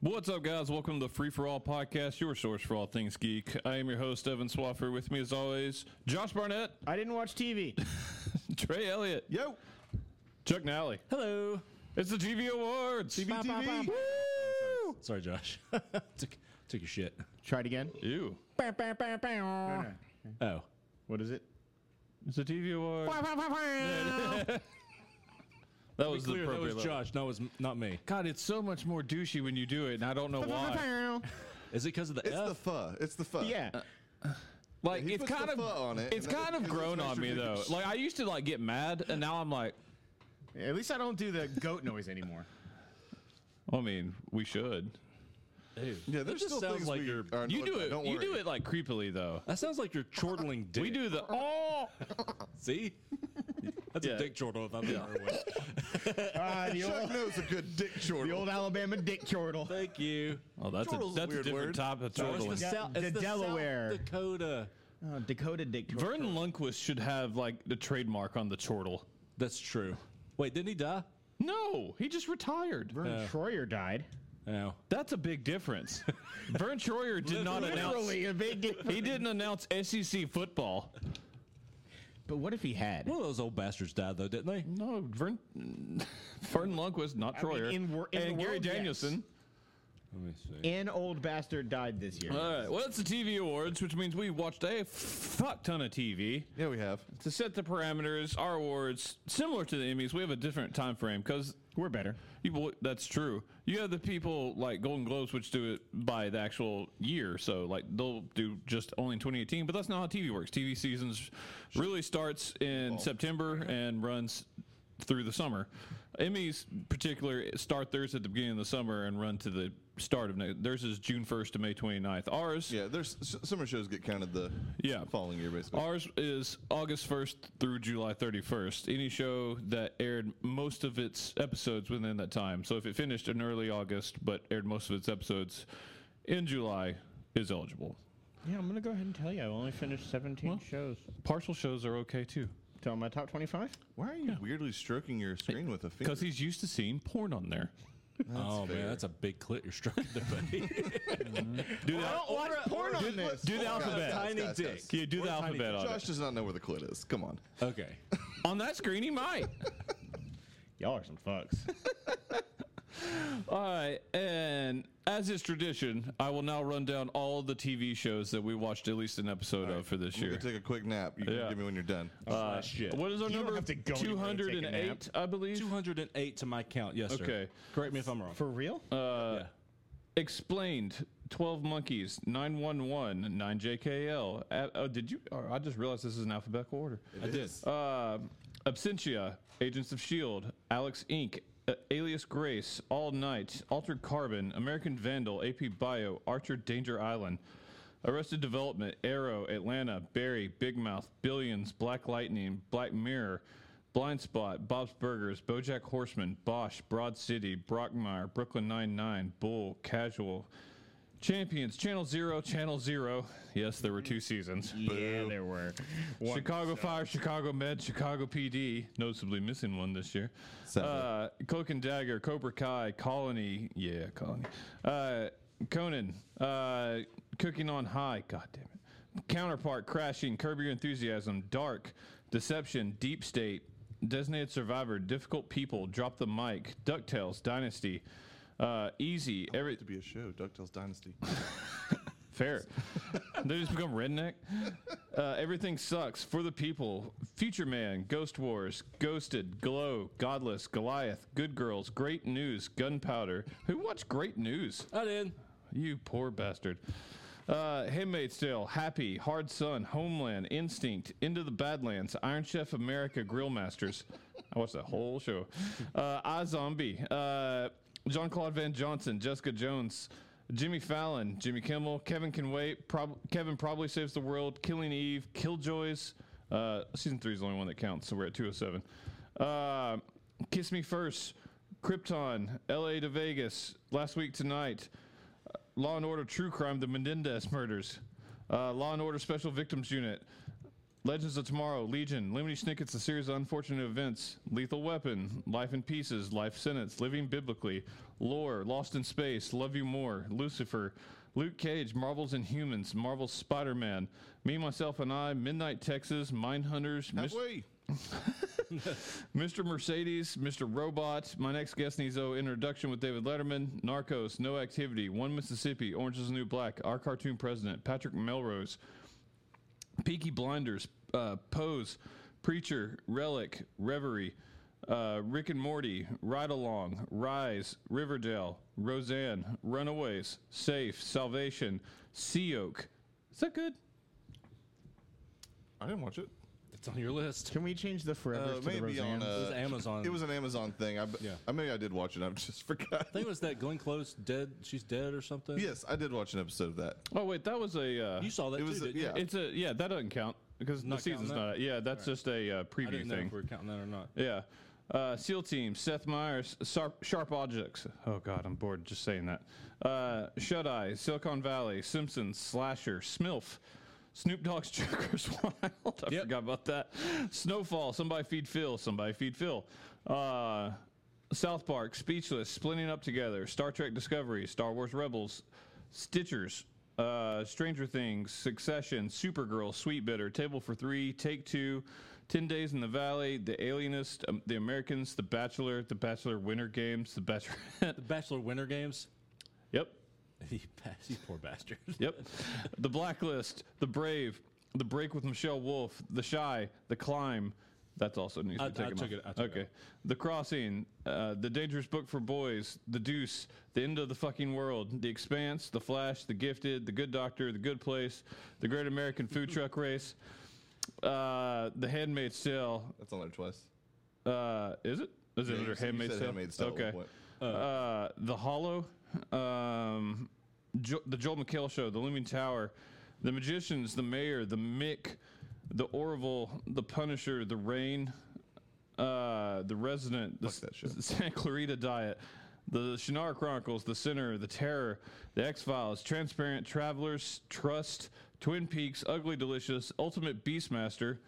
What's up, guys? Welcome to the Free for All podcast, your source for all things geek. I am your host, Evan Swaffer. With me, as always, Josh Barnett, I didn't watch TV. Trey Elliott, Yo, Chuck Nally. Hello. It's the GV Awards. BTV. Sorry, Josh. took, took your shit. Try it again. Ew. Oh. What is it? It's the TV Awards. That was the Clear, that appropriate. was level. Josh. No, it was m- not me. God, it's so much more douchey when you do it, and I don't know why. Is it because of the It's F? the pho. It's the pho. Yeah. Like Yeah, he it's puts the kind of foot on it, it's and that- kind of it's grown on extra me though. douche. Like I used to like get mad, and now I'm like, At least I don't do the goat noise anymore. I mean, we should. Dude, Yeah, that there's just still sounds things like we you're. are You annoyed do by. it. Don't You worry. do it like creepily though. That sounds like you're chortling dick. We do the oh. See? That's Yeah. a dick chortle if I've ever one. Ah, the, Chuck old, knows a good dick short. the old Alabama dick chortle. Thank you. Oh, that's a Chortle's a that's a weird different word. type of No, it's chortling. the, South- De- it's the Delaware. South Dakota. Oh, Dakota dick chortle. Vernon Lundquist should have like the trademark on the chortle. That's true. Wait, didn't he die? No, he just retired. Vernon Troyer died. No. That's a big difference. Vern Troyer did not announce. Literally a big dick. He didn't announce SEC football. But what if he had? One of those old bastards died, though, didn't they? No, Vern Vernon Lundquist, not mean, Troyer, in wor- in and the Gary world, Danielson. Let me see. An old bastard died this year. All right, well, it's the TV awards, which means we watched a fuck ton of TV. Yeah, we have. To set the parameters, our awards similar to the Emmys, we have a different time frame because We're better. people. That's true. You have the people like Golden Globes, which do it by the actual year, so like they'll do just only in 2018. But that's not how TV works. TV seasons really starts in September and runs through the summer. Emmys, in particular, start theirs at the beginning of the summer and run to the start of next. Theirs is June 1st to May 29th. Ours, Yeah, there's s- summer shows get counted the Yeah. Oh, following year basically. Ours is August 1st through July 31st. Any show that aired most of its episodes within that time. So if it finished in early August but aired most of its episodes in July is eligible. Yeah, I'm gonna go ahead and tell you. I only finished 17 shows. Partial shows are okay too Tell my top 25. Why are you weirdly stroking your screen with a finger? because he's used to seeing porn on there. oh, fair. man, that's a big clit you're stroking there, buddy. Do the, al- watch porn on this. do the alphabet. tiny guys, dick. guys. Can you do the We're tiny alphabet on, Josh it? does not know where the clit is. Come on. Okay. on that screen? He might. Y'all are some fucks. All right, and as is tradition, I will now run down all the TV shows that we watched at least an episode of for this I'm year. gonna take a quick nap. You Yeah. can give me when you're done. Uh, What is our don't number? have to go Two anywhere to hundred take a and eight, I believe. 208 to my count. Yes, sir. Okay. Correct me if I'm wrong. For real? Uh, Yeah. Explained. Twelve Monkeys. Nine One One. Nine JKL. Uh, oh, did you? Oh, I just realized this is in alphabetical order. I did. Uh, Absentia. Agents of Shield. E Alex Inc. Uh, Alias Grace. All Night. Altered Carbon. American Vandal. AP Bio. Archer. Danger Island. Arrested Development, Arrow, Atlanta, Barry, Big Mouth, Billions, Black Lightning, Black Mirror, Blind Spot, Bob's Burgers, BoJack Horseman, Bosch, Broad City, Brockmire, Brooklyn Nine Nine, Bull, Casual, Champions, Channel Zero, Channel Zero. Yes, there were two seasons. yeah, there were. One- Chicago Fire, Chicago Med, Chicago PD, noticeably missing one this year. Sadly. Uh, Cloak and Dagger, Cobra Kai, Colony, yeah, Colony. Uh, Conan, uh, Cooking on High, God damn it. Counterpart, Crashing, Curb Your Enthusiasm, Dark, Deception, Deep State, Designated Survivor, Difficult People, Drop the Mic, Ducktales, Dynasty, uh, Easy, every to be a show, DuckTales Dynasty. Fair. they just become redneck. Uh, everything sucks for the people. Future Man, Ghost Wars, Ghosted, Glow, Godless, Goliath, Good Girls, Great News, Gunpowder. Who watched Great News? I did. You poor bastard. Uh, Handmaid's Tale, Happy, Hard Sun, Homeland, Instinct, Into the Badlands, Iron Chef America, Grill Masters. I watched that whole show. Uh, I Zombie, uh, John Claude Van Johnson, Jessica Jones, Jimmy Fallon, Jimmy Kimmel, Kevin Can Wait, prob- Kevin Probably Saves the World, Killing Eve, Killjoys. Uh, season three is the only one that counts, so we're at 207. Uh, Kiss Me First, Krypton, LA to Vegas, Last Week Tonight. Law and Order True Crime, the Menendez murders, uh, Law and Order Special Victims Unit, Legends of Tomorrow, Legion, Lemony Snicket's A Series of Unfortunate Events, Lethal Weapon, Life in Pieces, Life Sentence, Living Biblically, Lore, Lost in Space, Love You More, Lucifer, Luke Cage, Marvels and Humans, Marvel's Spider Man, Me, Myself, and I, Midnight Texas, Mindhunters, Mis- Halfway. Mr. Mercedes, Mr. Robot, my next guest needs no introduction with David Letterman, Narcos, No Activity, One Mississippi, Orange is the New Black, Our Cartoon President, Patrick Melrose, Peaky Blinders, uh, Pose, Preacher, Relic, Reverie, uh, Rick and Morty, Ride Along, Rise, Riverdale, Roseanne, Runaways, Safe, Salvation, Sea Oak. Is that good? I didn't watch it. It's on your list. Can we change the forever Uh, to the maybe on Roseanne? uh, was Amazon. It was an Amazon thing. I, b- Yeah. I maybe I did watch it. I've just forgot. I think it was that Glenn Close dead. She's dead or something. yes, I did watch an episode of that. Oh wait, that was a. Uh, you saw that It was too. a- didn't you? yeah. It's a yeah. That doesn't count because the Not season's counting that? not. out. Yeah, that's just a uh, I preview didn't know thing. if we were counting that or not. Yeah. Uh, SEAL Team, Seth Meyers, Sharp, Sharp Objects. Oh, God, I'm bored just saying that. Uh, Shut Eye, Silicon Valley, Simpsons, Slasher, Smilf, Snoop Dogg's Joker's Wild. I Yep. forgot about that. Snowfall, Somebody Feed Phil, Somebody Feed Phil. Uh, South Park, Speechless, Splitting Up Together, Star Trek Discovery, Star Wars Rebels, Stitchers, uh, Stranger Things, Succession, Supergirl, Sweet Bitter, Table for Three, Take Two, Ten Days in the Valley, The Alienist, um, The Americans, The Bachelor, The Bachelor Winter Games, The Bachelorette. The Bachelor Winter Games. yep, He passed. These poor bastard. yep. the Blacklist, The Brave, The Break with Michelle Wolf, The Shy, The Climb. That's also news. I- to be I taken took off. it- I took it okay. The Crossing, uh, The Dangerous Book for Boys, The Deuce, The End of the Fucking World, The Expanse, The Flash, The Gifted, The Good Doctor, The Good Place, The Great American Food Truck Race, uh, The Handmaid's Tale. That's on there twice. Uh, is it? Is Yeah, you it under s- you Handmaid's said Tale? Handmaid's Tale at one Okay. point. Uh, the Hollow, um, jo- the Joel McHale Show, The Looming Tower, The Magicians, The Mayor, The Mick, The Orville, The Punisher, The Rain, uh, The Resident, The Fuck that show. S- Santa Clarita Diet, The Shannara Chronicles, The Sinner, The Terror, The X Files, Transparent Travelers, Trust, Twin Peaks, Ugly Delicious, Ultimate Beastmaster.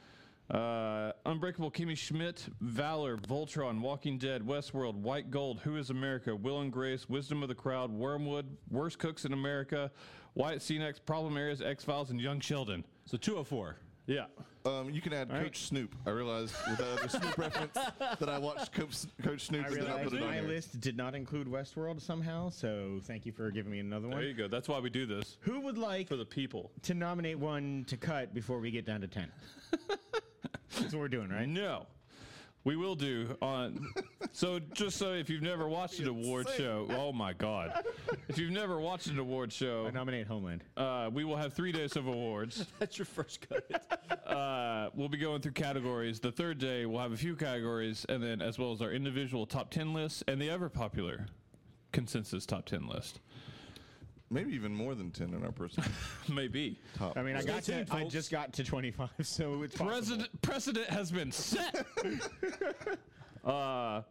Uh, Unbreakable Kimmy Schmidt, Valor, Voltron, Walking Dead, Westworld, White Gold, Who is America, Will and Grace, Wisdom of the Crowd, Wormwood, Worst Cooks in America, Wyatt Cenex, Problem Areas, X Files, and Young Sheldon. So 204. Yeah. Um, you can add Coach Snoop. I realized with that other Snoop reference that I watched Coach, Coach Snoop I and then I realized put it on my here. list did not include Westworld somehow, so thank you for giving me another There one. you go. That's why we do this Who would like for the people. to nominate one to cut before we get down to 10? That's what we're doing, right? No. We will do on. So, just so if you've never watched an award show, oh my God. If you've never watched an award I show, nominate Homeland. uh, we will have three days of awards. That's your first cut. uh, we'll be going through categories. The third day, we'll have a few categories, and then as well as our individual top 10 lists and the ever popular consensus top 10 list. Maybe even more than 10 in our personal Maybe. top. I mean, I got Stay to, tuned, I folks. just got to 25, so it's possible. President, precedent has been set. uh,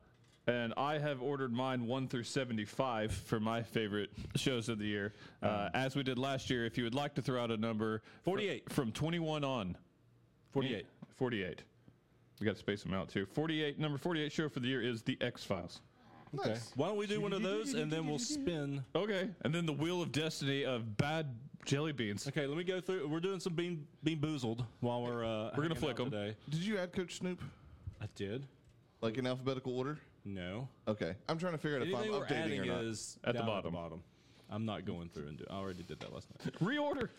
and I have ordered mine 1 through 75 for my favorite shows of the year. Uh, as we did last year, if you would like to throw out a number fr- 48. from 21 on. 48. 48. We got to space them out too. 48, number 48 show for the year is The X Files. Nice. Why don't we do one of those and then we'll spin? Okay, and then the Wheel of Destiny of bad jelly beans. Okay, let me go through. We're doing some bean bean boozled while we're uh, We're gonna hanging flick out 'em. today. Did you add Coach Snoop? I did. Like in alphabetical order? No. Okay. I'm trying to figure out Anything if I'm we're updating adding or not. is At the down bottom. bottom. I'm not going through and do. I already did that last night. Reorder.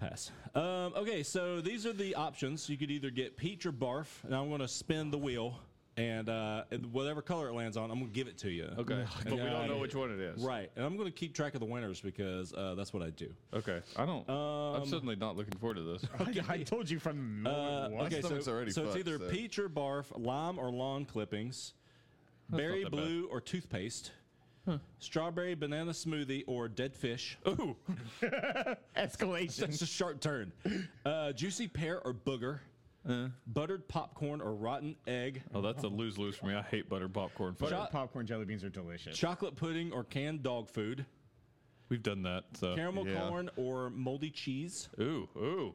Pass. Um, okay, so these are the options. You could either get peach or barf, and I'm going to spin the wheel, and, uh, and whatever color it lands on, I'm going to give it to you. Okay, but we God. don't know which one it is. Right, and I'm going to keep track of the winners because uh, that's what I do. Okay, I don't. oh, I'm Um, suddenly not looking forward to this. I, I told you from the Uh, moment one. okay, so, stomach's already so it's fucked, either so- peach or barf, lime or lawn clippings, berry not that bad. blue or toothpaste, strawberry banana smoothie or dead fish. Ooh, Escalation. That's a sharp turn. Uh, juicy pear or booger, Uh. buttered popcorn or rotten egg, oh, that's a lose lose for me. I hate butter popcorn. Fuck. Shot- Popcorn jelly beans are delicious. chocolate pudding or canned dog food, We've done that. So caramel Uh, Yeah. corn or moldy cheese, ooh ooh.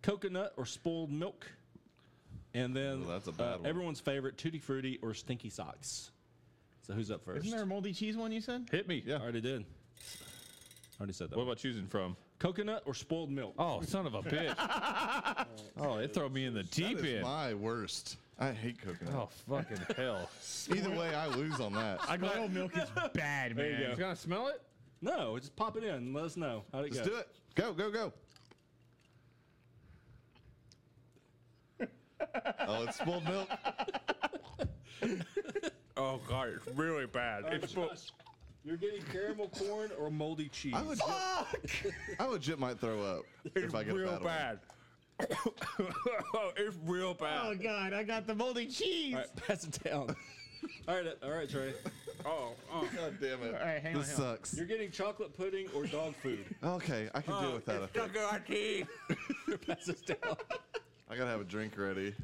coconut or spoiled milk, and then uh, Well, that's a bad one. everyone's favorite tutti frutti or stinky socks. So who's up 1st Isn't there a moldy cheese one you said? Hit me. I already did. I already said that. What one. about choosing from? Coconut or spoiled milk? Oh, son of a bitch. oh, they throw me in the That deep is end. my worst. I hate coconut. Oh, fucking hell. Either way, I lose on that. I Spoiled milk is bad, you man. go. You gonna smell it? No, just pop it in. and Let us know how'd it Let's go. do it. Go, go, go. oh, it's spoiled milk. Oh god, it's really bad. It's full- You're getting caramel corn or moldy cheese. I legit, I legit might throw up if I it's get a real bad, one. bad. it's real Oh bad. god, I got the moldy cheese. all right, pass it down. all right, all right, Trey. Oh, oh. God damn it. right, hang on, this hang sucks. You're getting chocolate pudding or dog food. Okay, I can deal with that. I, It's stuck think. in my teeth. pass it down. I gotta have a drink ready.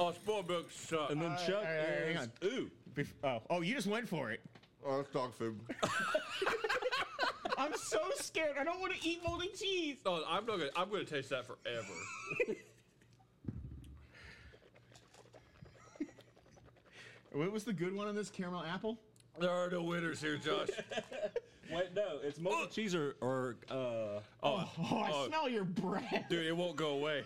Oh, spoiled milk sucks. And then Uh, right, Chuck all right, all right, hang is on. ooh. Bef- oh, oh, you just went for it. Oh, it's dog food. I'm so scared. I don't want to eat moldy cheese. Oh, I'm not gonna. I'm gonna taste that forever. What was the good one on this caramel apple? there are no winners here, Josh. Wait, no, it's moldy cheese or, or uh, Oh, I smell your breath. Dude, it won't go away.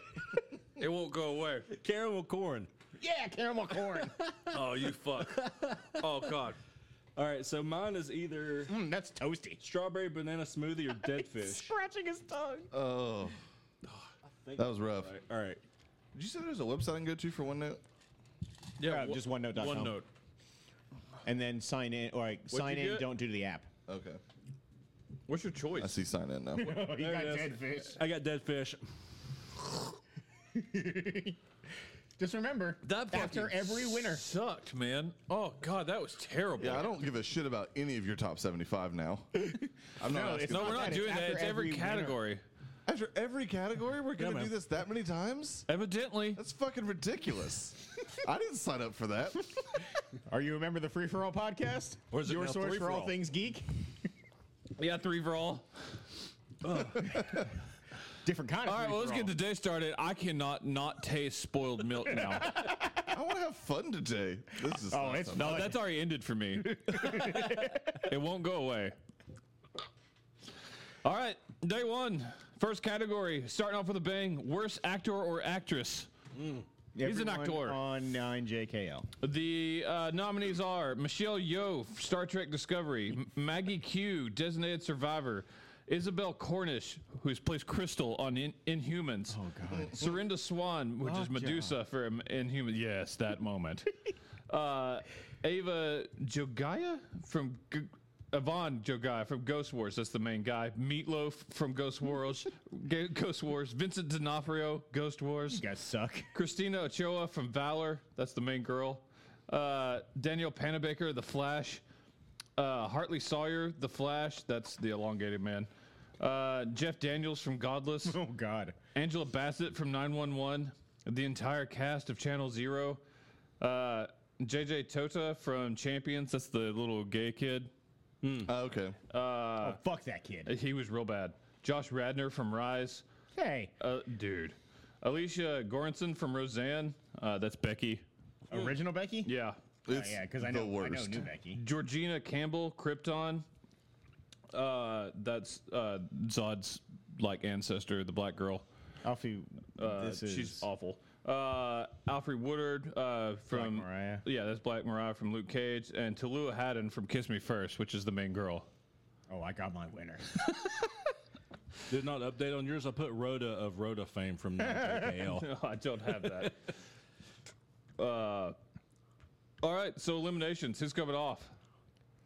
It won't go away. caramel corn. Yeah, caramel corn. Oh, you fuck. Oh god. All right, so mine is either mm, that's toasty. strawberry banana smoothie or dead fish. Scratching his tongue. Oh, that was rough. All right, Did you say there's a website I can go to for one note? Yeah, Uh, just OneNote.com. One note. And then sign in. All right, sign you in. get? Don't do the app. Okay, What's your I choice? see. Sign in now. Oh, you got it is. dead fish. I got dead fish. Just remember, after fucking every winner, sucked, man. Oh god, that was terrible. Yeah, I don't give a shit about any of your top 75 now. I'm not asking. it's No, we're that, not it's doing that. after It's every every winner. category. After every category, we're gonna man. do this that many times? Evidently. That's fucking ridiculous. I didn't sign up for that. are you a member of the Free For All podcast? Or is it Your now source Three for for all, All? things geek. Yeah, three for all. Different kind of. All right, free well, for let's get all. today started. I cannot not taste spoiled milk now. I want to have fun today. This is Oh, not it's something. no, not. that's already ended for me. it won't go away. All right, day one, first category, starting off with a bang. Worst actor or actress. he's an Everyone actor. on nine JKL. The uh, nominees are Michelle Yeoh, Star Trek Discovery, M- Maggie Q, Designated Survivor, Isabel Cornish, who's plays Crystal on In- Inhumans. Oh God. Serinda Swan, which is Medusa for M- Inhumans. Yes, that moment. uh, Ava Jogaya from G- Avon Jogaya from Ghost Wars. That's the main guy. Meatloaf from Ghost Wars. G- Ghost Wars. Vincent D'Onofrio, Ghost Wars. You guys suck. Christina Ochoa from Valor. That's the main girl. Uh, Daniel Panabaker, The Flash. Uh, Hartley Sawyer, The Flash. That's the elongated man. Uh, Jeff Daniels from Godless. Oh God. Angela Bassett from 911. The entire cast of Channel Zero. Uh, JJ Tota from Champions. That's the little gay kid. Oh, okay. oh fuck that kid. He was real bad. Josh Radner from Rise. Hey, Uh, dude. Alicia Goranson from Roseanne. Uh, that's Becky. original Becky. Oh, Yeah. It's yeah, because I the know worst. I know new Becky. Georgina Campbell, Krypton. Uh, that's uh, Zod's like ancestor, the black girl. Alfie, Uh, this is she's awful. Uh, Alfred Woodard uh, from Mariah. Yeah, that's Black Mariah from Luke Cage, and Tallulah Haddon from Kiss Me First, which is the main girl. Oh, I got my winner. Did not update on yours. I put Rhoda of Rhoda fame from 9JKL. No, I don't have that. uh, all right, so eliminations. Who's coming off?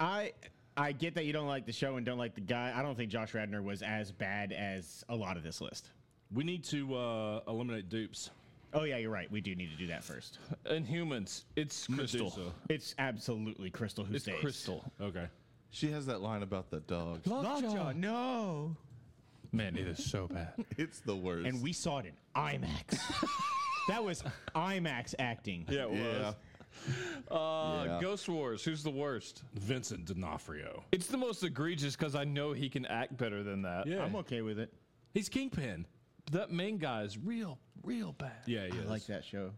I I get that you don't like the show and don't like the guy. I don't think Josh Radner was as bad as a lot of this list. we need to uh, eliminate dupes. Oh yeah, you're right. We do need to do that first. Inhumans. It's Crystal. Medusa. It's absolutely Crystal who It's stays. Crystal. uh, Okay. She has that line about the dog. Lockjaw, no. Man, it is so bad. It's the worst. And we saw it in IMAX. that was IMAX acting. yeah, it was. yeah. Uh, Yeah. Ghost Wars. Who's the worst? Vincent D'Onofrio. It's the most egregious because I know he can act better than that. Yeah. I'm okay with it. He's Kingpin. that main guy is real, real bad. Yeah, yeah. I like that show.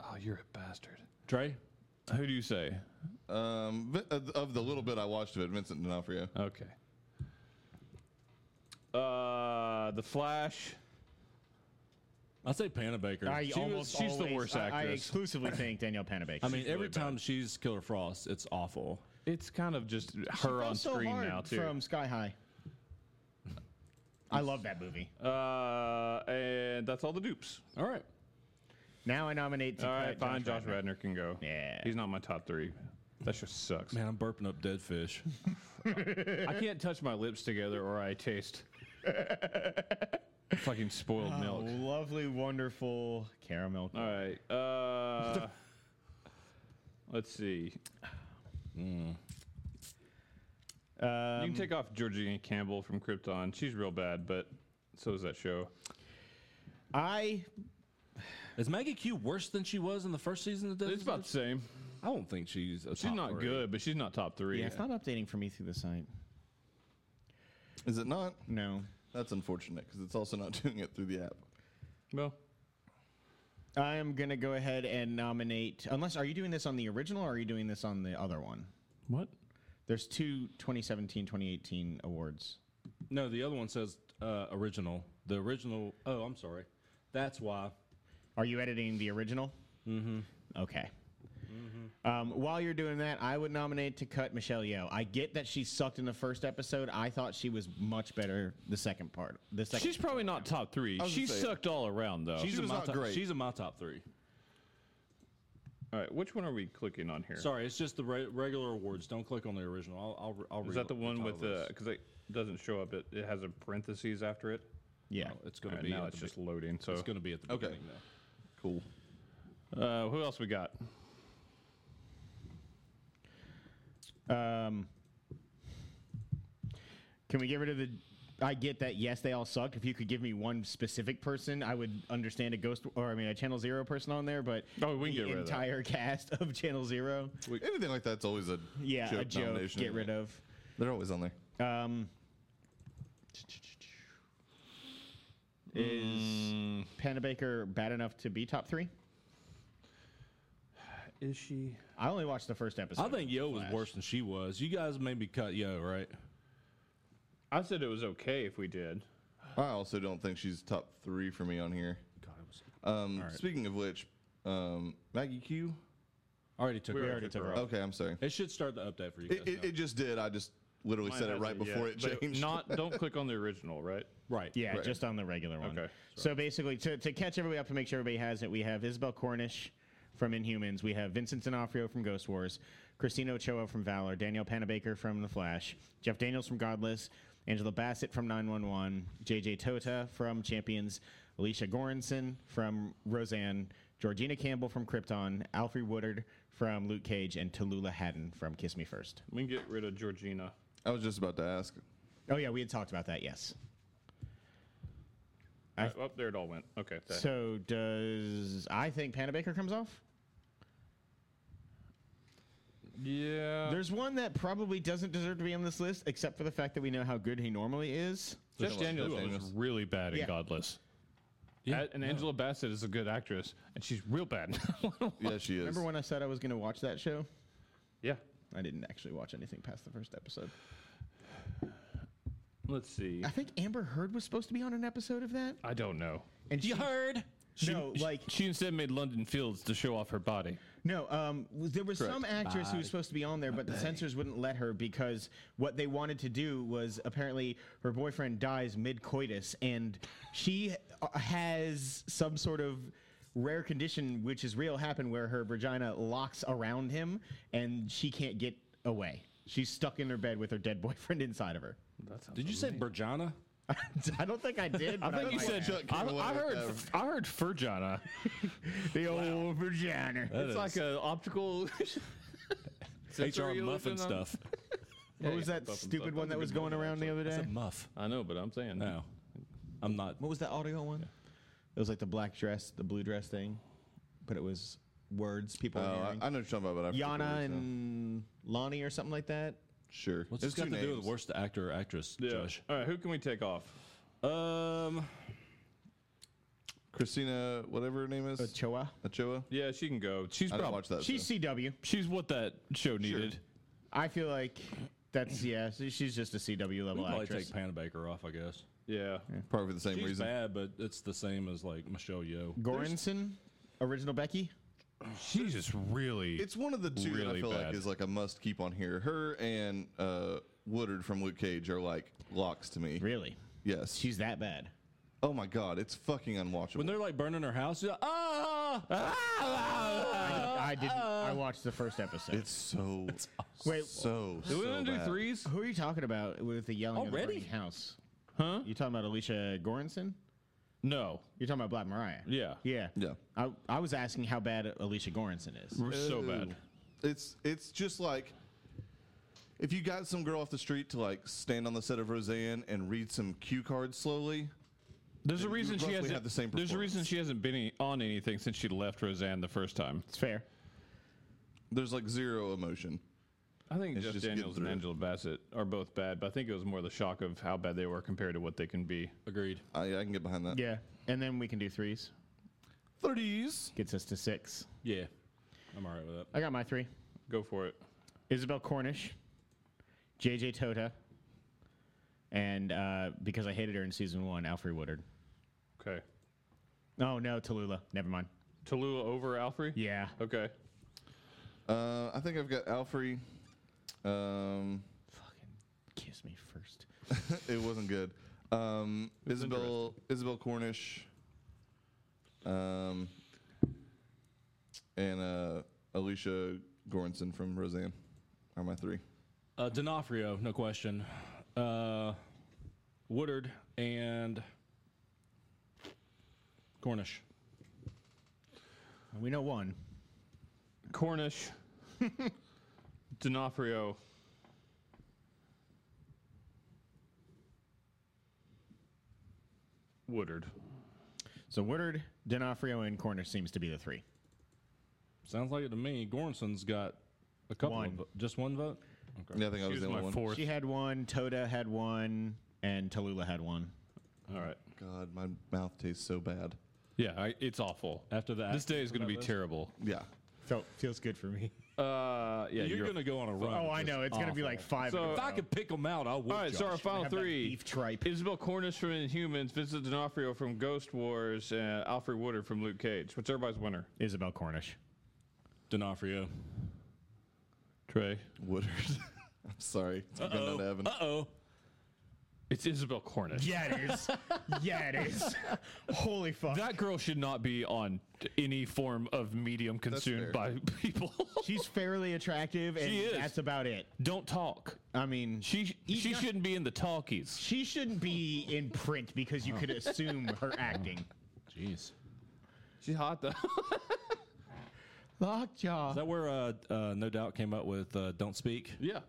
Oh, you're a bastard. Trey. Who do you say? Um, vi- of- of the little bit I watched of it, Vincent D'Onofrio. Okay. Uh, The Flash. I'd say Panabaker. I was- almost she's the always- worst I- I, actress. exclusively think Danielle Panabaker. I mean, She's every really bad. time she's Killer Frost, it's awful. It's kind of just She her fell on so screen hard now too. From Sky High. I love that movie. uh, and that's all the dupes. All right. Now I nominate. To All cut right, fine. Josh, Radnor. Radner can go. Yeah. he's not my top three. That just sucks. Man, I'm burping up dead fish. I can't touch my lips together or I taste fucking spoiled milk. Lovely, wonderful caramel. All right. Uh, let's see. Um, you can take off Georgina Campbell from Krypton. She's real bad, but so is that show. I Is Maggie Q worse than she was in the first season of Dead It's about the same. I don't think she's. A She's not good, but she's not top three. yeah, it's not updating for me through the site. Is it not? No. That's unfortunate because it's also not doing it through the app. Well, I am gonna go ahead and nominate. Unless, are you doing this on the original or are you doing this on the other one? what? There's two 2017, 2018 awards. No, the other one says uh, original. The original. Oh, I'm sorry. That's why. Are you editing the original? Mm-hmm. Okay. Mm-hmm. Um, while you're doing that, I would nominate to cut Michelle Yeoh. I get that she sucked in the first episode. I thought she was much better the second part. The second. She's probably not top three. was She gonna say- sucked all around, though. She's She in was my not top, great. She's in my top three. all right, which one are we clicking on here? Sorry, it's just the re- regular awards. Don't click on the original. I'll. I'll, re- I'll Is read that the one with title the? is. Because it doesn't show up. It, it has a parentheses after it. yeah. It's gonna All right, be. now at it's the just be- loading. So It's gonna be at the Okay. beginning though. Cool. uh, who else we got? Um, can we get rid of the? I get that. Yes, they all sucked. If you could give me one specific person, I would understand a ghost or I mean a Channel Zero person on there. But Oh, we can the get rid of that. entire cast of Channel Zero, Anything like that's always a yeah, joke a joke. nomination. Get rid of. They're always on there. Um, is Mm. Panda Baker bad enough to be top three? Is she? I only watched the first episode. I think Yo was worse than she was. You guys made me cut Yo, right? I said it was okay if we did. I also don't think she's top three for me on here. Um, Speaking of which, um, Maggie Q. I already took. We her. already took her off. Okay, I'm sorry. It should start the update for you guys. It, it, now. it just did. I just literally said it Mine right hasn't before yet, it but changed. Not. Don't click on the original, right? right. Yeah, Right. just on the regular one. Okay. So basically, to, to catch everybody up to make sure everybody has it, we have Isabel Cornish from Inhumans, we have Vincent D'Onofrio from Ghost Wars, Christina Ochoa from Valor, Danielle Panabaker from The Flash, Jeff Daniels from Godless, Angela Bassett from 911, JJ Tota from Champions, Alicia Goranson from Roseanne, Georgina Campbell from Krypton, Alfred Woodard from Luke Cage, and Tallulah Haddon from Kiss Me First. We can get rid of Georgina. I was just about to ask. Oh, yeah, we had talked about that, yes. I- Up oh, there it all went. Okay. that- So does I think Panabaker comes off? yeah. There's one that probably doesn't deserve to be on this list, except for the fact that we know how good he normally is. Jeff Jeff Daniels was Daniels. really bad in Yeah. Godless. Yeah, A- and Angela Bassett is a good actress, and she's real bad. Yeah, she is. Remember when I said I was going to watch that show? yeah. I didn't actually watch anything past the first episode. Let's see. I think Amber Heard was supposed to be on an episode of that, I don't know. and she, heard? no, like She instead made London Fields to show off her body. no, um, was- there was some actress who was supposed to be on there, but the censors wouldn't let her because what they wanted to do was apparently her boyfriend dies mid coitus, and she uh, has some sort of rare condition which is real happen where her vagina locks around him and she can't get away. She's stuck in her bed with her dead boyfriend inside of her. Did you say Berjana? I don't think I did. But I think you uh, might said have. Chuck I, came away I with heard. that. f- I heard Ferjana. the old vagina. it's like an optical. HR you're muffin looking on? stuff. What was that stupid one that was going around the other It's day? a muff. I know, but I'm saying No, I'm not. What was that audio one? It was like the black dress, the blue dress thing, but it was words people Oh, were I, hearing. I know what you're talking about, but I forget Yana what it uh, is now. and Lonnie or something like that. sure. What's There's this got to two do with names. worst actor or actress, Yeah. Josh? All right, who can we take off? Um, Christina, whatever her name is, Choa. Ochoa. Yeah, she can go. She's I didn't probably watch that. She's show. CW. she's what that show needed. I feel like that's yeah. she- She's just a CW level We'll probably actress. take Panna Baker off, I guess. Yeah. probably for the same She's reason. bad, but it's the same as like Michelle Yeoh. Goranson, original Becky. She's just really. It's one of the two that Really I feel bad. like is like a must keep on here. Her and uh, Woodard from Luke Cage are like locks to me. Really, Yes. she's that bad. oh my god, it's fucking unwatchable. When they're like burning her house, she's like, ah! I didn't. I watched the first episode. it's so Wait, so Do we so want to do bad. threes? who are you talking about with the yelling of the Already? burning house? Huh? You talking about Alicia Goranson? No. You're talking about Black Mariah. Yeah. Yeah. Yeah. I, I was asking how bad Alicia Goranson is. We're so Ooh. bad. It's it's just like if you got some girl off the street to like stand on the set of Roseanne and read some cue cards slowly. There's a You reason she roughly hasn't. have the same there's a reason performance. she hasn't been any- on anything since she left Roseanne the first time. It's fair. There's like zero emotion. I think It's Jeff just getting Daniels and through. Angela Bassett are both bad, but I think it was more the shock of how bad they were compared to what they can be. Agreed. I, I can get behind that. Yeah. And then we can do threes. Threes. Gets us to six. Yeah. I'm all right with that. I got my three. Go for it. Isabel Cornish, JJ Tota, and uh, because I hated her in season one, Alfred Woodard. Okay. Oh no, Tallulah. Never mind. Tallulah over Alfrey. Yeah. Okay. Uh, I think I've got Alfrey. Um, Fucking kiss me first. it wasn't good. Um, Isabel Isabel Cornish. Um, and uh, Alicia Goranson from Roseanne are my three. Uh, D'Onofrio, no question. Uh, Woodard and Cornish. We know one. Cornish. D'Onofrio. Woodard. So Woodard, D'Onofrio, and Cornish seems to be the three. Sounds like it to me. Gornson's got a couple One. of vo- just one vote. Okay. Yeah, I think I was She was the only my one. fourth. She had one. Tota had one, and Tallulah had one. All right. God, my mouth tastes so bad. Yeah, I, it's awful. After that, This day is going to be that terrible. Yeah. Felt feels good for me. Uh, yeah, You're, going to go on a run. Oh, with I this. know. It's gonna be like five. So- in a If I row. could pick them out, I would. All right, so our Josh. final have that three: beef tripe. Isabel Cornish from Inhumans, Vincent D'Onofrio from Ghost Wars, and Alfred Woodard from Luke Cage. What's everybody's winner? Isabel Cornish. D'Onofrio. Trey, Woodard. I'm sorry. It's not going to heaven. Uh oh. it's Isabel Cornish. Yeah, it is. yeah, it is. Holy fuck. That girl should not be on any form of medium consumed fair. by people. She's fairly attractive, and She is. that's about it. Don't talk. I mean, she, She she shouldn't be in the talkies. shouldn't be in print because you could assume her acting. Jeez. Is She's hot though. Uh-huh. Lockjaw. that where uh, uh, No Doubt came up with uh, Don't Speak? yeah,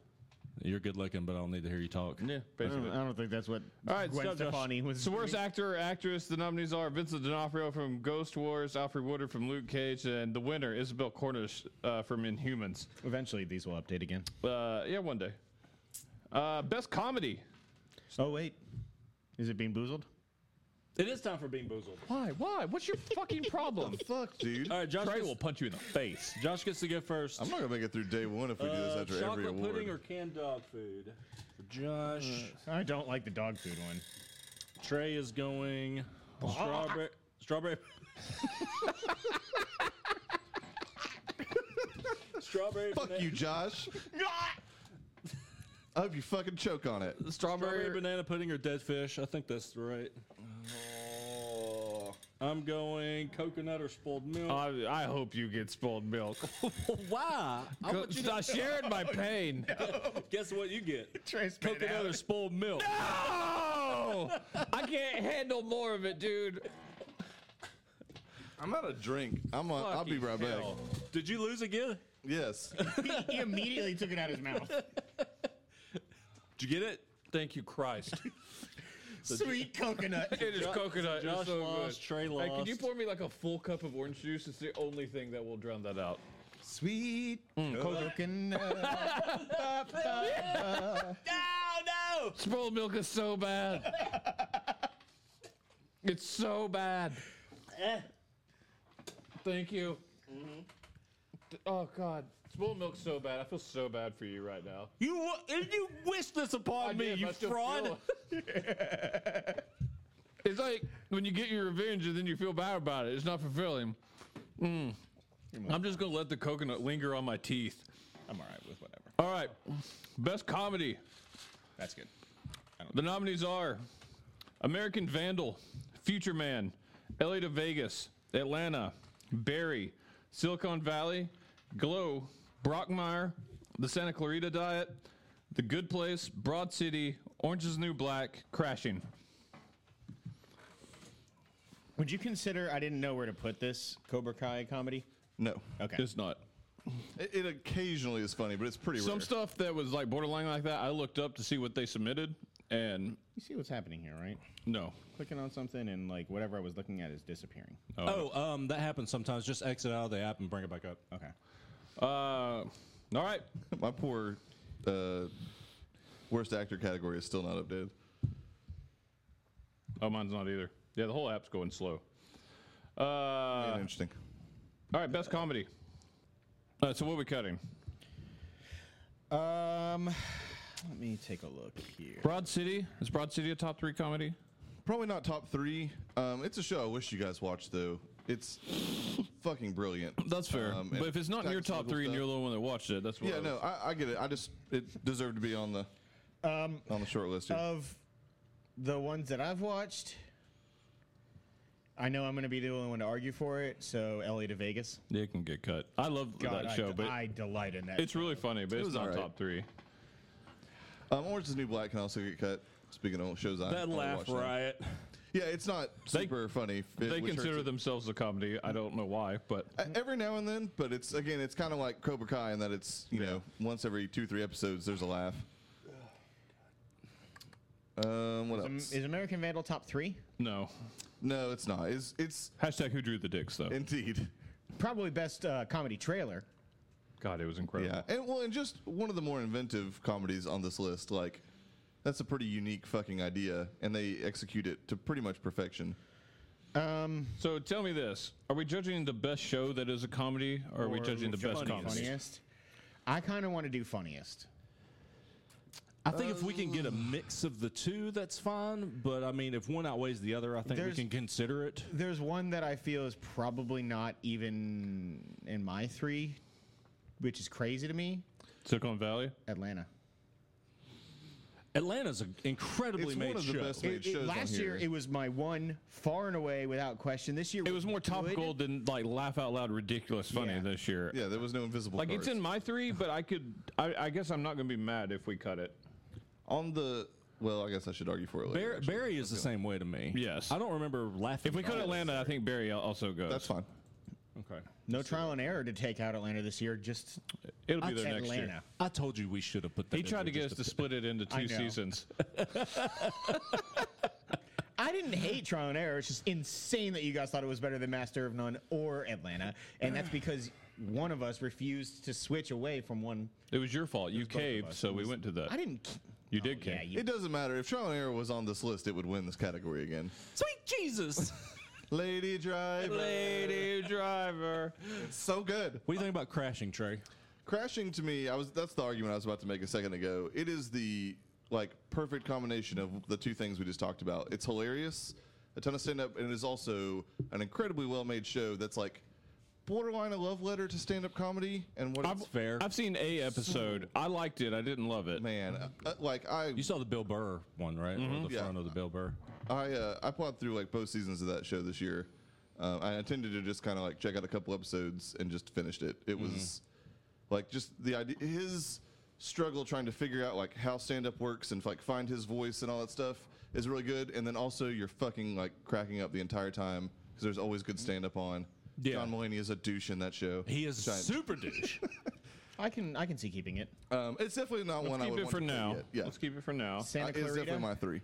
You're good looking, but I don't need to hear you talk. yeah, I basically. don't, I don't think that's what All right, Gwen so, Josh, Stefani was. so worst actor or actress, the nominees are Vincent D'Onofrio from Ghost Wars, Alfred Woodard from Luke Cage, and the winner, Isabel Cornish uh, from Inhumans. Eventually, these will update again. Uh, yeah, one day. Uh, best comedy. Oh wait, is it being boozled? It is time for Bean Boozled. Why? Why? What's your fucking problem? Fuck, dude. All right, Josh. Trey Gets, will punch you in the face. Josh gets to go first. I'm not going to make it through day one if we do this Uh, after every chocolate award. pudding or canned dog food? For Uh, Josh. I don't like the dog food one. Trey is going strawberry. Strawberry. strawberry. Fuck bana- you, Josh. I hope you fucking choke on it. Strawberry banana pudding or dead fish? I think that's right. Oh. I'm going coconut or spoiled milk. I, I hope you get spoiled milk. Oh, Why? I want you to Stop sharing my pain. guess what you get. Trace Coconut or spoiled milk. Oh, I can't handle more of it, dude. I'm out of drink. I'm on, I'll be Fucking right back. hell. Did you lose again? Yes. he immediately took it out of his mouth. Did you get it? Thank you, Christ. Sweet coconut. It is Jo- coconut. Josh it's so lost, good. Trey Hey, can you lost. pour me like a full cup of orange juice? It's the only thing that will drown that out. Sweet. Mm. Coconut. Spoiled milk is so bad. it's so bad. Thank you. Th- Oh God, spoiled milk's so bad. I feel so bad for you right now. You wa- you wish this upon I me, did, you but I still fraud. feel it. it's like when you get your revenge and then you feel bad about it. It's not fulfilling. Mm. I'm just gonna let the coconut linger on my teeth. I'm all right with whatever. All right, best comedy. That's good. The nominees are American Vandal, Future Man, LA to Vegas, Atlanta, Barry, Silicon Valley, Glow, Brockmire, The Santa Clarita Diet, The Good Place, Broad City, Orange is the New Black, Crashing. Would you consider? I didn't know where to put this Cobra Kai comedy. No, Okay. It's not. it, it occasionally is funny, but it's pretty Some rare. stuff that was like borderline like that, I looked up to see what they submitted, and you see what's happening here, right? no. Clicking on something and like whatever I was looking at is disappearing. Uh, Oh, um, that happens sometimes. Just exit out of the app and bring it back up. Okay. Uh, all right. My poor uh, worst actor category is still not updated. Oh, mine's not either. Yeah, the whole app's going slow. Uh, And interesting. All right, best comedy. Uh, so what are we cutting? Um, let me take a look here. Broad City is Broad City a top three comedy? Probably not top three. Um, it's a show I wish you guys watched though. It's fucking brilliant. That's fair. Um, but if it's not in your tax top level three and stuff. you're the only one that watched it, that's what. yeah, I no, was- I, I get it. I just it deserved to be on the Um, on the short list. Here. of the ones that I've watched, I know I'm going to be the only one to argue for it. So LA to Vegas. it can get cut. I love that I show, d- but I delight in that. it's really funny. But it's was not alright. top three. um, Orange is the New Black can also get cut. Speaking of shows, I That only laugh watch now. riot. Yeah, it's not super funny. it- They which consider hurts it. themselves a comedy. I don't know why, but E- every now and then, but it's again, it's kind of like Cobra Kai in that it's you know once every two three episodes there's a laugh. Um, what Um, else? is American Vandal top three? no. no, it's not. It's it's Hashtag who drew the dicks though. indeed. Probably best uh, comedy trailer. God, it was incredible. Yeah, and well, and just one of the more inventive comedies on this list. Like, that's a pretty unique fucking idea, and they execute it to pretty much perfection. Um, So tell me this: Are we judging the best show that is a comedy, or are we Or judging the best funniest. comedy? funniest. I kind of want to do funniest. I think if we can get a mix of the two, that's fine. But I mean, if one outweighs the other, I think we There's- can consider it. There's one that I feel is probably not even in my three, which is crazy to me. Silicon Valley. Atlanta. Atlanta's an incredibly It's made one of the show. best It- made it- shows on last year, here. it was my one far and away without question. This year, It was more good. topical than like laugh out loud, ridiculous funny Yeah. this year. yeah, there was no invisible. Like cards. it's in my three, but I could. I, I guess I'm not gonna be mad if we cut it. on the. Well, I guess I should argue for it. Later, Bar- actually. Barry is the same way to me. Yes. I don't remember laughing. If we about cut it. Atlanta, I think Barry al- also goes. That's fine. okay. No trial and error to take out Atlanta this year. Just It'll be That's there next Atlanta. year. I told you we should have put that. He in tried there to get us just to split it into I two know. seasons. I didn't hate trial and error. It's just insane that you guys thought it was better than Master of None or Atlanta, and that's because one of us refused to switch away from one. It was your fault. You both of caved, us. so It we was- went to that. I didn't. Oh, You did Yeah, cave. you, It doesn't matter if trial and error was on this list; it would win this category again. Sweet Jesus, Lady Driver, Lady driver. it's so good. what do you think about crashing, Trey? Crashing to me, I was that's the argument I was about to make a second ago. It is the like perfect combination of the two things we just talked about. It's hilarious, a ton of stand up, and it is also an incredibly well made show that's like borderline a love letter to stand up comedy. And what That's it's- fair. I've seen a episode. I liked it. I didn't love it. man, uh, uh, like I you saw the Bill Burr one, right? Or the Yeah. front of the Bill Burr. I uh, I plowed through like both seasons of that show this year. Uh, I intended to just kind of like check out a couple episodes and just finished it. It was Mm-hmm. like just the idea his struggle trying to figure out like how stand up works and like find his voice and all that stuff is really good. And then also you're fucking like cracking up the entire time because there's always Mm-hmm. good stand up on. Yeah. John Mulaney is a douche in that show. He is Giant- super douche. I can. I can see keeping it. Um, it's definitely not one Let's I keep would it want for to play now. yet. Yeah, Let's keep it for now. Uh, Santa it's definitely Clarita. my three.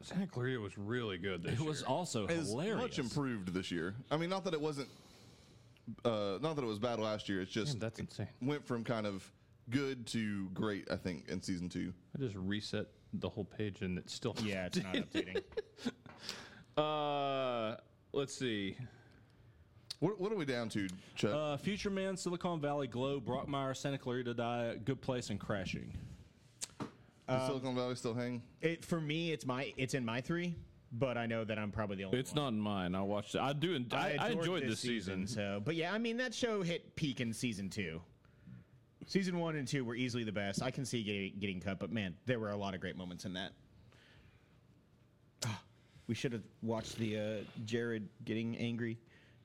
Santa Clarita was really good. This it was also is hilarious. much improved this year. I mean, not that it wasn't, uh, not that it was bad last year. It's just that's insane. went from kind of good to great. I think in season two. I just reset the whole page and it's still. Yeah, it's not updating. Uh, let's see. What, what are we down to, Chuck? Uh, Future Man, Silicon Valley, Glow, Brockmire, Santa Clarita Diet, Good Place, and Crashing. Uh, Does um, Silicon Valley still hang? It, for me, it's my it's in my three, but I know that I'm probably the only. It's one. Uh, not in mine. I watched it. I do. en- I, I, adored enjoyed this, season. So, but yeah, I mean that show hit peak in season two. Season one and two were easily the best. I can see getting, getting cut, but man, there were a lot of great moments in that. Ah, we should have watched the uh, Jared getting angry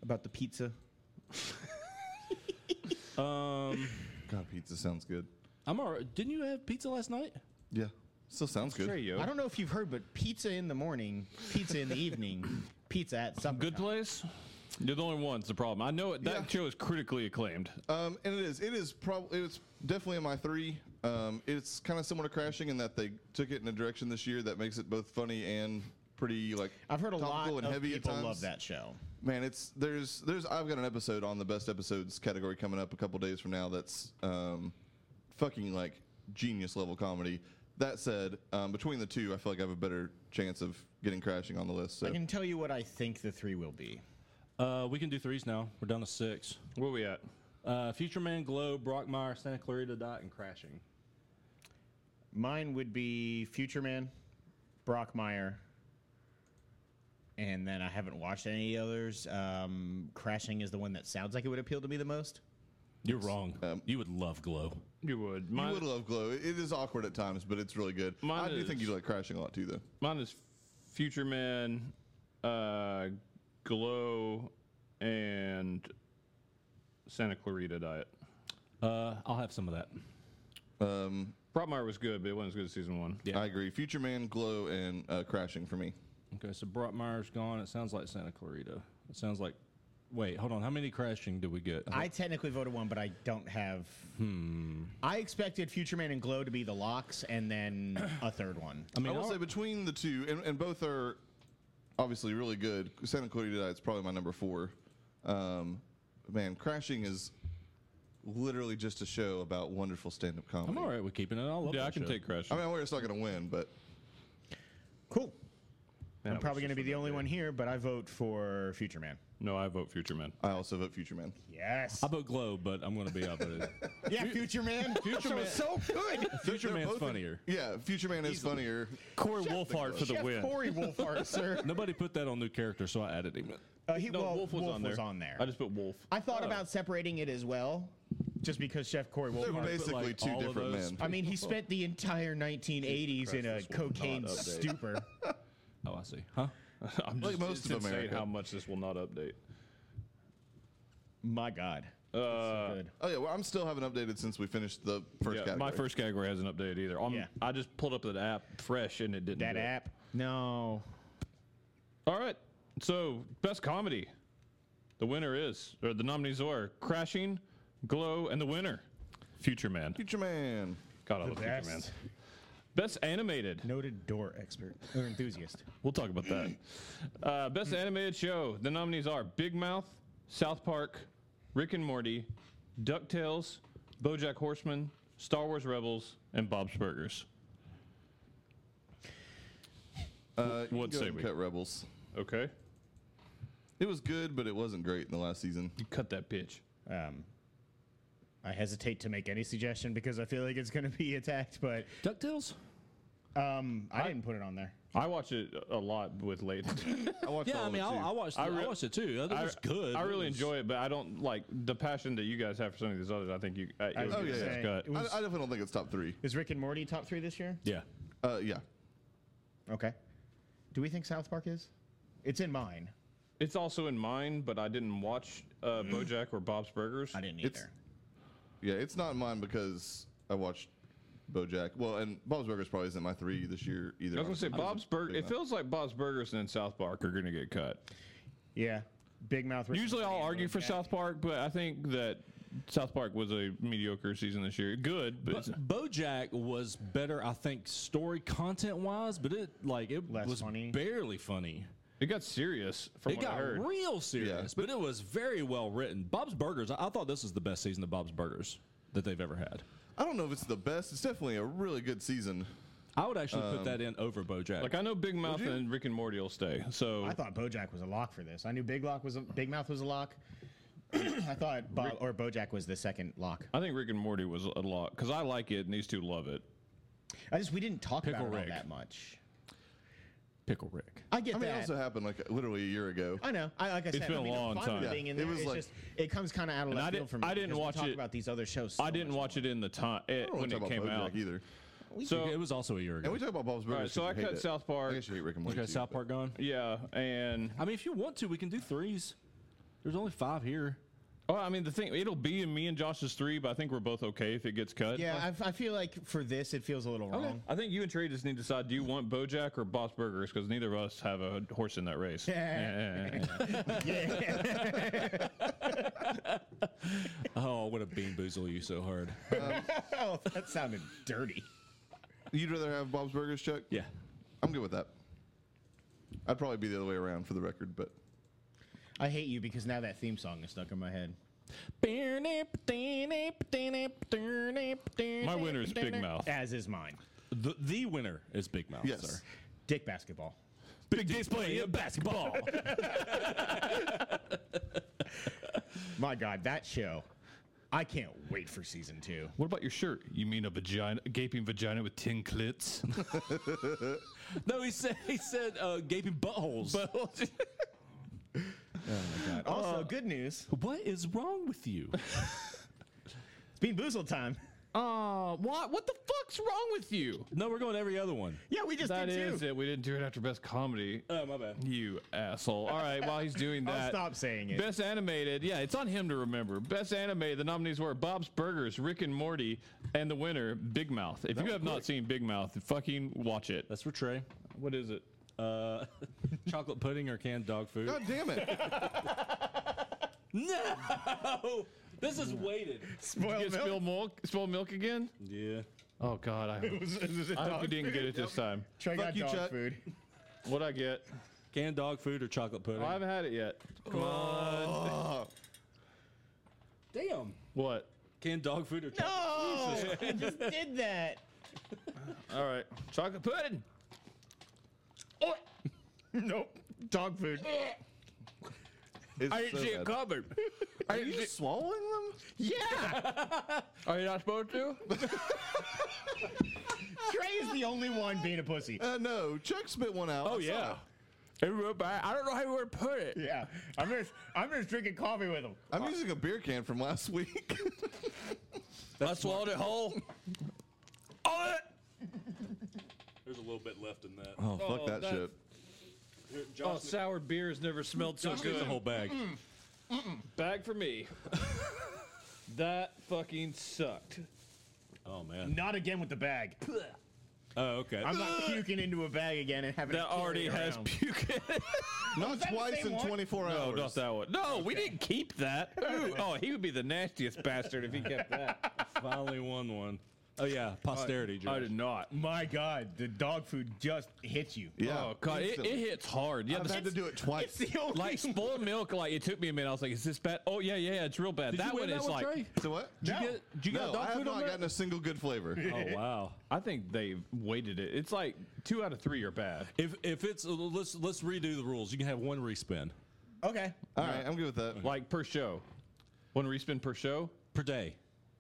about the pizza. Um, God, pizza sounds good. I'm all right. Didn't you have pizza last night? Yeah, still sounds good. There you I go. don't know if you've heard, but pizza in the morning, pizza in the evening, pizza at supper. Good time. place. You're the only one's the problem. I know it, that Yeah. show is critically acclaimed. Um, and it is. It is probably. It's definitely in my three. Um, it's kind of similar to Crashing in that they took it in a direction this year that makes it both funny and pretty like. I've heard a lot topical of and heavy at people times. love that show. Man, it's there's there's I've got an episode on the best episodes category coming up a couple days from now. That's um, fucking like genius level comedy. That said, um, between the two, I feel like I have a better chance of getting crashing on the list. So I can tell you what I think the three will be. Uh, we can do threes now. We're down to six. Where we at? Uh, Future Man, Glow, Brockmire, Santa Clarita Diet, and Crashing. Mine would be Future Man, Brock Meyer, and then I haven't watched any others. Um, Crashing is the one that sounds like it would appeal to me the most. You're wrong. Um, you would love Glow. You would. you Mine, would love Glow. It it is awkward at times, but it's really good. Mine I do think is- you like crashing a lot too, though. mine is Future Man, uh, Glow, and Santa Clarita Diet. Uh, I'll have some of that. Um, Brockmire was good, but it wasn't as good as season one. Yeah. I agree. Future Man, Glow, and uh, crashing for me. Okay, so Brockmire's gone. It sounds like Santa Clarita. It sounds like. Wait, hold on. How many Crashing did we get? I technically voted one, but I don't have. Hmm. I expected Future Man and Glow to be the locks, and then a third one. I mean, I will I'll- say between the two, and, and both are obviously really good. Santa Clarita Diet is probably my number four. Um, man, Crashing is literally just a show about wonderful stand-up comedy. I'm all right with keeping it. I love Yeah, that I can show. take Crash. I mean, I'm aware it's not going to win, but Cool. Yeah, I'm probably which is going to be what the I only did. one here, but I vote for Future Man. No, I vote Future Man. I also vote Future Man. Yes. I vote Glow, but I'm going to be up at it. yeah, Future Man. Future Man. so good. Future They're Man's both in- funnier. Yeah, Future Man is funnier. Corey Wolfhard for the Jeff win. Corey Wolfhard, sir. Nobody put that on new character, so I added him. Uh, he, No, well, Wolf was on there. I just put Wolf. I thought about separating it as well, just because Chef Corey They're Wolfhard. basically like, two all of different those- men. I mean, he spent the entire 1980s in a this will cocaine not update. stupor. Oh, I see. Huh? I'm Like just, most it's of insane America. how much this will not update. My God. Uh, Good. Oh yeah, well, I'm still haven't updated since we finished the first yeah, category. my first category hasn't updated either. I'm- Yeah. I just pulled up that app fresh and it didn't. That do it. app? No. All right. So best comedy. The winner is, or the nominees are Crashing, Glow, and the winner, Future Man. Future Man. God, I love Future Man. Best animated. Noted door expert or enthusiast. We'll talk about that. Uh, best Hmm. animated show. The nominees are Big Mouth, South Park, Rick and Morty, DuckTales, BoJack Horseman, Star Wars Rebels, and Bob's Burgers. Uh, you What can go say ahead and we? Cut Rebels. Okay, It was good, but it wasn't great in the last season. you cut that pitch. Um, I hesitate to make any suggestion because I feel like it's going to be attacked, but DuckTales? um, I, didn't put it on there. I watch it a lot with Leighton. I watched Yeah, all I of mean, it, I, too. I, watched I it, re- I watched it too. It was good. I It really was- enjoy it, but I don't like the passion that you guys have for some of these others. I think you. Uh, I was oh, gonna yeah, say, cut. it was- I, I definitely don't think it's top three. Is Rick and Morty top three this year? Yeah. Uh, yeah. Okay. Do we think South Park is? It's in mine. It's also in mine, but I didn't watch uh, BoJack or Bob's Burgers. Hmm. I didn't either. It's- Yeah, it's not mine because I watched Bojack. Well, and Bob's Burgers probably isn't my three this year either. I was gonna say honestly. Bob's Burger. It feels like Bob's Burgers and then South Park are gonna get cut. yeah. Big mouth. Rick and Usually, I'll Morty and argue for Bojack. South Park, but I think that South Park was a mediocre season this year. Good, but, it's- But BoJack was better, I think, story content wise, but it like it Less was funny. barely funny. it got serious from it what I got heard. real serious, but, it was very well written. Bob's Burgers, I, I thought this was the best season of Bob's Burgers that they've ever had. I don't know if it's the best. It's definitely a really good season. I would actually put that in over BoJack. Like I know Big Mouth you? and Rick and Morty will stay. So I thought BoJack was a lock for this. I knew Big Lock was a, Big Mouth was a lock. I thought Bob or BoJack was the second lock. I think Rick and Morty was a lot because I like it and these two love it. I just we didn't talk Pickle about it all Rick. that much. Pickle Rick. I get I mean, it that. also happened like literally a year ago. I know. I like I said, been I a mean, the long fun of time. Being in Yeah, it there, was it's like- just it comes kind of out of And left I field didn't- for me. I didn't because we watch talk it- about these other shows. I didn't watch it in the time it, I when don't it wanna talk came about out. BoJack either. So it was also a year ago. And we talk about Bob's Burgers. right, so since I we hate cut it. South Park. I guess you hate Rick and Morty. okay, too, South but- Park gone. yeah, and I mean, if you want to, we can do threes. There's only five here. oh, I mean the thing it'll be in me and Josh's three, but I think we're both okay if it gets cut. Yeah, I f- I, feel like for this it feels a little wrong. Um, I think you and Trey just need to decide: Do you want BoJack or Boss Burgers? Because neither of us have a horse in that race. Yeah. Oh, what a bean boozle you so hard. oh, that sounded dirty. You'd rather have Bob's Burgers, Chuck? yeah. I'm good with that. I'd probably be the other way around for the record, but I hate you because now that theme song is stuck in my head. My My winner is Big Mouth. As is mine. The, the winner is Big Mouth. yes. Sir. Dick basketball. Big D's playing basketball. My God, that show. I can't wait for season two. What about your shirt? You mean a vagina, a gaping vagina with ten clits? no, he said he said uh, gaping buttholes. Also, Uh, good news. what is wrong with you? It's Bean Boozled time. Uh, what? What the fuck's wrong with you? no, we're going every other one. Yeah, we just That did is too. it. We didn't do it after best comedy. Oh, my bad. Uh, You asshole. All right, while he's doing I'll that. stop saying it. Best animated, yeah, it's on him to remember. Best animated, the nominees were Bob's Burgers, Rick and Morty, and the winner, Big Mouth. If you have not seen Big Mouth, fucking watch it. That's for Trey. What is it? Uh, chocolate pudding or canned dog food? God damn it. No, this is weighted. Did you Spoiled get milk. spilled milk? Spilled milk again? Yeah. Oh God, I hope, I hope you didn't get it this time. Trey Fuck got you, dog Chuck. food. What I get? Canned dog food or chocolate pudding? Oh, I haven't had it yet. Come on. Oh, Damn. What? Canned dog food or chocolate? Oh, I just did that. All right, chocolate pudding. Nope. Dog food. it's I didn't so see bad. it covered. Are you just swallowing them? Yeah. Are you not supposed to? Trey is the only one being a pussy. Uh, no, Chuck spit one out. Oh I saw yeah. it. I don't know how you would put it. Yeah. I'm just I'm just drinking coffee with him. I'm using a beer can from last week. I swallowed it whole. Oh, There's a little bit left in that. oh, fuck that, that- shit. Here, Oh, Josh, sour beers never smelled so Josh needs good. a whole bag. Bag for me. that fucking sucked. Oh man. Not again with the bag. Oh okay. I'm not puking into a bag again and having That to carry already it has around. puke in it. Not that the twice same in one? 24 No, hours. not that one. No, we didn't keep that. Ooh, oh, he would be the nastiest bastard if he kept that. Finally won one. Oh yeah, posterity. Josh. I did not. My God, the dog food just hit you. Yeah. Oh god, it, it instantly. hits hard. Yeah, I've had to do it twice. It's the only like spoiled milk. Like it took me a minute. I was like, "Is this bad?" Oh yeah, yeah, yeah, it's real bad. Did that you one win that is one, like. Trey? So what? Did you get? Did you no, get I dog have food not on gotten there? a single good flavor. Oh wow. I think they weighted it. It's like two out of three are bad. If if it's uh, let's let's redo the rules. You can have one respin Okay. All right, I'm good with that. Like per show, one respin per show. per day.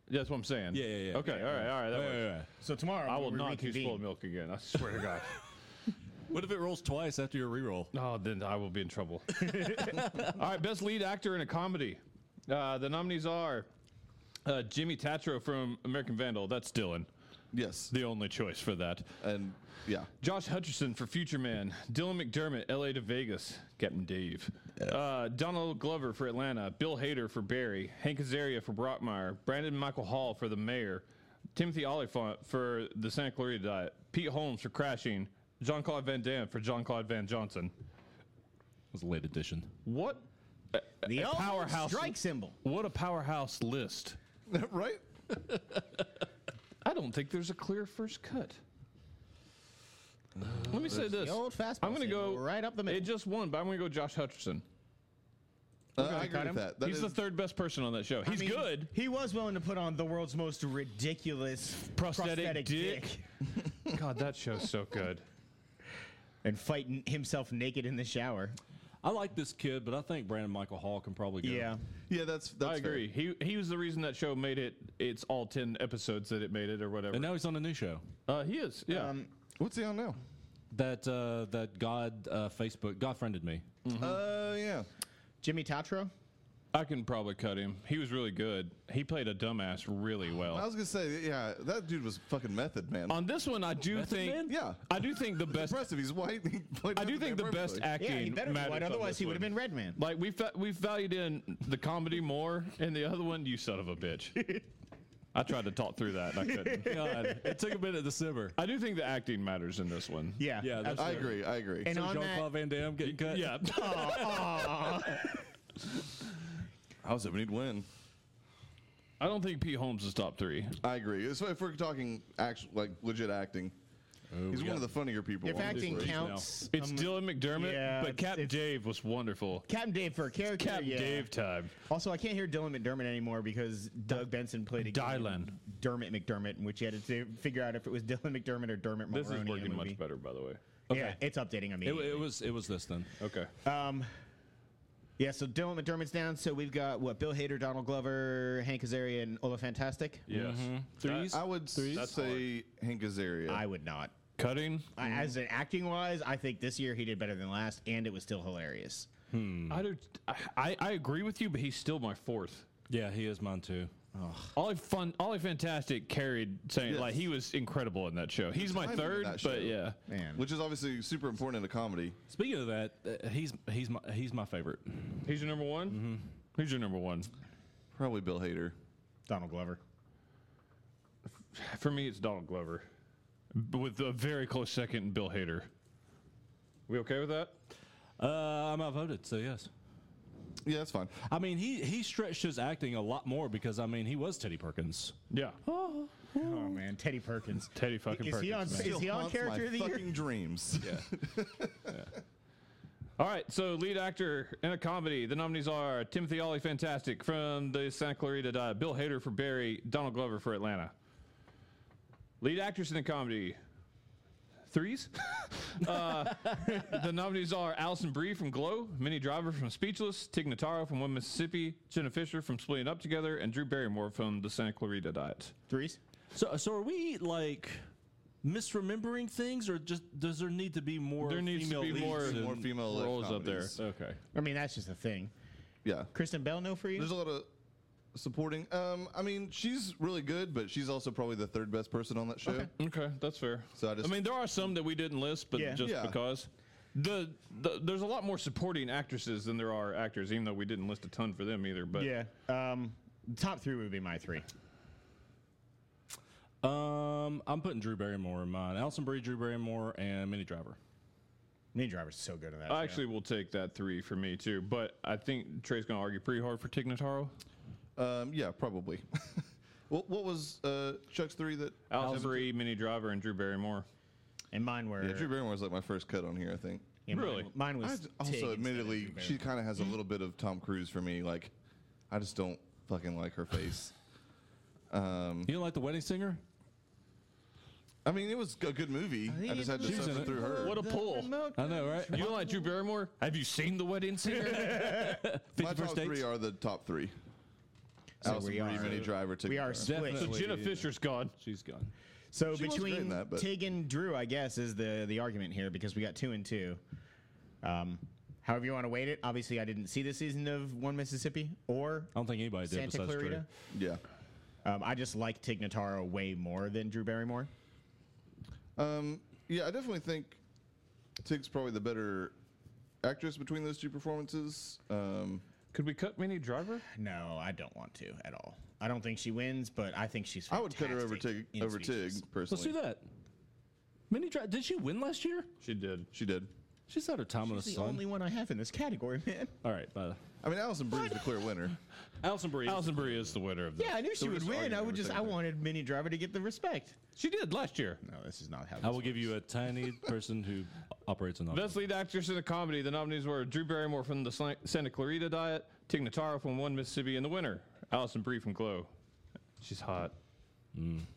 That's what I'm saying. Yeah, yeah, yeah. Okay, all right, all right. That Wait, works. wait, wait. So tomorrow I will we not do reconvene. spoiled milk again. I swear to God. What if it rolls twice after your reroll? No, then I will be in trouble. All right, best lead actor in a comedy. Uh, the nominees are uh, Jimmy Tatro from American Vandal. That's Dylan, Yes. the only choice for that. And yeah. Josh Hutcherson for Future Man. Dylan McDermott, L.A. to Vegas. Captain Dave. Uh, Donald Glover for Atlanta. Bill Hader for Barry. Hank Azaria for Brockmire. Brandon Michael Hall for The Mayor. Timothy Oliphant for The Santa Clarita Diet. Pete Holmes for Crashing. Jean Claude Van Damme for Jean Claude Van Johnson. was a late edition. What The old powerhouse- strike symbol. what a powerhouse list. right? I don't think there's a clear first cut. Let me say this. The old fastball. I'm going to symbol go right up the It middle. just won, but I'm going to go Josh Hutcherson. Uh, I agree with that. That He's is- the third best person on that show. He's I mean, good. He was willing to put on the world's most ridiculous Prosthetic dick. God, that show's so good. and fight n- himself naked in the shower. I like this kid, but I think Brandon Michael Hall can probably go. Yeah, that's that's. I fair. agree. He he was the reason that show made it. It's all ten episodes that it made it, or whatever. And now he's on a new show. uh, he is. Yeah. What's he on now? That uh, that God uh, Facebook God friended me. Mm-hmm. Uh, yeah. Jimmy Tatro. I can probably cut him. He was really good. He played a dumbass really well. I was gonna say, yeah, that dude was fucking method man. On this one, I do Method think. Man? Yeah. I do think the best. Impressive. He's white. and He played I do Method think Man the best perfectly. acting. Yeah, he better be matters white. on Otherwise, this he would one. have been Red Man. Like we fa- we valued in the comedy more, and the other one, you son of a bitch. I tried to talk through that, and I couldn't. God, it took a minute to simmer. I do think the acting matters in this one. Yeah, Yeah, that's I agree. I agree. And So on Jean that, Claude Van Damme getting cut. Yeah. Um, I was hoping he'd win. I don't think Pete Holmes is top three. I agree. So if we're talking actual, like legit acting, he's Oh, we one got- of the funnier people. if on this acting list. counts, It's um, Dylan McDermott, yeah, but it's- Cap it's- Dave was wonderful. Captain Dave for a character. Cap yeah. Dave time. Also, I can't hear Dylan McDermott anymore because Doug Benson played a game, Dylan. Dermot McDermott, in which you had to figure out if it was Dylan McDermott or Dermot Mulroney. This is in the working movie. much better, by the way. Yeah, it's updating on me. It, wa- it was it was this then. Okay. Um, yeah, so Dylan McDermott's down. So we've got what Bill Hader, Donald Glover, Hank Azaria, and Ola Fantastic. Yes. Threes. I would That's say Hank Azaria. I would not. Cutting. I, Mm-hmm. as an acting wise, I think this year he did better than last, and it was still hilarious. Mm. I do. I, I agree with you, but he's still my fourth. yeah, he is mine too. Ollie fun. Ollie fantastic carried saying Yes. like he was incredible in that show. He's my timing of third, that show. but yeah. Man, which is obviously super important in a comedy. Speaking of that, uh, he's he's my he's my favorite. He's your number one. Mm-hmm. Who's your number one? Probably Bill Hader. Donald Glover. For me, it's Donald Glover, B- with a very close second, Bill Hader. We okay with that? Uh, I'm outvoted, so yes. Yeah, that's fine. I mean, he he stretched his acting a lot more because I mean he was Teddy Perkins. Yeah. Oh man, Teddy Perkins. Teddy fucking Is he on? Perkins, man. Is he Still on haunts my character of the year? fucking dreams. Yeah. All right, so lead actor in a comedy. The nominees are Timothy Olyphant Fantastic from the Santa Clarita Diet, Bill Hader for Barry, Donald Glover for Atlanta. Lead actress in a comedy. Threes. uh, the nominees are Allison Brie from Glow, Minnie Driver from Speechless, Tig Notaro from One Mississippi, Jenna Fisher from Splitting Up Together, and Drew Barrymore from the Santa Clarita Diet. Threes. So so are we like misremembering things, or just does there need to be more? There needs to female be leads more, and- more female roles up there. comedies. Okay. I mean, that's just a thing. Yeah. Kristen Bell, no for you. There's a lot of supporting. Um, I mean, she's really good, but she's also probably the third best person on that show. Okay, that's fair. So I just- I mean, there are some that we didn't list, but Yeah. just Yeah. because the, the there's a lot more supporting actresses than there are actors, even though we didn't list a ton for them either. But yeah. Um, top three would be my three. Um, I'm putting Drew Barrymore in mine. Allison Brie, Drew Barrymore, and Minnie Driver. Ninja Driver's so good in that. I show. actually will take that three for me too. But I think Trey's gonna argue pretty hard for Tig Notaro. Um, yeah, probably. what, what was uh, Chuck's three that? Al Bree, Minnie Driver, and Drew Barrymore. and mine were Yeah, Drew Barrymore was like my first cut on here, I think. yeah, mine- Really? Mine, I was d- Tig instead also, of admittedly, Drew Barrymore. she kind of has a little bit of Tom Cruise for me. Like, I just don't fucking like her face. Um, You don't like the wedding singer? I mean, it was a good movie. I just had to She's in suffer it. through her. What a pull! I know, right? You don't like Drew Barrymore? Have you seen The Wedding Singer? My 51st top three dates? are the top three. So Allison we Brie, are- Minnie Driver, Tig we are Notaro. split. so Definitely. Jenna Fisher's gone. She's gone. So She was great in between that, but- Tig and Drew, I guess is the the argument here because we got two and two. Um, however you want to weight it. Obviously, I didn't see the season of One Mississippi or I don't think anybody did Santa besides Drew. Clarita. Yeah. Um, I just like Tig Notaro way more than Drew Barrymore. Um, yeah, I definitely think Tig's probably the better actress between those two performances. Um, Could we cut Minnie Driver? No, I don't want to at all. I don't think she wins, but I think she's. I would cut her over Tig fantastic in over Tig Speechless. personally. Let's do that. Minnie Driver. Did she win last year? She did. She did. She's had her time on the It's the sun. only one I have in this category, man. All right, bye. I mean, Allison Brie's the clear winner. Allison Brie. Allison Brie is the winner of this. Yeah, I knew she we're would just win. I arguing would over just. I Tig Notaro. wanted Minnie Driver to get the respect. She did last year. No, this is not how. I this will give you a tiny person who operates on that. Best lead actress in a comedy. The nominees were Drew Barrymore from the Sla- Santa Clarita Diet, Tig Notaro from One Mississippi, and the winner, Allison Brie from Glow. She's hot.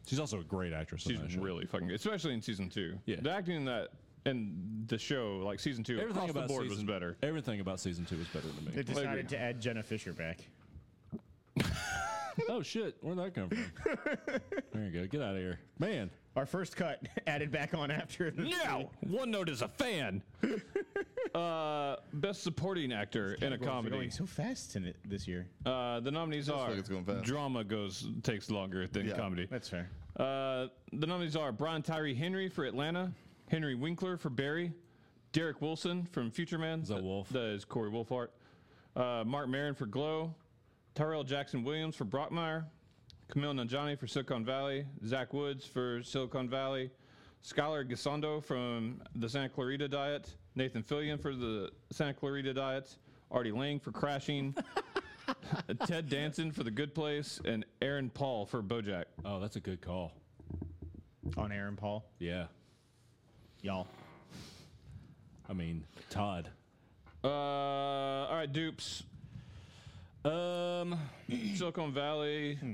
She's also a great actress. in She's that show. really fucking good, especially in season two. Yeah. The acting in that and the show, like season two, Everything across about the board season, was better. Everything about season two was better to They me. decided to add Jenna Fisher back. oh shit, where'd that come from? there you go. Get out of here, man. Our first cut added back on after. the- No, One Note is a fan. uh, best supporting actor in a They're comedy. going so fast in it this year. Uh, the nominees like are it's going fast. drama goes takes longer than Yeah. comedy. That's fair. Uh, the nominees are Brian Tyree Henry for Atlanta, Henry Winkler for Barry, Derek Wilson from Future Man. Is that Wolf? That is Corey Wolfhart. Uh, Mark Marin for Glow, Tyrell Jackson Williams for Brockmire, Camille Nanjani for Silicon Valley, Zach Woods for Silicon Valley, Skylar Gisondo from the Santa Clarita Diet, Nathan Fillion for the Santa Clarita Diet, Artie Lang for Crashing, Ted Danson for The Good Place, and Aaron Paul for BoJack. Oh, that's a good call. On Aaron Paul, Yeah, y'all. I mean Todd. Uh, all right, dupes. Um, Silicon Valley. Hmm.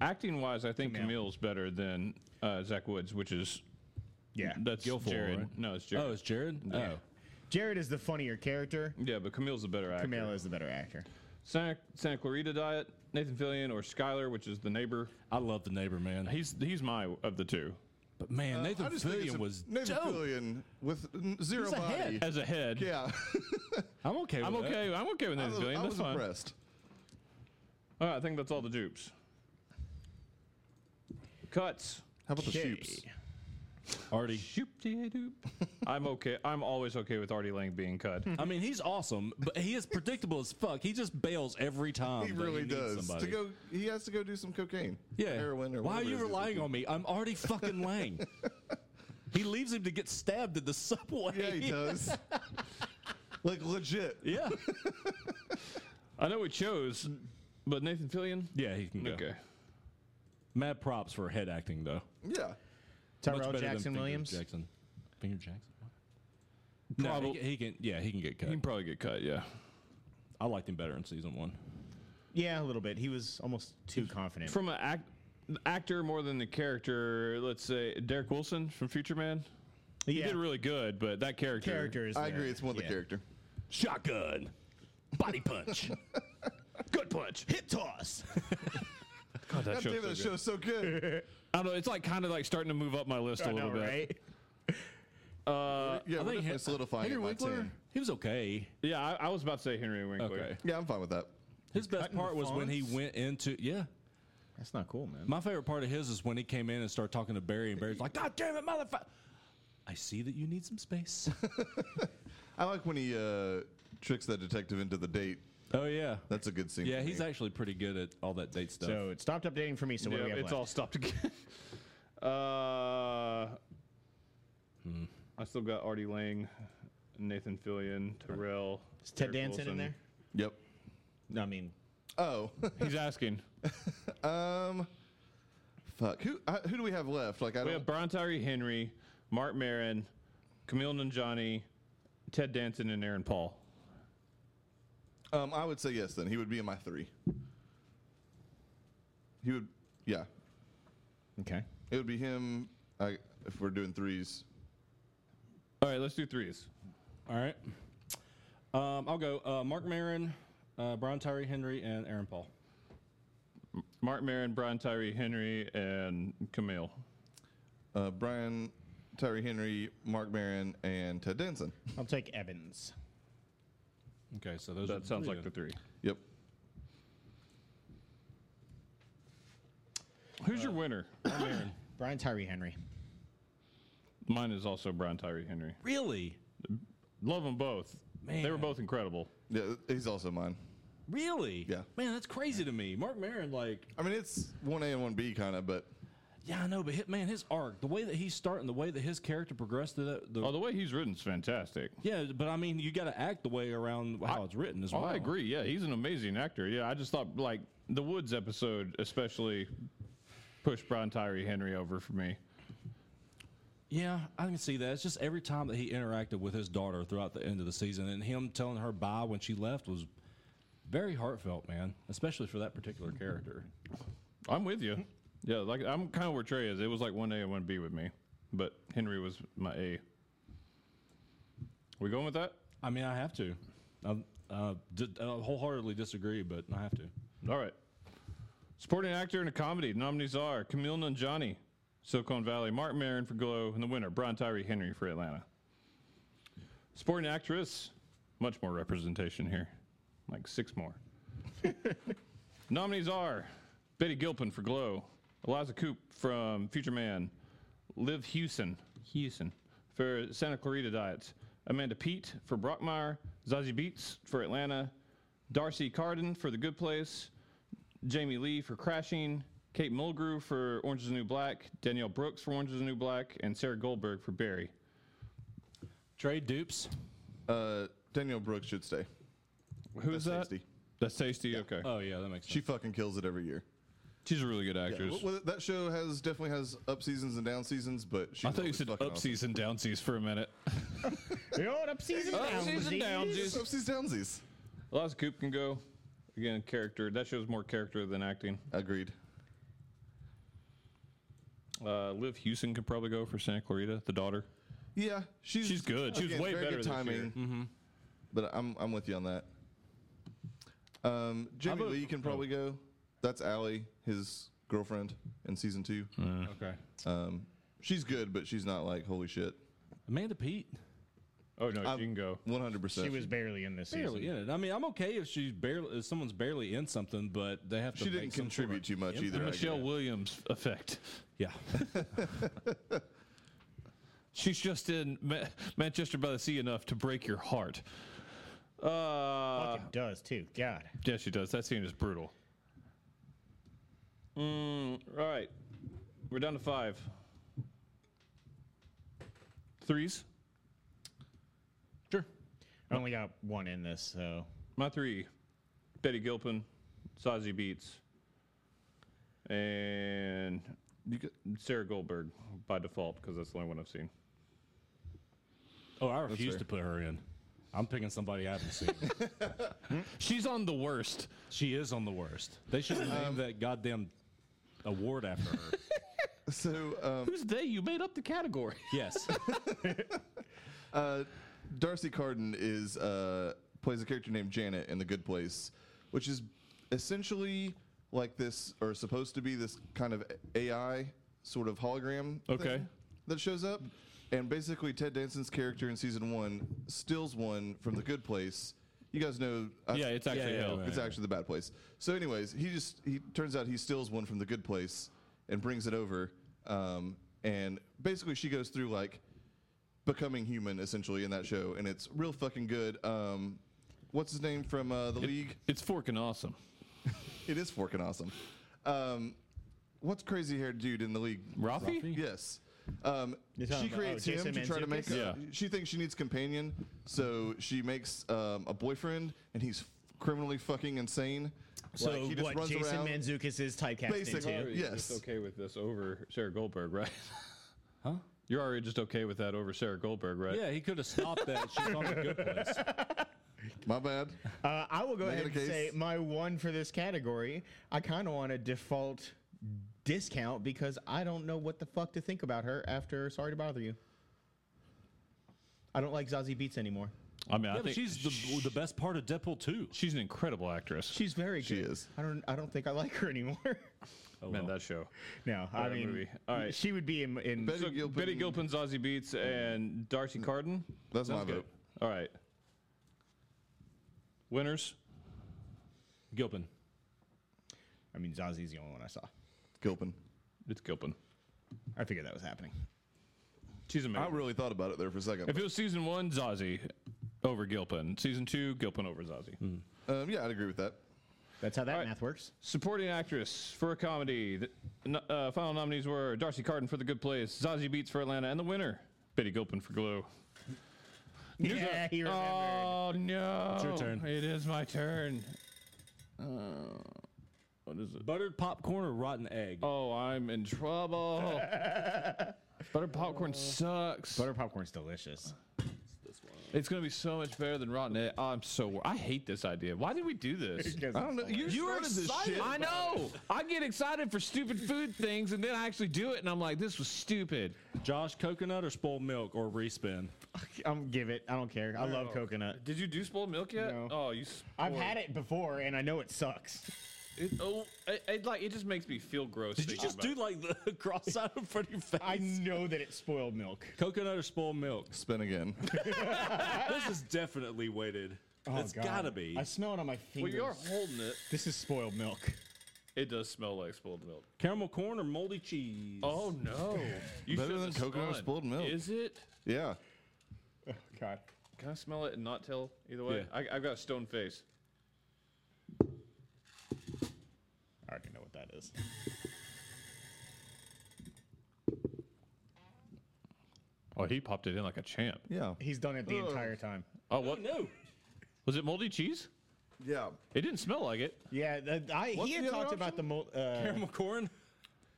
Acting wise, I think Camille's better than uh, Zach Woods, which is Yeah. that's Guilfoyle, Jared. right? No, it's Jared. oh, it's Jared. Oh, Jared is the funnier character. yeah, but Camille's the better actor. Camille is the better actor. Santa, Santa Clarita Diet, Nathan Fillion, or Skyler, which is the neighbor. I love the neighbor man. He's he's my of the two But man, Nathan Uh, I just think it's Fillion a- was Nathan dope. Fillion with n- zero He's a body. head. as a head. Yeah, I'm okay. With I'm that. okay. I'm okay with I Nathan was, Fillion. I That's was fine. impressed. All right, I think that's all the dupes. Cuts. How about the Okay. Shoops? Artie. Shoop-de-doop. I'm okay. I'm always okay with Artie Lang being cut. I mean, he's awesome, but he is predictable as fuck. He just bails every time. He that really needs does. Somebody. To go, he has to go do some cocaine, yeah. or heroin, or Why are whatever you it is. relying on me? I'm already fucking Lang. he leaves him to get stabbed at the subway. Yeah, he does. like legit. Yeah. I know we chose, but Nathan Fillion. Yeah, he can go. Okay. Mad props for head acting though. Yeah. Much Tyrell better than Jackson Finger Williams. Jackson. Finger Jackson. What? No, he, Probab- can- he can. Yeah, he can get You cut. can probably get cut. Yeah. I liked him better in season one. Yeah, a little bit. He was almost too confident. From an act, actor more than the character. Let's say Derek Wilson from Future Man. He yeah, did really good, but that character. character is. I the- agree. It's more the yeah. character. Shotgun, body punch, Good punch. Hip toss. God, that God damn show's it, that so good. show's so good. I don't know. It's like kind of like starting to move up my list a I little bit. know, right? yeah, we're Uh, Hen- definitely solidifying Henry it by Winkler, 10. He was okay. Yeah, I, I was about to say Henry Winkler. Okay. Yeah, I'm fine with that. His best Cutting the part was when he fonts? went into yeah. That's not cool, man. My favorite part of his is when he came in and started talking to Barry, and Barry's like, "God damn it, motherfucker! I see that you need some space." I like when he uh, tricks that detective into the date. oh yeah, That's a good scene. yeah. for He's me. actually pretty good at all that date stuff. So it stopped updating for me. So what do Yeah, we have it's left? all stopped again. uh, I still got Artie Lang, Nathan Fillion, Terrell. is Ted Derek Danson in Wilson. there? Yep. No, I mean, Oh, He's asking. um, fuck. Who I, who do we have left? Like I We don't. have Brian Tyree Henry, Mark Marin, Camille Nanjani, Ted Danson, and Aaron Paul. Um, I would say yes. Then he would be in my three. He would. Yeah, okay. it would be him. I, if we're doing threes, All right, let's do threes. all right, um, I'll go. Uh, Mark Maron, uh, Brian Tyree Henry, and Aaron Paul. Mark Marin, Brian Tyree Henry, and Camille. uh, Brian, Tyree Henry, Mark Maron, and Ted Danson. I'll take Evans. Okay, so those are That sounds three like the then. three. Yep. Who's your winner? Brian Tyree Henry. Mine is also Brian Tyree Henry. really, Love them both. They were Man. both incredible. Yeah, he's also mine. really. Yeah. man, that's crazy to me. Mark Maron, like, I mean, it's one A and one B kind of, but yeah, I know, but hit, man, his arc, the way that he's starting, the way that his character progressed through that, the Oh, the way he's written's fantastic. Yeah, but I mean, you got to act the way around how it's written as Oh, well. I agree. Yeah, he's an amazing actor. Yeah, I just thought like the Woods episode especially pushed Brian Tyree Henry over for me. Yeah, I can see that. It's just every time that he interacted with his daughter throughout the end of the season, and him telling her bye when she left was very heartfelt, man. Especially for that particular character. I'm with you. Yeah, like I'm kind of where Trey is. It was like one A and one B with me, but Henry was my A. We going with that? I mean, I have to. I uh, d- uh, wholeheartedly disagree, but I have to. All right. Supporting actor in a comedy. Nominees are Camille Nanjani, Silicon Valley, Mark Marin for Glow, and the winner, Brian Tyree Henry for Atlanta. Supporting actress, much more representation here, like six more. Nominees are Betty Gilpin for Glow, Eliza Coop from Future Man, Liv Hewson, Hewson for Santa Clarita Diets, Amanda Pete for Brockmire, Zazie Beats for Atlanta, Darcy Carden for The Good Place, Jamie Lee for Crashing, Kate Mulgrew for Orange is the New Black, Danielle Brooks for Orange is the New Black, and Sarah Goldberg for Barry. Trade dupes. Uh, Danielle Brooks should stay. Who is that? That's tasty. That's Tasty. Okay, Oh yeah, that makes sense. She fucking kills it every year. she's a really good Yeah, actress. w- w- that show has definitely has up seasons and down seasons, but she's I thought you always said fucking upseas and downseas for a minute. The old up season down. Upseas and downsies. awesome. Upsies downsies. Eliza Coop can go. Again, character. That shows more character than acting. Agreed. Uh, Liv Hewson could probably go for Santa Clarita, the daughter. Yeah, she's She's good. She was way very better good this timing. year. Mm-hmm. But I'm I'm with you on that. Um, Jamie vote Lee can probably Oh. go. That's Allie, his girlfriend in season two. Uh. Okay. Um, she's good, but she's not like holy shit. Amanda Pete. Oh no, I'm- she can go. One hundred percent. She was barely in this Barely season. in it. I mean, I'm okay if she's barely if someone's barely in something, but they have to. She didn't make some sort contribute of- too much Yeah. either. I Michelle guess. Williams effect. Yeah. She's just in Ma- Manchester by the Sea enough to break your heart. Uh, Fucking does too. God. yeah, she does. That scene is brutal. Mm, all right, we're down to five. Threes. sure. I only got one in this, so My three: Betty Gilpin, Sazi Beats, and you got Sarah Goldberg by default because that's the only one I've seen. Oh, I refuse fair. to put her in. I'm picking somebody I haven't seen. She's on the worst. she is on the worst. They should have named that goddamn award after her. So um, Who's they? You made up the category. yes. uh, Darcy Carden is uh, plays a character named Janet in The Good Place, which is essentially like this, or supposed to be this kind of AI sort of hologram. Okay. thing that shows up, and basically Ted Danson's character in season one steals one from The Good Place. You guys know, I- Yeah, it's actually yeah, hell. right. it's actually the bad place. So, anyways, he just he turns out he steals one from the good place and brings it over. Um, and basically, she goes through like becoming human essentially in that show, and it's real fucking good. Um, what's his name from uh, the league? It's forking awesome. It is forking awesome. Um, what's crazy haired dude in the league? Rafi? Yes. Um, You're talking she about- oh, creates him Jason to try to make. Mantzoukas? a- Yeah. She thinks she needs companion, so she makes um, a boyfriend, and he's criminally fucking insane. so Like, he just what runs Jason around- Manzukis is typecast Basically. into. You're Yes. Just okay with this over Sarah Goldberg, right? Huh? You're already just okay with that over Sarah Goldberg, right? Yeah, he could have stopped that. She's on the good place. My bad. Uh, I will go Make it ahead a and case. say my one for this category. I kind of want a default discount because I don't know what the fuck to think about her after Sorry to Bother You. I don't like Zazie Beats anymore. I mean, I Yeah, but think she's she's the, the best part of Deadpool 2. she's an incredible actress. She's very good. She is. I don't. I don't think I like her anymore. Oh, Man, well. that show. no, I That mean, movie. All right. she would be in. in Betty So Gilpin. Betty Gilpin, Zazie Beats, and Darcy Carden. That's my Sounds vote. All right. Winners. Gilpin. I mean, Zazie's the only one I saw. Gilpin. It's Gilpin. I figured that was happening. She's amazing. I really thought about it there for a second. if it was season one, Zazie over Gilpin. Season two, Gilpin over Zazie. Um, yeah, I'd agree with that. That's how that right. math works. Supporting actress for a comedy. The no- uh, final nominees were Darcy Carden for The Good Place, Zazie Beats for Atlanta, and the winner, Betty Gilpin for Glow. News Yeah, up. he remembered. Oh no! It's your turn. It is my turn. Uh, Buttered popcorn or rotten egg? Oh, I'm in trouble. Butter popcorn sucks. Butter popcorn's delicious. This one. It's gonna be so much better than Rotten. Egg. Oh, I'm so. wor- I hate this idea. Why did we do this? I don't know. You, You were started this shit. I know. I get excited for stupid food things, and then I actually do it, and I'm like, "This was stupid." Josh, coconut or spoiled milk or respin? I'm give it. I don't care. I love coconut. Did you do spoiled milk yet? No. Oh, you. I've had it before, and I know it sucks. It, oh, it, it like it just makes me feel gross. Did you just do like the cross out in front of your face? I know that it's spoiled milk. coconut or spoiled milk? Spin again. this is definitely weighted. it's Oh, God. gotta be. I smell it on my Well, fingers. you are holding it. This is spoiled milk. It does smell like spoiled milk. Caramel corn or moldy cheese? Oh no! You Better shouldn't than have coconut or spun. spoiled milk. Is it? yeah. Oh God. Can I smell it and not tell either way? Yeah. I, I've got a stone face. I already know what that is. Oh, he popped it in like a champ. Yeah. He's done it the entire time. Oh, what no. was it? Moldy cheese? Yeah. It didn't smell like it. Yeah, that I, What's he had the other talked about option? the mul- uh, Caramel corn?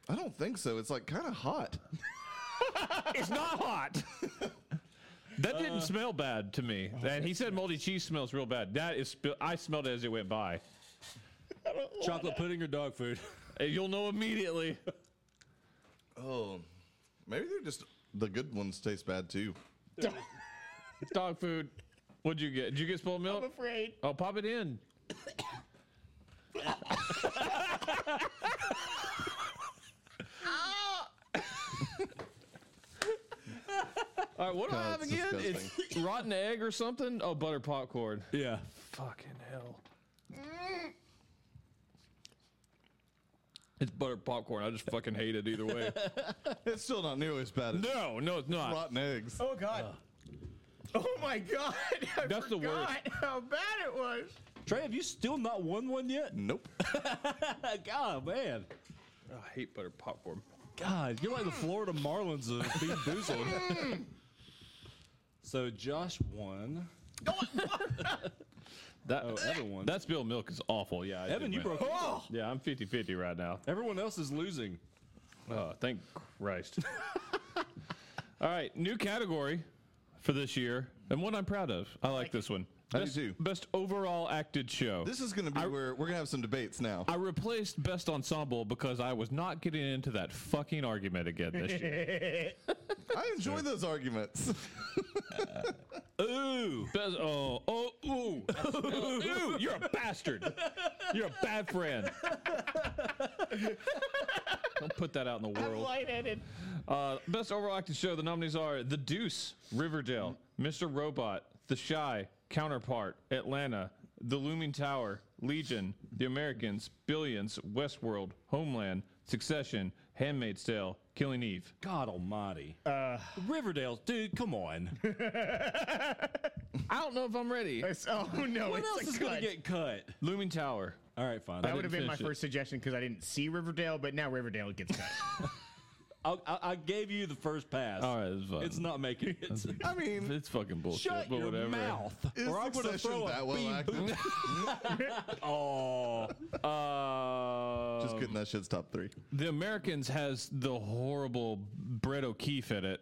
I don't think so. It's like kind of hot. It's not hot. that didn't smell bad to me. and he said moldy cheese smells real bad. That is. Sp- I smelled it as it went by. Chocolate pudding or dog food? Uh, You'll know immediately. Oh. Maybe they're just the good ones taste bad too. Dog food. What'd you get? Did you get spoiled milk? afraid. Oh, pop it in. All right, what do I God, have it's again? It's rotten egg or something? Oh, butter popcorn. Yeah. Fucking hell. It's butter popcorn. I just fucking hate it either way. It's still not nearly as bad as no, no, it's not. rotten eggs. Oh God. oh my God. I That's the worst. forgot How bad it was. Trey, have you still not won one yet? Nope. God, man. Oh, I hate butter popcorn. God, you're like the Florida Marlins of being boozled. so Josh won. That, Oh, Evan won. that spill milk is awful. Yeah, I did Evan, you win. broke. even. Yeah, I'm 50 50 right now. Everyone else is losing. Oh, thank Christ. All right, new category for this year, and one I'm proud of. I like this one. I do Best, too. best overall acted show. This is going to be where we're going to have some debates now. I replaced best ensemble because I was not getting into that fucking argument again this year. I enjoy those arguments. ooh, best, oh, oh, ooh, ooh, you're a bastard. You're a bad friend. Don't put that out in the world. Lightheaded. Uh, best overall acted show. The nominees are The Deuce, Riverdale, Mr. Robot, The Shy, Counterpart, Atlanta, The Looming Tower, Legion, The Americans, Billions, Westworld, Homeland, Succession, Handmaid's Tale, Killing Eve. God Almighty. Riverdale, dude, come on. I don't know if I'm ready. It's- oh no. what it's else a is going cut. to get cut? Looming Tower. All right, fine. That would have been my finish it. first suggestion because I didn't see Riverdale, but now Riverdale gets cut. I'll- I, I gave you the first pass. All right, it's fine. It's not making it. I mean, It's fucking bullshit. Shut but your whatever. mouth, is or I'm going to Succession throw that a well bean acted? boozled. Oh, Uh, Just kidding. That shit's top three. the Americans has the horrible Brett O'Keefe in it.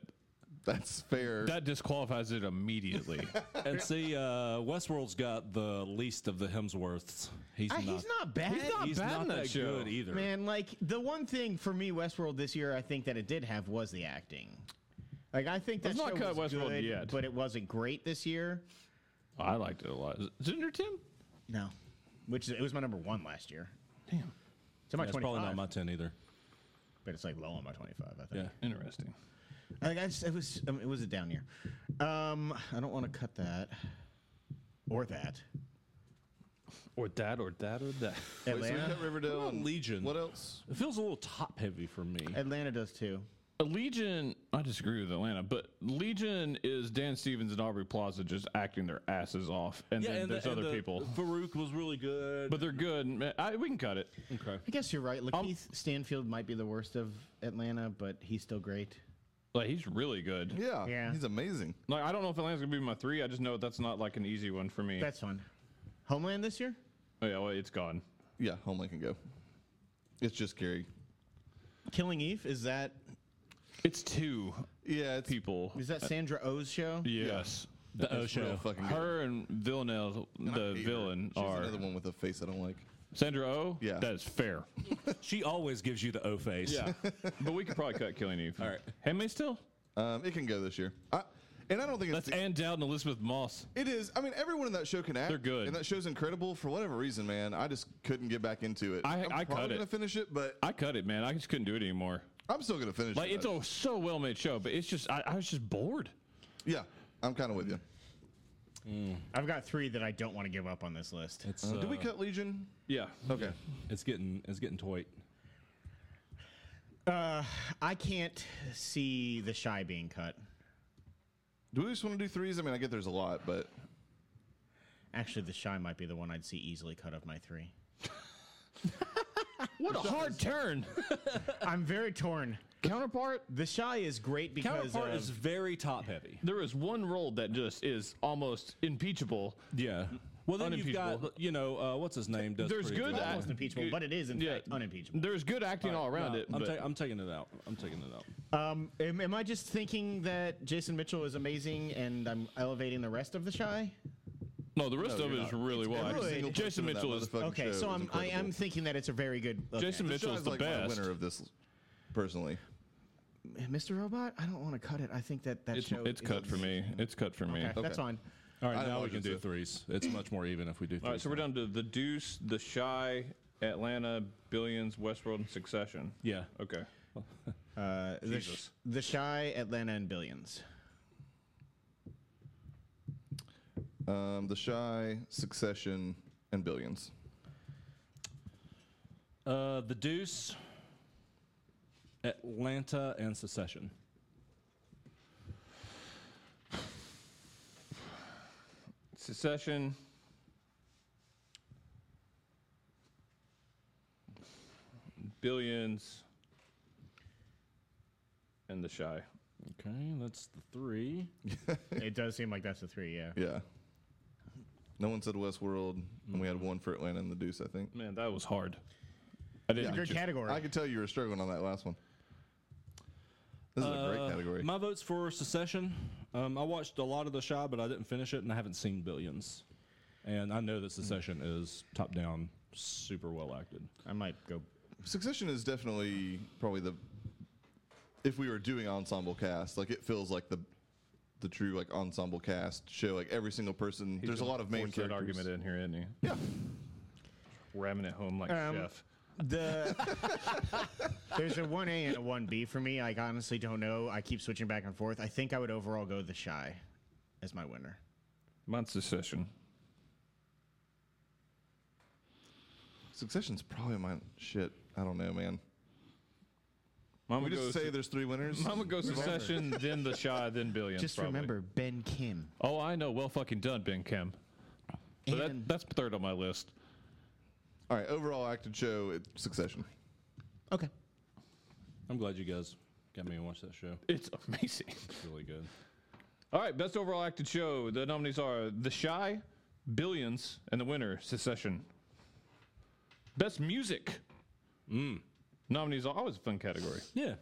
That's fair. That disqualifies it immediately. and see, uh, Westworld's got the least of the Hemsworths. He's Uh, not. he's not bad. He's not he's bad not in that that show. good either. Man, like the one thing for me, Westworld this year, I think that it did have was the acting. Like I think Let's that's not cut Westworld good, yet. but it wasn't great this year. I liked it a lot. Zinder Tim? No, which is, it was my number one last year. Damn, it's in my That's twenty-five, probably not my ten either. but it's like low on my twenty-five. I Yeah. think. Interesting. Like I just, it was, um, it was a down year. Um, I don't want to cut that or that. Or that, or that, or that. Wait, so we Atlanta, got Riverdale What and about Legion? What else? It feels a little top heavy for me. Atlanta does too. Legion, I disagree with Atlanta, but Legion is Dan Stevens and Aubrey Plaza just acting their asses off, and then the- there's other the- people. Farouk was really good. But they're good. and, uh, I, we can cut it. okay. I guess you're right. Um, Lakeith Stanfield might be the worst of Atlanta, but he's still great. Like he's really good. Yeah. Yeah. He's amazing. Like I don't know if Atlanta's gonna be my three. I just know that's not like an easy one for me. That's fun. Homeland this year? oh, yeah, well, it's gone. Yeah. Homeland can go. It's just Gary. Killing Eve is that It's two Yeah. It's people. uh, is that Sandra O's show? Yes. The O Real show. fucking good. Her and Villanelle, And I the hate her. villain, She's are another one with a face I don't like. Sandra Oh. Yeah. that is fair. She always gives you the O face. Yeah, but we could probably cut Killing Eve. All right. Handmaid's Tale. Um, it can go this year. I, and I don't think it's That's Ann Dowd and Elizabeth Moss. It is. I mean, everyone in that show can act. They're good. and that show's incredible for whatever reason, man. I just couldn't get back into it. I- I'm I cut probably it. gonna finish it, but I cut it, man. I just couldn't do it anymore. I'm still gonna finish Like it. it's a so well made show, but it's just I, I was just bored. yeah, I'm kind of with you. I've got three that I don't want to give up on this list. It's, Uh, uh, did we cut Legion? Yeah. Okay. it's getting it's getting toit. Uh, I can't see the shy being cut. Do we just want to do threes? I mean, I get there's a lot, but Actually, the shy might be the one I'd see easily cut of my three. What a hard turn. I'm very torn. Counterpart. The shy is great because Counterpart of- is very top heavy. There is one role that just is almost impeachable. Yeah. Well, then you've Unimpeachable. got you know uh, what's his name. Does There's pretty good almost act- impeachable, but it is in fact unimpeachable. There's good acting all around No, it. I'm, but ta- I'm taking it out. I'm taking it out. Um, am, am I just thinking that Jason Mitchell is amazing and I'm elevating the rest of the shy? no, the rest No, of it you're is not. really well. every acted. single Jason person in that Mitchell is. motherfucking show Okay, is so I'm I incredible. am thinking that it's a very good okay. Jason The Mitchell's show's, the like my best. winner of this, personally. Mr. Robot. I don't want to cut it. I think that that It's, show it's is cut for me. amazing. It's cut for me. Okay, that's fine. All right, I now we watch can it, do so- threes. It's much more even if we do. Threes All right, so we're down to the Deuce, the Shy, Atlanta, Billions, Westworld, and Succession. Yeah. Okay. Uh, the, sh- Jesus. the shy Atlanta and billions. Um, the Shy, Succession, and Billions. Uh, the Deuce, Atlanta, and Secession. Secession. Billions. And the Shy. Okay, that's the three. it does seem like that's the three. Yeah. Yeah. No one said Westworld, and we had one for Atlanta and the Deuce. I think. Man, that was hard. I didn't. Good category. I could tell you were struggling on that last one. This is a great Uh, category. My vote's for Secession. Um, I watched a lot of The Shy, but I didn't finish it, and I haven't seen Billions. And I know that Secession is top down, super well acted. I might go. Succession is definitely probably the if we were doing ensemble cast, like it feels like the the true like ensemble cast show. Like every single person, there's a lot of main Force that characters. argument in here, isn't he? Yeah, Ramming it home like Um, chef. The there's a one A and a one B for me. I honestly don't know. I keep switching back and forth. I think I would overall go the shy as my winner. Mine's Secession. Succession's probably my shit. I don't know, man. Mama we goes. just say there's three winners. Mama goes Secession, then the Shy, then Billions. Just probably. remember Ben Kim. Oh, I know. Well, fucking done, Ben Kim. So that, And- that's third on my list. All right, overall acted show, it, Succession. Okay. I'm glad you guys got me to watch that show. It's amazing. It's really good. All right, best overall acted show. The nominees are The Shy, Billions, and the winner, Secession. Best music. Mm. Hmm. Nominees are always a fun category. Yeah.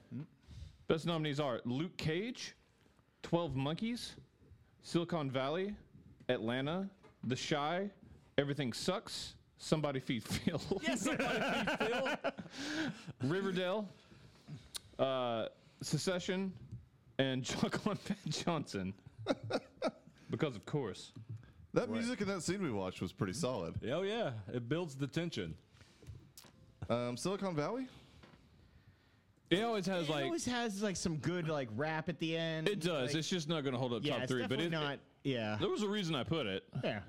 Best nominees are Luke Cage, 12 Monkeys, Silicon Valley, Atlanta, The Shy, Everything Sucks, Somebody Feed Phil, Yes. Riverdale, uh, Secession, and John Claude Johnson. because, of course. That music in that scene we watched was pretty solid. oh yeah, it builds the tension. Um, Silicon Valley. It always has it like always has like some good like rap at the end. it does. Like, it's just not going to hold up yeah, top it's three. But definitely it, not. yeah. there was a reason I put it. Yeah.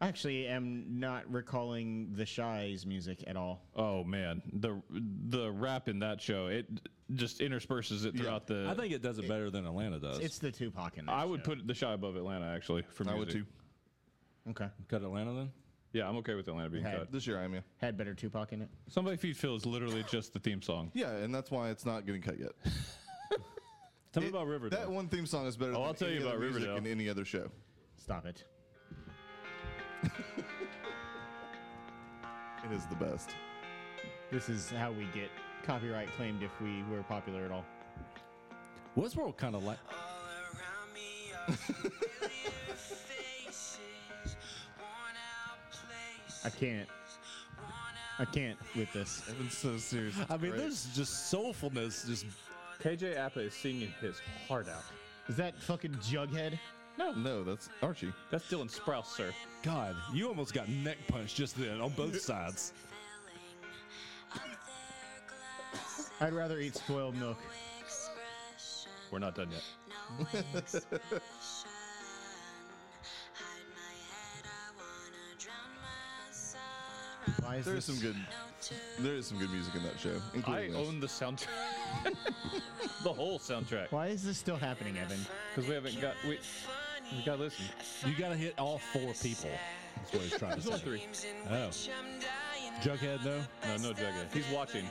I actually am not recalling the Shy's music at all. Oh man, the the rap in that show it just intersperses it throughout the. I think it does it better than Atlanta does. It's the Tupac in that I would show. put the shy above Atlanta actually for music. I would too. Okay. cut Atlanta then. Yeah, I'm okay with Atlanta being Okay. cut. This year, I am yeah. Had better Tupac in it. Somebody feed Phil is literally just the theme song. Yeah, and that's why it's not getting cut yet. Tell me It- about Riverdale. That one theme song is better. Oh, than I'll tell any you other about music Riverdale. in any other show. Stop it. It is the best. This is how we get copyright claimed if we were popular at all. Westworld kind of like. All around me are familiar faces, worn out places. I can't. Worn out I can't with this. It's so serious. I mean, there's just soulfulness. Just KJ Appa is singing his heart out. Is that fucking Jughead? no, that's Archie. That's Dylan Sprouse, sir. God, you almost got neck punched just then on both sides. filling up their glass. I'd rather eat spoiled milk. Expression, We're not done yet. no expression. Hide my head, I wanna drown my sorrow. Why is There's this? some good. There is some good music in that show. I Including this. own the soundtrack, the whole soundtrack, Why is this still happening, Evan? because we haven't got we we got to listen. You got to hit all four people. That's what he's trying to say. Three. Oh, Jughead though. No, no Jughead. He's watching.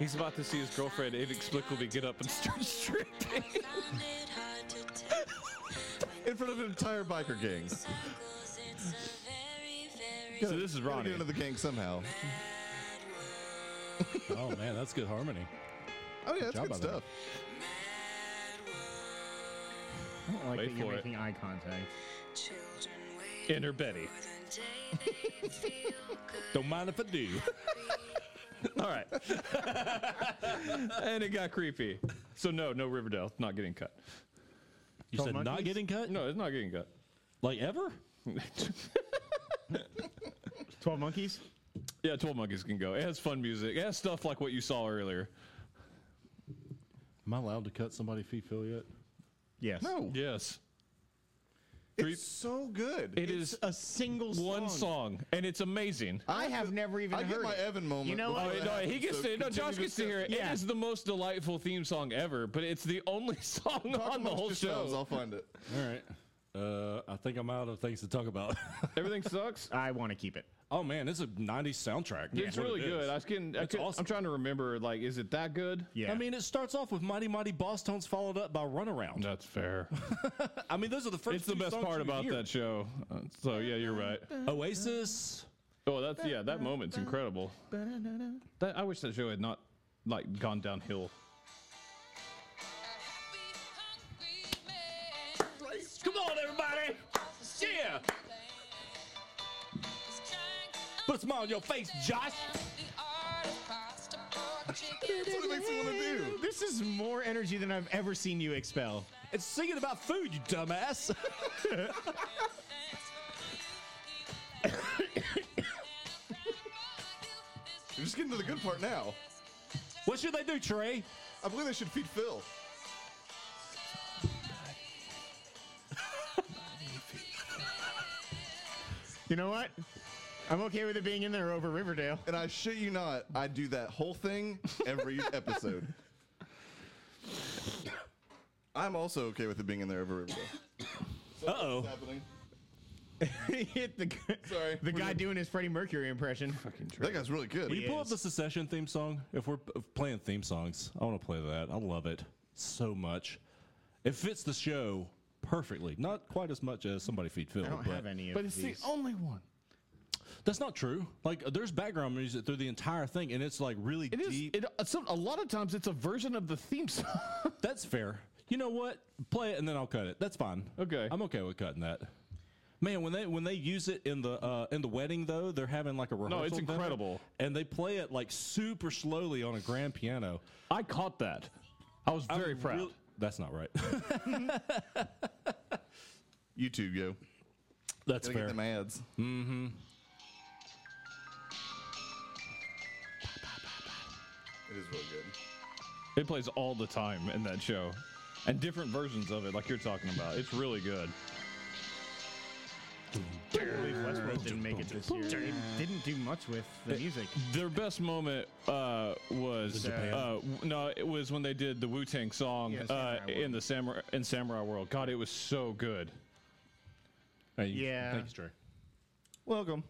He's about to see his girlfriend inexplicably get up and start stripping. Found it hard to tell. in front of an entire biker gang. Circles, it's a very, very So this is Gotta Ronnie. Get into the gang somehow. Oh man, that's good harmony. Oh yeah, that's job good on that. stuff. I don't like Wait that you're for it. making eye contact. Children wait Inner Betty. for the day they feel good. Don't mind if I do. All right. and it got creepy. So no, no Riverdale. It's not getting cut. You Don't said not monkeys? getting cut? No, it's not getting cut. Like ever? Twelve Monkeys. Yeah, Twelve Monkeys can go. It has fun music. It has stuff like what you saw earlier. Am I allowed to cut somebody feet fill yet? Yes. No, Yes. it's so good. It is A single song. one song, and it's amazing. I have never even I heard get my it. Evan moment. You know before Oh, what? that no, he happens, gets so to, no, continue Josh gets to hear it. Yeah. It is the most delightful theme song ever, but it's the only song Talk on the amongst whole yourselves, show. I'll find it. All right. Uh, I think I'm out of things to talk about. Everything sucks. I want to keep it. oh man, it's a '90s soundtrack. It's really good. I can. I It's can awesome. I'm trying to remember. Like, is it that good? Yeah. I mean, it starts off with "Mighty Mighty Boss Tones," followed up by "Runaround." That's fair. I mean, those are the first. it's the two best songs part you about hear. that show. Uh, so yeah, you're right. Oasis. Oh, that's yeah. That moment's incredible. That, I wish that show had not like gone downhill. Come on, everybody! Yeah, put a smile on your face, Josh. That's what it makes me want to do. this is more energy than I've ever seen you expel. It's singing about food, you dumbass. We're just getting to the good part now. what should they do, Trey? I believe they should feed Phil. You know what? I'm okay with it being in there over Riverdale. And I shit you not, I do that whole thing every episode. I'm also okay with it being in there every episode. Uh oh. happening. Hit the g- Sorry. the guy doing his Freddie Mercury impression. That guy's really good. Will you pull up is. the Secession theme song? If we're p- playing theme songs, I want to play that. I love it so much. It fits the show perfectly. Not quite as much as somebody feed Phil, I don't but oh, have any of But it's the these. only one. that's not true. Like there's background music through the entire thing, and it's like really It is. deep. It, uh, some, a lot of times it's a version of the theme song. that's fair. You know what? Play it, and then I'll cut it. That's fine. Okay. I'm okay with cutting that. Man, when they when they use it in the uh, in the wedding though, they're having like a rehearsal. it's dinner, incredible. and they play it like super slowly on a grand piano. I caught that. I was very I'm proud. real- that's not right. You two go. That's Gotta get fair. Mm-hmm. them ads. It is really good. It plays all the time in that show, and different versions of it, like you're talking about. It's really good. Westworld didn't make it this year. They didn't do much with the music. Their best moment uh, was uh, w- no, it was when they did the Wu Tang song Yeah, uh, Samurai in World. the samurai in Samurai World. God, it was so good. Hey, you- Yeah. Thanks, Trey. Welcome.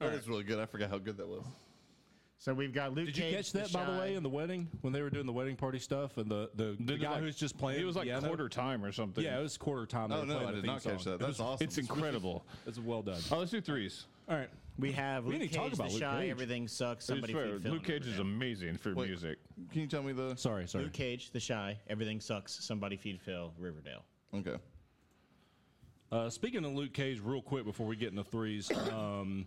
That was really good. I forgot how good that was. So we've got Luke. Did you Cage, catch that by the way in the wedding when they were doing the wedding party stuff and the the, the Did it, guy like- who's just playing? It was like piano? quarter time or something. Yeah, it was quarter time. they Oh were no, playing I the did theme not catch song. that. That's awesome. it's incredible. It's well done. Oh, let's do threes. All right, We have We Luke need to talk Cage, The about Luke Shy, Cage. Everything Sucks, I Somebody swear, Feed Phil. Luke Cage is amazing for Wait. music. Can you tell me the? Sorry, sorry. Luke Cage, The Shy, Everything Sucks, Somebody Feed Phil, Riverdale. Okay. Uh, speaking of Luke Cage, real quick before we get into threes, um,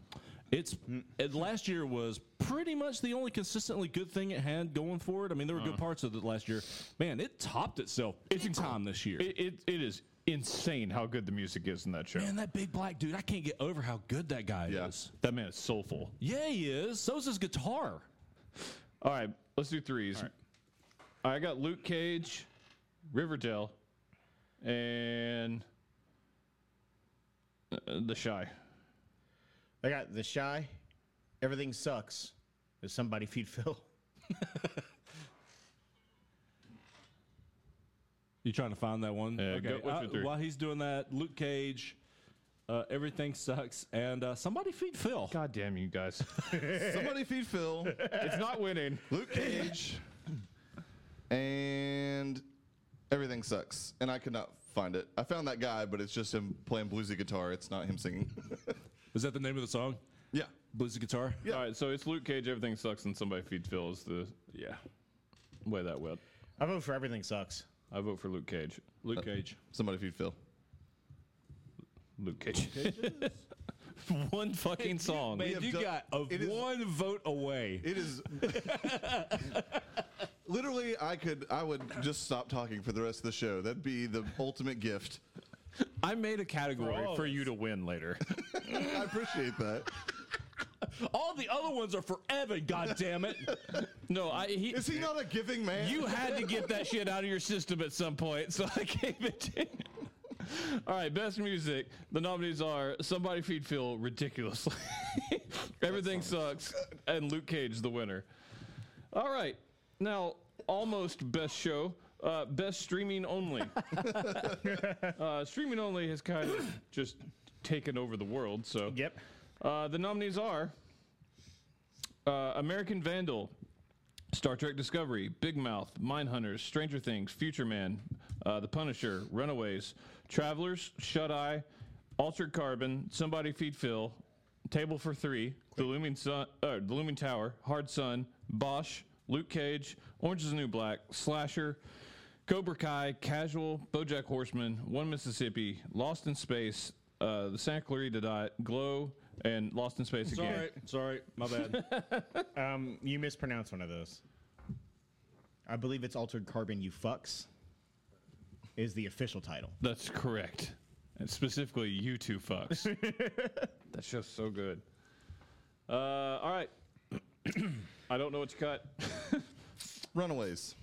it's it, last year was pretty much the only consistently good thing it had going for it. I mean, there were good parts of it last year. Man, it topped itself big time this year. It, it, it is insane how good the music is in that show. Man, that big black dude, I can't get over how good that guy Yeah. is. That man is soulful. Yeah, he is. So's his guitar. All right, let's do threes. I got Luke Cage, Riverdale, and uh, The Shy. I got The Shy, Everything Sucks, Somebody Feed Phil. You trying to find that one? Yeah, go- what's Uh, your three? while he's doing that, Luke Cage, uh, everything sucks, and uh, somebody feed Phil. God damn you guys. Somebody feed Phil, it's not winning. Luke Cage, and everything sucks. And I could not find it. I found that guy, but it's just him playing bluesy guitar. It's not him singing. Is that the name of the song? yeah. Bluesy guitar. All right, so it's Luke Cage, Everything Sucks, and Somebody Feed Phil is the yeah way that went. I vote for Everything Sucks. I vote for Luke Cage. Luke Cage. Somebody feed Phil. Luke Cage. One fucking song. Man, have you done- got a it is- one vote away. It is literally I could I would just stop talking for the rest of the show. That'd be the ultimate gift. I made a category all for, of you to win later. I appreciate that. All the other ones are for Evan. God damn it! no, I he, Is he not a giving man? you had to get that shit out of your system at some point, so I gave it to you. All right, best music. The nominees are Somebody Feed Phil ridiculously. Everything sucks and Luke Cage the winner. All right. Now, almost best show. Uh, best streaming only. uh, streaming only has kind of just taken over the world. So Yep. uh, the nominees are uh, American Vandal, Star Trek Discovery, Big Mouth, Mindhunters, Stranger Things, Future Man, uh, The Punisher, Runaways, Travelers, Shut Eye, Altered Carbon, Somebody Feed Phil, Table for Three, The Looming Sun, uh, The Looming Tower, Hard Sun, Bosch, Luke Cage, Orange Is the New Black, Slasher. Cobra Kai, Casual, BoJack Horseman, One Mississippi, Lost in Space, uh, The Santa Clarita Diet, Glow, and Lost in Space again. Sorry, sorry, my bad. Um, you mispronounced one of those. I believe it's Altered Carbon, You Fucks, is the official title. That's correct. And specifically, you two fucks. That's just so good. Uh, all right. I don't know what you cut. Runaways.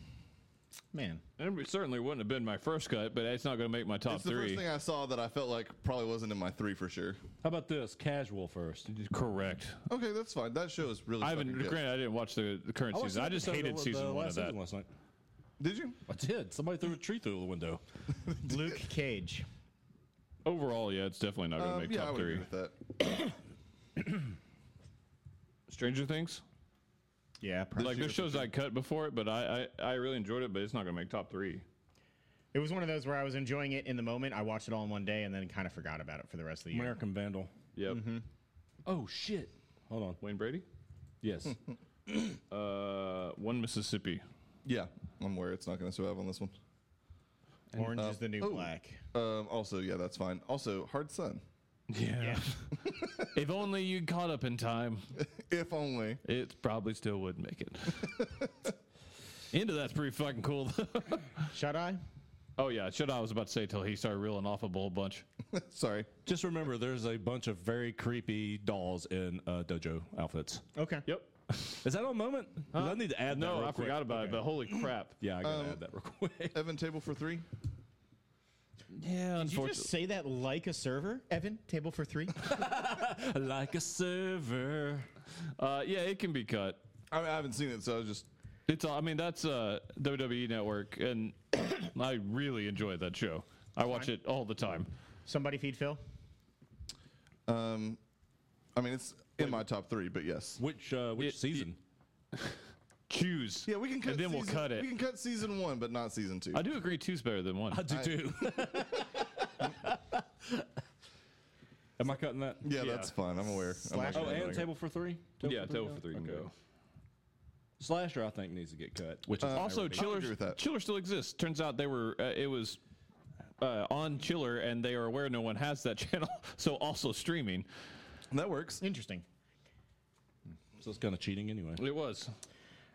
Man. It certainly wouldn't have been my first cut, but it's not going to make my top It's the Oh, three. first thing I saw that I felt like probably wasn't in my three for sure. How about this? Casual first. correct. Okay, that's fine. That show is really. I fucking haven't. good. Granted, I didn't watch the, the current watched season. an I just episode hated the season one last of that. season last night. Did you? I did. Somebody threw a tree through the window. Luke Cage. Overall, yeah, it's definitely not going to Um, make yeah, I top would agree three. with that. Stranger Things. Yeah, probably. like there's shows I cut before it, but I, I I really enjoyed it, but it's not gonna make top three. It was one of those where I was enjoying it in the moment. I watched it all in one day and then kind of forgot about it for the rest of the year. American Vandal. Yep. Mm-hmm. Oh shit! Hold on. Wayne Brady. Yes. Uh, one Mississippi. Yeah, I'm aware it's not going to survive on this one. Orange is the New oh. Black. Um, also, yeah, that's fine. Also, Hard Sun. Yeah. if only you caught up in time, If only. it probably still would make it. Into that's pretty fucking cool. though. Shut Eye? oh yeah, should I was about to say till he started reeling off a whole bunch. Sorry. Just remember, there's a bunch of very creepy dolls in uh, dojo outfits. Okay. Yep. Is that on moment? 'Cause I need to add that. No, real I quick. forgot about it. But holy crap. Yeah, I gotta Um, add that real quick. Evan, table for three. Yeah, Did you just unfortunately. say that like a server, Evan? Table for three? like a server. Uh, yeah, it can be cut. I, I haven't seen it, so I was just. It's all, I mean that's uh, WWE Network, and I really enjoy that show. I watch it all the time. Somebody feed Phil? Um, I mean, it's in my top three, but yes. Which uh, which It- season? Choose. Yeah, we can cut. And then we'll season- cut it. We can cut season one, but not season two. I do agree two's better than one. I do too. Am I cutting that? Yeah, that's fine. I'm aware. I'm Slash- Oh, actually and aware. table for three. Yeah, table for three can go. Slasher, I think, needs to get cut. Which is Also, Chiller agree with that. Chiller still exists. Turns out they were uh, it was uh, on Chiller, and they are aware no one has that channel, so also streaming. that works. Interesting. so it's kind of cheating anyway. It was.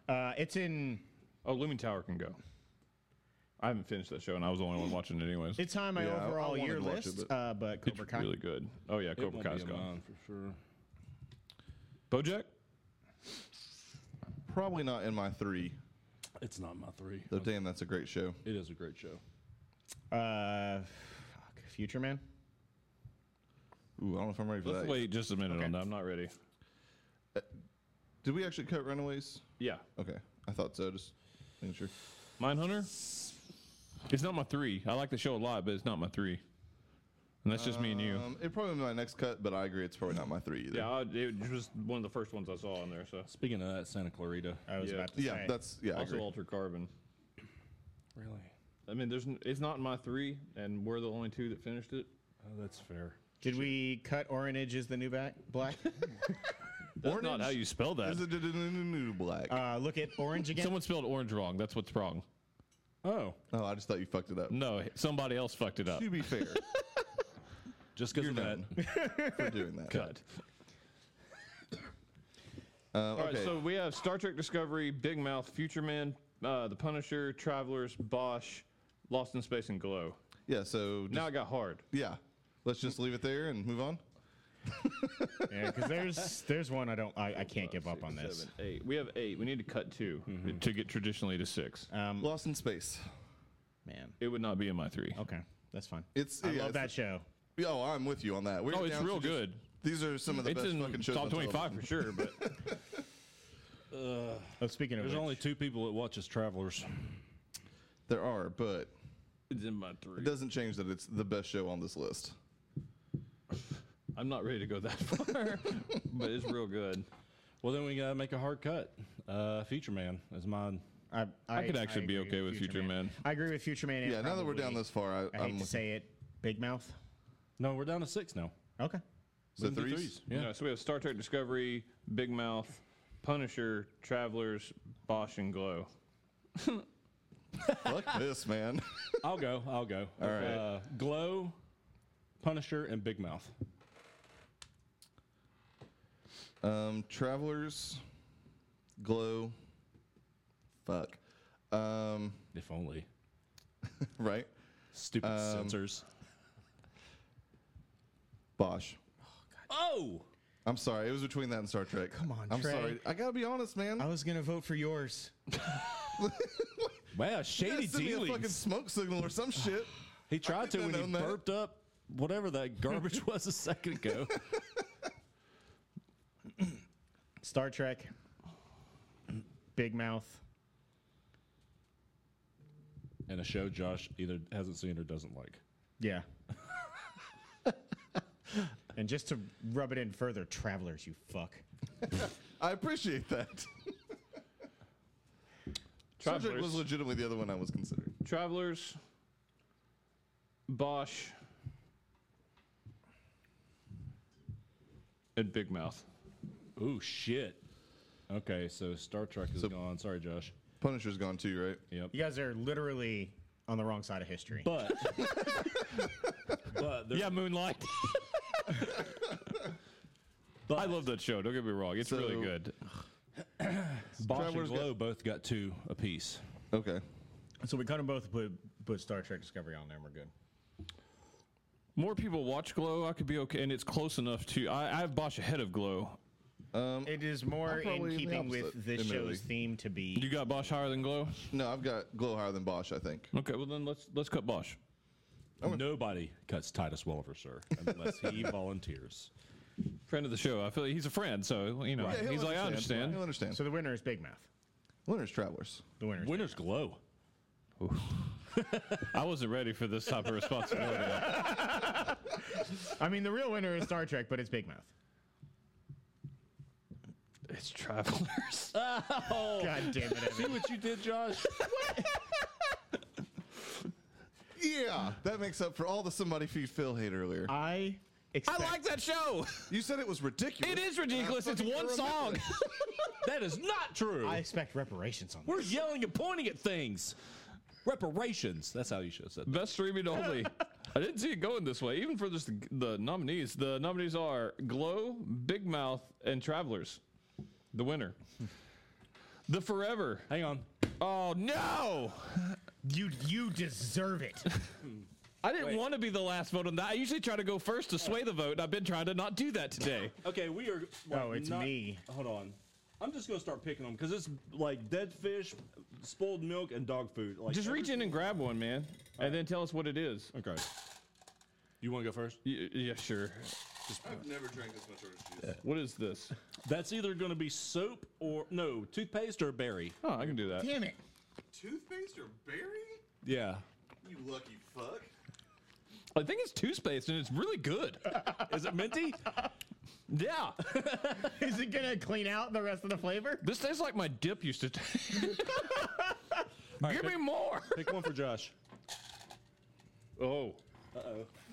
Uh, it's in Oh, Looming Tower can go. I haven't finished that show, and I was the only one watching it anyways. it's on my Yeah, I- I overall wanted year to watch it, list, but- uh, but It's Cobra Kai. really good. Oh yeah, Cobra won't Kai's be in gone. mine for sure. BoJack. Probably not in my three. It's not my three. Though, damn, that's a great show. It is a great show. Uh, fuck, Future Man. Ooh, I don't know if I'm ready for Let's that. wait just a minute Okay. on that. I'm not ready. Did we actually cut Runaways? Yeah, Okay, I thought so. Just making sure. Mindhunter. It's not my three. I like the show a lot, but it's not my three. And that's just me and you. Um, it probably be my next cut, but I agree it's probably not my three either. Yeah, I, it was one of the first ones I saw on there. So Speaking of that, Santa Clarita. I was Yeah. about to yeah, say. that's yeah. I also agree. Alter Carbon. Really? I mean, there's n- it's not in my three, and we're the only two that finished it. Oh, that's fair. Did we cut Orange is the new back black? That's not how you spell that. Is it a new black? uh, look at Orange again. Someone spelled orange wrong. That's what's wrong. Oh, Oh, I just thought you fucked it up. No, somebody else fucked it up. To be fair, just because you're of that. done for doing that. Cut. Uh, All right, okay. so we have Star Trek Discovery, Big Mouth, Future Man, uh, The Punisher, Travelers, Bosch, Lost in Space, and Glow. yeah, so just, Now it got hard. yeah, let's just leave it there and move on. yeah, because there's there's one I don't I, I can't give up on this. Seven, eight. We have eight. We need to cut Uh, 2 Mm-hmm. to get traditionally to six. Um, Lost in space. man, it would not be in my three. okay, that's fine. It's I yeah, love it's- that show. Oh, I'm with you on that. We're Oh, it's down to real just- good. These are some of the It's best in fucking shows. top on twenty-five television. for sure, but Oh, speaking of There's which, only two people that watches Travelers. There are, but it's in my three. it doesn't change that it's the best show on this list. I'm not ready to go that far, but it's real good. Well, then we gotta make a hard cut. Uh, Future Man is mine. I, I could actually be agree okay with with Future Man. I agree with Future Man. and Yeah, now that we're down probably- this far, I, I am hate to say it, Big Mouth. No, we're down to six now. Okay, so We can do threes. Yeah. Yeah. so we have Star Trek Discovery, Big Mouth, Punisher, Travelers, Bosch, and Glow. Fuck this, man. I'll go. I'll go. All right. Uh, Glow, Punisher, and Big Mouth. Um, Travelers, Glow, fuck. Um, If only. right? Stupid Um, censors. Bosch. Oh, I'm sorry. It was between that and Star Trek. Come on, I'm Trey. sorry. I gotta be honest, man. I was gonna vote for yours. wow, Yeah, shady send me a fucking dealings. smoke signal or some shit. He tried to couldn't when have he known that. burped up whatever that garbage was a second ago. Star Trek, Big Mouth. and a show Josh either hasn't seen or doesn't like. Yeah. and just to rub it in further, Travelers, you fuck. I appreciate that. Star Trek was Travelers. legitimately the other one I was considering. Travelers, Bosch, and Big Mouth. Ooh, shit. Okay, so Star Trek is So- gone. Sorry, Josh. Punisher's gone too, right? Yep. You guys are literally on the wrong side of history. But, but, there, Moonlight. I love that show. Don't get me wrong; it's really So- good. Bosch and Travelers got- Glow both got two apiece. Okay. so we cut them both, put, put Star Trek Discovery on there, and we're good. More people watch Glow. I could be okay, and it's close enough to. I, I have Bosch ahead of Glow. It is more I'm probably in the keeping opposite, with this admittedly. show's theme to be. You got Bosch higher than Glow. No, I've got Glow higher than Bosch, I think. Okay, well then let's let's cut Bosch. Nobody cuts Titus Welliver, sir, unless he volunteers. Friend of the show. I feel like he's a friend, so you know Yeah, he'll he's like I understand. He'll understand. So the winner is Big Mouth. Winner's Travelers. The winner. is- Winners glow. I wasn't ready for this type of responsibility. I mean, the real winner is Star Trek, but it's Big Mouth. it's travelers. God damn it, Evan. what you did, Josh? Yeah, that makes up for all the somebody feed Phil hate earlier. I expect. I like that show. You said it was ridiculous. It is ridiculous. It's one song. That is not true. I expect reparations on We're this. yelling and pointing at things. Reparations. That's how you should have said. That. Best streaming only. I didn't see it going this way, even for just the nominees. The nominees are Glow, Big Mouth, and Travelers. The winner. The Forever. Hang on. Oh no! You you deserve it. I didn't want to be the last vote on that. I usually try to go first to sway the vote, and I've been trying to not do that today. Okay, we are. like, Oh, it's not- me. Hold on. I'm just gonna start picking them because it's like dead fish, spoiled milk, and dog food. Like Just every- reach in and grab one, man, and then tell us what it is. Okay. You want to go first? Y- yeah, sure. I've never drank this much orange juice. What is this? That's either gonna be soap or no toothpaste or berry. Oh, I can do that. Damn it. Toothpaste or berry? Yeah. You lucky fuck. I think it's toothpaste, and it's really good. Is it minty? yeah, Is it gonna clean out the rest of the flavor? this tastes like my dip used to. taste. Give me more. Pick one for Josh. Oh,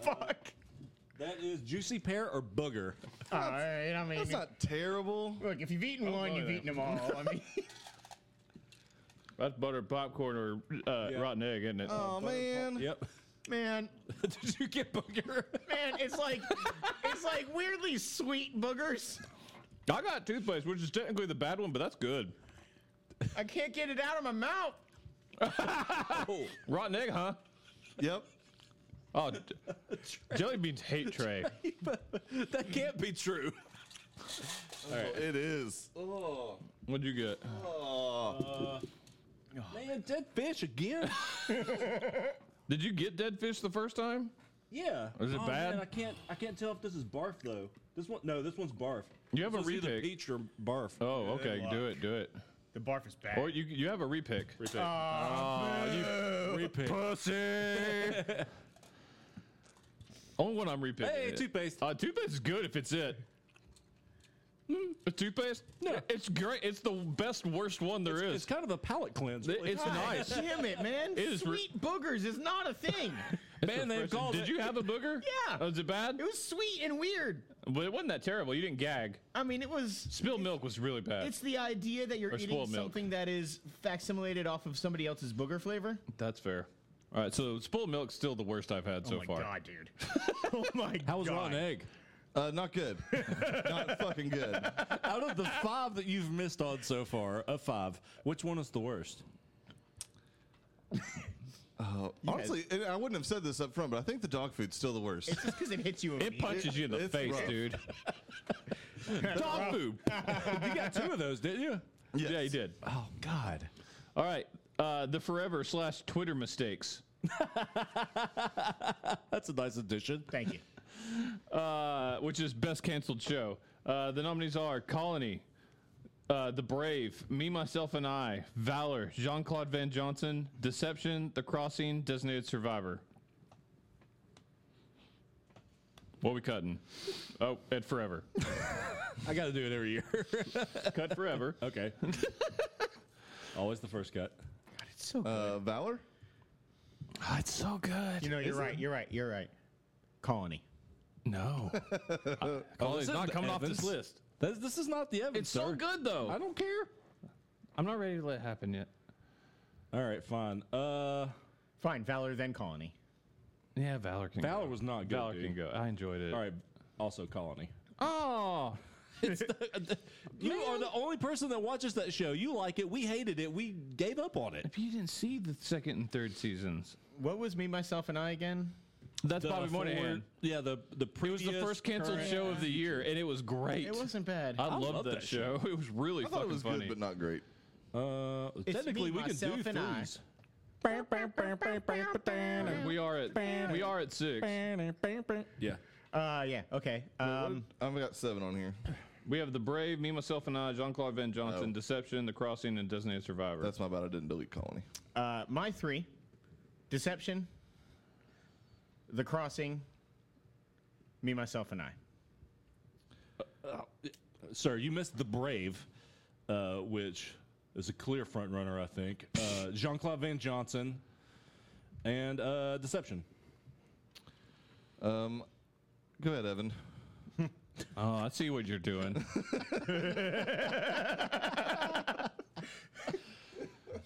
Fuck. That is juicy pear or booger. All right. I mean, That's not terrible. look, if you've eaten one, boy, you've that- eaten them all. I mean, that's butter popcorn or uh, Yeah. rotten egg, isn't it? Oh man. Yep. man, Did you get booger? man, it's like it's like weirdly sweet boogers. I got toothpaste, which is technically the bad one, but that's good. I can't get it out of my mouth. Oh, Rotten egg, huh? Yep. Oh, d- jelly beans hate tray. that can't be true. It is. What'd you get? Man, dead fish again? Did you get dead fish the first time? yeah. Is it oh, bad? Man, I can't. I can't tell if this is barf though. This one. No, this one's barf. You have this a one's either repick. peach or barf. Oh, okay. Do it. Do it. The barf is bad. Or you you have a repick. Oh, repick. Repick. Pussy. Only one I'm repicking. hey, it. toothpaste. Uh, toothpaste is good if it's it. The toothpaste? No, it's great. It's the best worst one there it's, is. it's kind of a palate cleanse. It- it's nice. Damn it, man. It is re- sweet boogers is not a thing. It's man, they've refreshing. called Did it- you have a booger? Yeah. Oh, is it bad? it was sweet and weird. but it wasn't that terrible. You didn't gag. I mean, it was Spilled milk was really bad. It's the idea that you're Or eating spoiled milk. something that is facsimilated off of somebody else's booger flavor. That's fair. All right, so spilled milk's still the worst I've had so far. dude. oh my How was Oh god. raw egg? Uh, not good. not fucking good. Out of the five that you've missed on so far, of five, which one is the worst? Honestly, and I wouldn't have said this up front, but I think the dog food's still the worst. It's just because it hits you. It punches you in the It's face, rough. dude. Dog food. you got two of those, didn't you? Yes. Yeah, he did. Oh God. All right, uh, the forever slash Twitter mistakes. That's a nice addition. Thank you. uh, which is best canceled show. Uh, the nominees are Colony, uh, The Brave, Me, Myself, and I, Valor, Jean Claude Van Johnson, Deception, The Crossing, Designated Survivor. What we cutting? Oh, and Forever. I got to do it every year. Cut Forever. okay. Always the first cut. Uh, Valor? it's so good. You know, you're right. You're right. You're right. Colony. No. Colony's isn't Oh, not the coming off this Evans. list. This, this is not the Evans. It's so sir. good, though. I don't care. I'm not ready to let it happen yet. All right, fine. Uh, Fine. Valor then Colony. Yeah, Valor can Valor go. was not good. Valor dude. can go. I enjoyed it. All right. Also, Colony. Oh, You are the only person that watches that show. You like it. We hated it. We gave up on it. If you didn't see the second and third seasons, What was me, myself, and I again? that's The Bobby forward- Moynihan. Yeah, the the It was previous. the first canceled current- show of the year, and it was great. It wasn't bad. I, loved that, show. It was really I thought fucking it was funny. good, but not great. Uh, technically, me, we could do myself, and I. threes. we are at we are at six. Yeah. Uh, yeah. Okay. Um, I've got seven on here. We have the Brave, me, myself, and I, Jean Claude Van Johnson, Oh. Deception, The Crossing, and Designated Survivor. That's my bad. I didn't delete Colony. uh, my three: Deception, The Crossing, me, myself, and I. Sir, you missed the Brave, uh, which is a clear front runner, I think. Uh, Jean Claude Van Johnson, and uh, Deception. Um, Go ahead, Evan. Oh, I see what you're doing.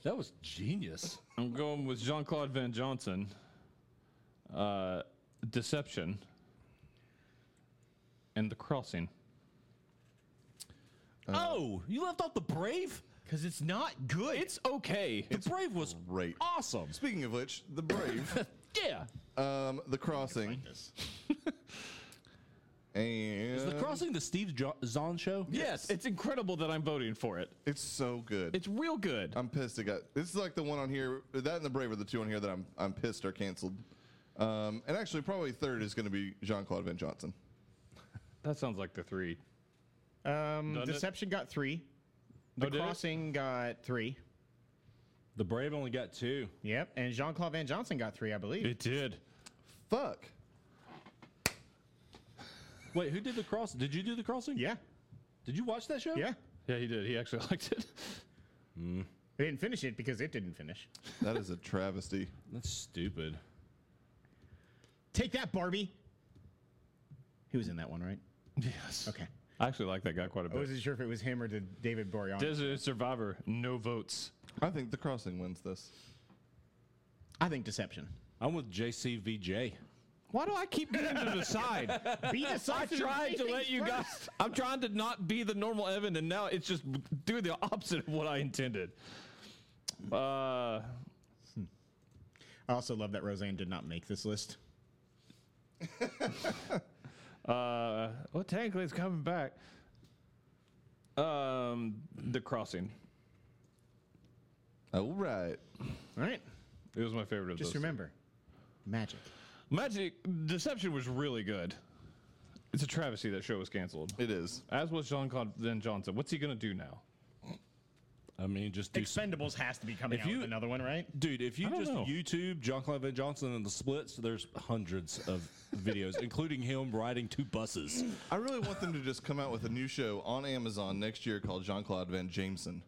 That was genius. I'm going with Jean Claude Van Johnson. Uh, Deception and the crossing. oh, you left off the brave. Because it's not good. It's okay. The brave was Right. awesome. Speaking of which, the brave, Yeah, um, the crossing, is and Um, the crossing the Steve jo- Zahn show? Yes, it's incredible that I'm voting for it. it's so good. It's real good. I'm pissed. It got this is like the one on here. That and the brave are the two on here that I'm I'm pissed are canceled. Um, and actually, probably third is going to be Jean Claude Van Johnson. That sounds like the three. um, Doesn't it? Deception got three. The Oh, did it? Crossing got three. The brave only got two. Yep. And Jean Claude Van Johnson got three, I believe. It did. Fuck. Wait, who did the cross? Did you do the crossing? yeah. Did you watch that show? Yeah. Yeah, he did. He actually liked it. They didn't finish it because it didn't finish. That is a travesty. That's stupid. Take that, Barbie. He was in that one, right? Yes. Oh, Okay. I actually like that guy quite a I bit. wasn't sure if it was him or the David Boreanaz. Desert Survivor, no votes. I think the crossing wins this. I think Deception. I'm with JCVJ. Why do I keep getting to decide? Be I decisive. tried to let you guys. I'm trying to not be the normal Evan, and now it's just do the opposite of what I intended. Uh, I also love that Roseanne did not make this list. uh, well, technically, it's coming back. Um, the crossing. All right. All right. It was my favorite of Just those. remember, magic. Magic Deception was really good. It's a travesty that show was canceled. It is. As was Jean Claude Van Johnson. What's he gonna do now? I mean, just do some- Expendables has to be coming If out you- with another one, right? Dude, if you don't just know. YouTube John Clive Van Johnson and the splits, there's hundreds of videos, including him riding two buses. I really want them to just come out with a new show on Amazon next year called Jean Claude Van Jameson.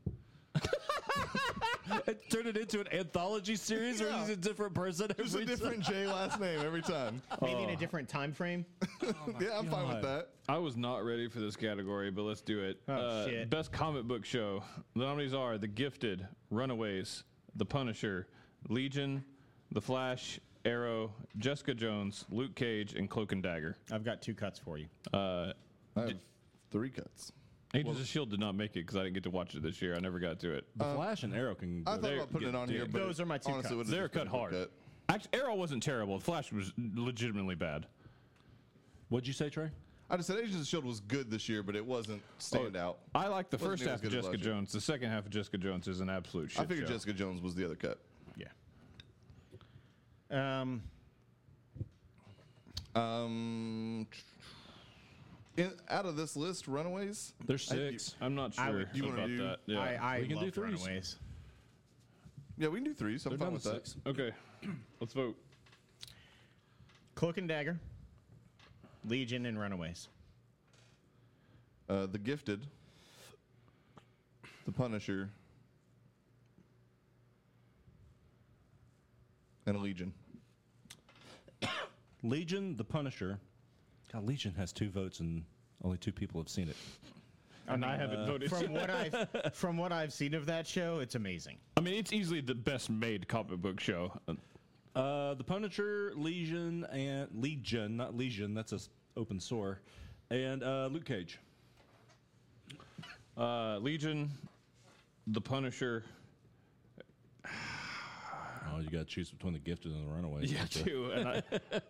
And turn it into an anthology series where he's a different person. There's a every time. different J last name every time. Maybe in a different time frame. yeah, I'm fine with God. that. I was not ready for this category, but let's do it. Oh, shit. Best comic book show. The nominees are The Gifted, Runaways, The Punisher, Legion, The Flash, Arrow, Jessica Jones, Luke Cage, and Cloak and Dagger. Uh, I've got two cuts for you. I have three cuts. Agents of S.H.I.E.L.D. did not make it because I didn't get to watch it this year. I never got to it. Uh, The Flash and Arrow can. I thought Go. They're about putting it on good, here, dude. but Those are my two honestly, cuts. would've They're just been cut a hard. cut. Actually, Arrow wasn't terrible. The Flash was legitimately bad. What'd you say, Trey? I just said Agents of Shield was good this year, but it wasn't stand out. Oh, I like the Wasn't first near as half of good as Jessica last year. Jones. The second half of Jessica Jones is an absolute shit I figured show. Jessica Jones was the other cut. Yeah. Um, Um, in, out of this list, Runaways. There's six. I'm not I sure would- You wanna about do- that. Yeah. I, I we can do love threes. Runaways. Yeah, we can do threes. I'm They're fine down with to that. six. okay, let's vote. Cloak and Dagger, Legion, and Runaways. Uh, the Gifted, The Punisher, and Legion. Legion, The Punisher. God, Legion has two votes and only two people have seen it. And I Uh, haven't voted. From what I've from what I've seen of that show, it's amazing. I mean, it's easily the best made comic book show. Uh, Uh, the Punisher, Legion, and Legion, not Legion. That's a s- open sore. And uh, Luke Cage. Uh, Legion, The Punisher. Oh, you got to choose between the Gifted and the Runaways. Yeah, Okay. too. And I,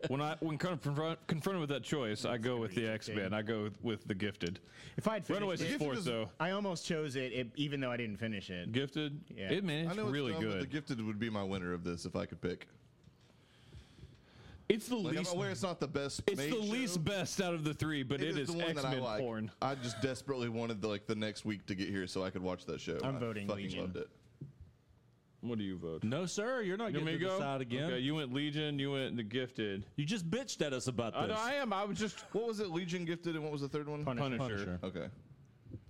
when I when confront, confronted with that choice, I go with the X Men. I go with the Gifted. If I had finished Runaways it, is fourth though. I almost chose it, it, even though I didn't finish it. Gifted. Yeah. It man, I it's know really it's dumb, but The good. Gifted would be my winner of this if I could pick. it's the Like, least. I'm aware it's not the best. It's the made show. least best out of the three, but it is the one X that I Men like. porn. I just desperately wanted the, like the next week to get here so I could watch that show. I I'm voting Fucking Legion. loved it. What do you vote? No, sir, you're not You want going me to to go? decide again. Okay, you, you went Legion. You went the Gifted. just bitched at us about I, this. know, I am. I was just What was it? Legion gifted, and what was the third one? Punisher. Punisher. Okay.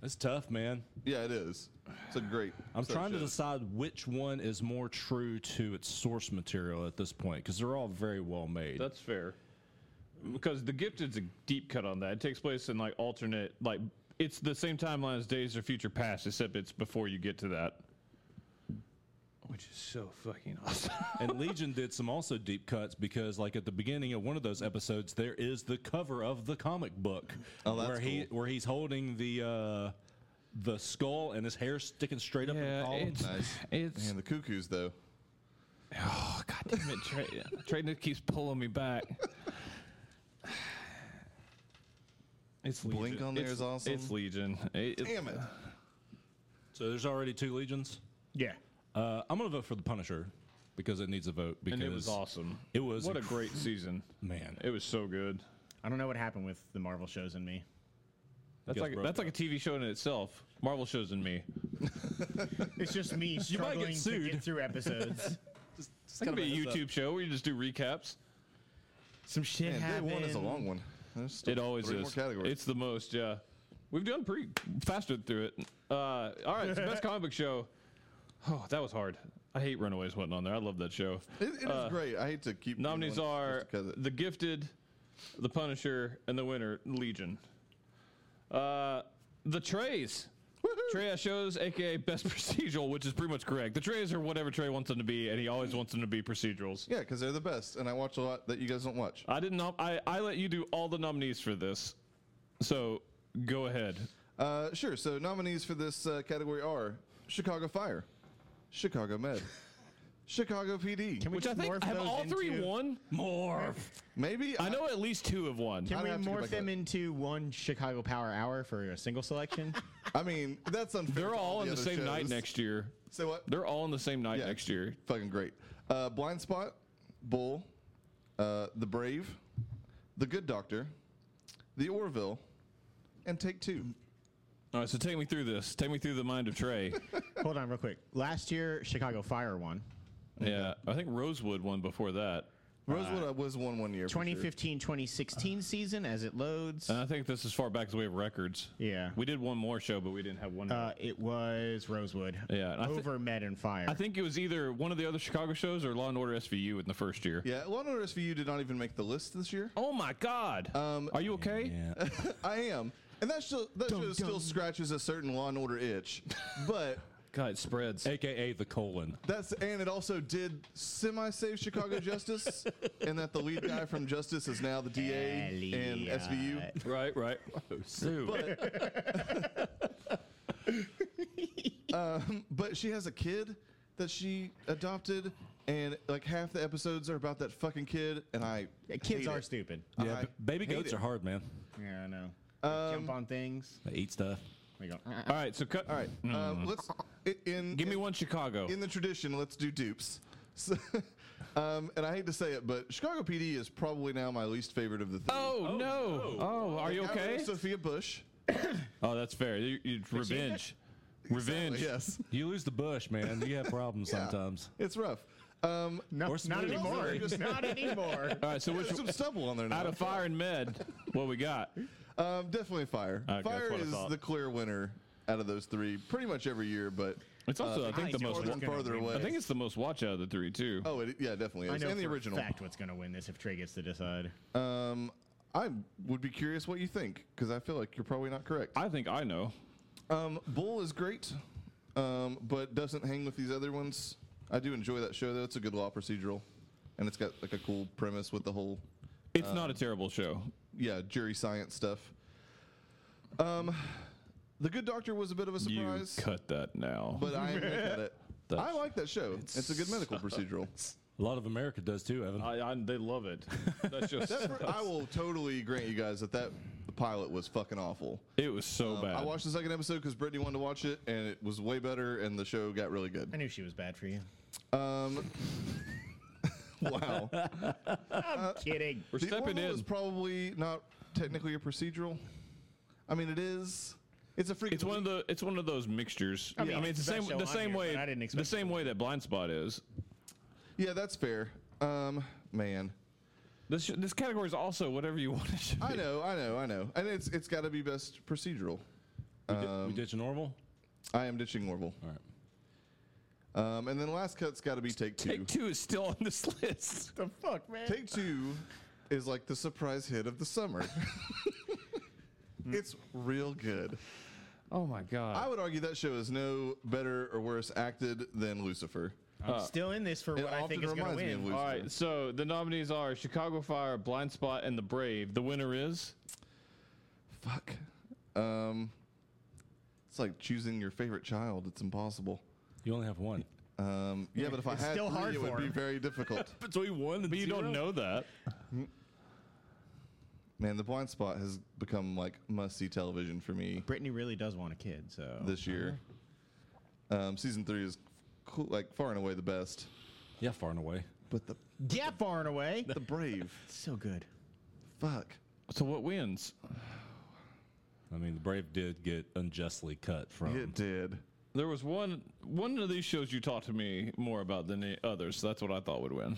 That's tough, man. Yeah, it is. It's a great. I'm set trying to show. decide which one is more true to its source material at this point because they're all very well made. That's fair. because the gifted's a deep cut on that. It takes place in like alternate, like it's the same timeline as Days of Future Past, except it's before you get to that, which is so fucking awesome. and Legion did some also deep cuts because, like at the beginning of one of those episodes, there is the cover of the comic book Oh, that's where he cool. where he's holding the uh, the skull and his hair sticking straight up in the column. Nice. it's And the cuckoos though. oh god damn it, Trey, Trey Nick keeps pulling me back. It's Legion. Blink on there it's, is awesome. It's Legion. It- it- Damn it. So there's already two legions. Yeah. Uh, I'm gonna vote for the Punisher because it needs a vote. Because and it was awesome. It was what a incre- great season. man. It was so good. I don't know what happened with the Marvel shows and me. That's Gets like broke that's like a TV show in itself. Marvel shows in me. It's just me might struggling get to sued. get through episodes. That could kind of be a a heads up. YouTube show where you just do recaps. Some shit And day happened. one is a long one. There's still It always three is. More categories. It's the most. Yeah, we've done pretty faster through it. Uh, all right, it's the best comic book show. Oh, that was hard. I hate Runaways wasn't on there. I love that show. It- it is great. I hate to keep doing uh, Nominees one are just because it- The Gifted, The Punisher, and the winner Legion. Uh, the Trays. Trey shows, aka best procedural, which is pretty much correct. The Trays are whatever Trey wants them to be, and he always wants them to be procedurals. yeah, because they're the best, and I watch a lot that you guys don't watch. I didn't. Nom- I I let you do all the nominees for this, so go ahead. Uh, sure. So nominees for this uh, category are Chicago Fire, Chicago Med, Chicago PD. Can we Which I just think morph have those all three into- won. Morph. Maybe I know at least two have won. Can I'd we have to go morph back them to- into one Chicago Power Hour for a single selection? I mean, that's unfair. They're to all on the the other same night shows. next year. So what? They're all on the same night Yeah. next year. Fucking great. Uh, Blind Spot, Bull, uh, The Brave, The Good Doctor, The Orville, and Take Two. All right, so take me through this. Take me through the mind of Trey. Hold on, real quick. Last year, Chicago Fire won. yeah, I think Rosewood won before that, Rosewood uh, was one one year. for sure. 2015 Uh-huh. 2016 season as it loads. and I think this is far back as we have records. Yeah. we did one more show, but we didn't have one. more. Uh, it was Rosewood. Yeah, and I thi- over Med and Fire. I think it was either one of the other Chicago shows or Law and Order SVU in the first year. Yeah, Law and Order SVU did not even make the list this year. Oh my God! Um, Are you okay? Yeah. I am, and that still that show still scratches a certain Law and Order itch, but God, it spreads. AKA the colon. that's and it also did semi save Chicago Justice, and that the lead guy from Justice is now the DA in SVU. Right, right. Dude. But she has a kid that she adopted, and like half the episodes are about that fucking kid, and I Yeah, kids hate are it. stupid. Yeah, I b- baby hate goats it. are hard, man. Yeah, I know. um, They jump on things. They eat stuff. They go, "Uh, All right, so cut. All right, um, let's i- in Mm. Give me in- one Chicago. in the tradition, let's do dupes. So, um, and I hate to say it, but Chicago PD is probably now my least favorite of the three. Oh, no. Oh, are you Got rid of okay? Sophia Bush. Oh, that's fair. You, you, revenge. Revenge. Yes. You lose the bush, man. You have problems Yeah. sometimes. It's rough. Um, no, Or not split it. anymore. not anymore. All right, so which there's some stubble on there now. out of fire and med, what we got? um, definitely fire. Okay, that's fire what I is thought. the clear winner out of those three, pretty much every year. But It's also, I I think, the know most. it's farther and gonna farther be- away. I think it's the most watch out of the three too. oh, it, yeah, definitely I is. know And the for a original. fact what's going to win this if Trey gets to decide. Um, I would be curious what you think because I feel like you're probably not correct. I think I know. Um, Bull is great, um, but doesn't hang with these other ones. I do enjoy that show though. It's a good law procedural, and it's got like a cool premise with the whole It's not Um, a terrible show. yeah jury science stuff. Um, the Good Doctor was a bit of a You surprise, cut that now. but I am with it. I That's- like that show. It's a good medical procedural. A lot of America does too, Evan. I, I, they love it. That's just. That fir- I will totally grant you guys that that the pilot was fucking awful. it was so Um, bad. I watched the second episode because Brittany wanted to watch it, and it was way better, and the show got really good. I knew she was bad for you. Um, wow. Uh, Kidding. We're The stepping Orville in. is probably not technically a procedural. I mean, it is. It's a freaking. It's one of the. It's one of those mixtures. I mean, mean, it's, it's the the same. best show The on same here, way. but I didn't the expect same way that Blind Spot is. yeah, that's fair. Um, man, This this category is also whatever you want it to be. I know, I know, I know, and it's it's got to be best procedural. Um, we, di- we ditch normal. I am ditching Orville. All right. Um, and then last cut's got to be take two. Take two is still on this list. The fuck, man. Take two is like the surprise hit of the summer. it's real good. Oh my god. I would argue that show is no better or worse acted than Lucifer. I'm still in this for uh, It what I often think is going to reminds me of win. Lucifer. All right, so the nominees are Chicago Fire, Blind Spot, and The Brave. The winner is Fuck. Um, it's like choosing your favorite child. It's impossible. You only have one. Um, yeah, but if I It's had still three, hard it would for be him. very difficult. Between one and But you don't know that. Man, the blind spot has become like must-see television for me Brittany really does want a kid, so this year. Um, season three is cool, like far and away the best. Yeah, far and away. But the yeah, far and away, the brave, so good. fuck. So what wins? I mean, the Brave did get unjustly cut from. It did. There was one one of these shows you talked to me more about than the others. That's what I thought would win.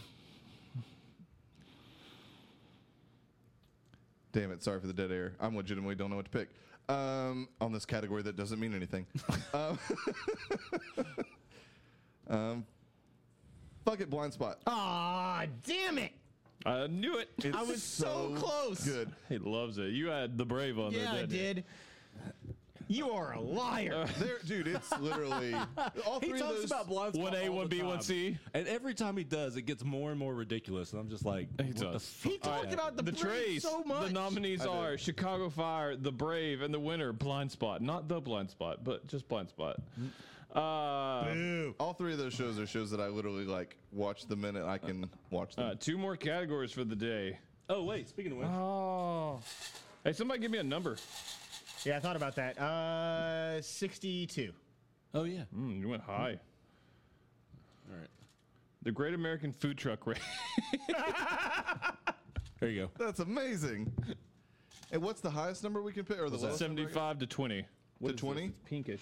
Damn it! Sorry for the dead air. I'm legitimately don't know what to pick um, on this category. That doesn't mean anything. um, um, fuck it, blind spot. Ah, damn it! I knew it. It's I was so close. Good. He loves it. You had The Brave on Yeah, there, I didn't did. You are a liar. There, dude, it's literally all He three of talks those. about blind you? spot. One A, all one the B, one time. C. And every time he does, it gets more and more ridiculous. And I'm just like, He what the does. fuck? he talked about the, The the trace. so much. The nominees I did. are Chicago Fire, The Brave, and the winner Blind Spot. Not the Blind Spot, but just Blind Spot. Uh, All three of those shows are shows that I literally like watch the minute I can watch them. uh, two more categories for the day. Oh wait, speaking of which, Oh. Hey, somebody give me a number. yeah, I thought about that. Uh, sixty-two. oh yeah, Mm, you went high. all right, The Great American Food Truck Race. there you go. That's amazing. And what's the highest number we can pick, or the lowest? number I 75 to 20. got? to twenty. Pinkish.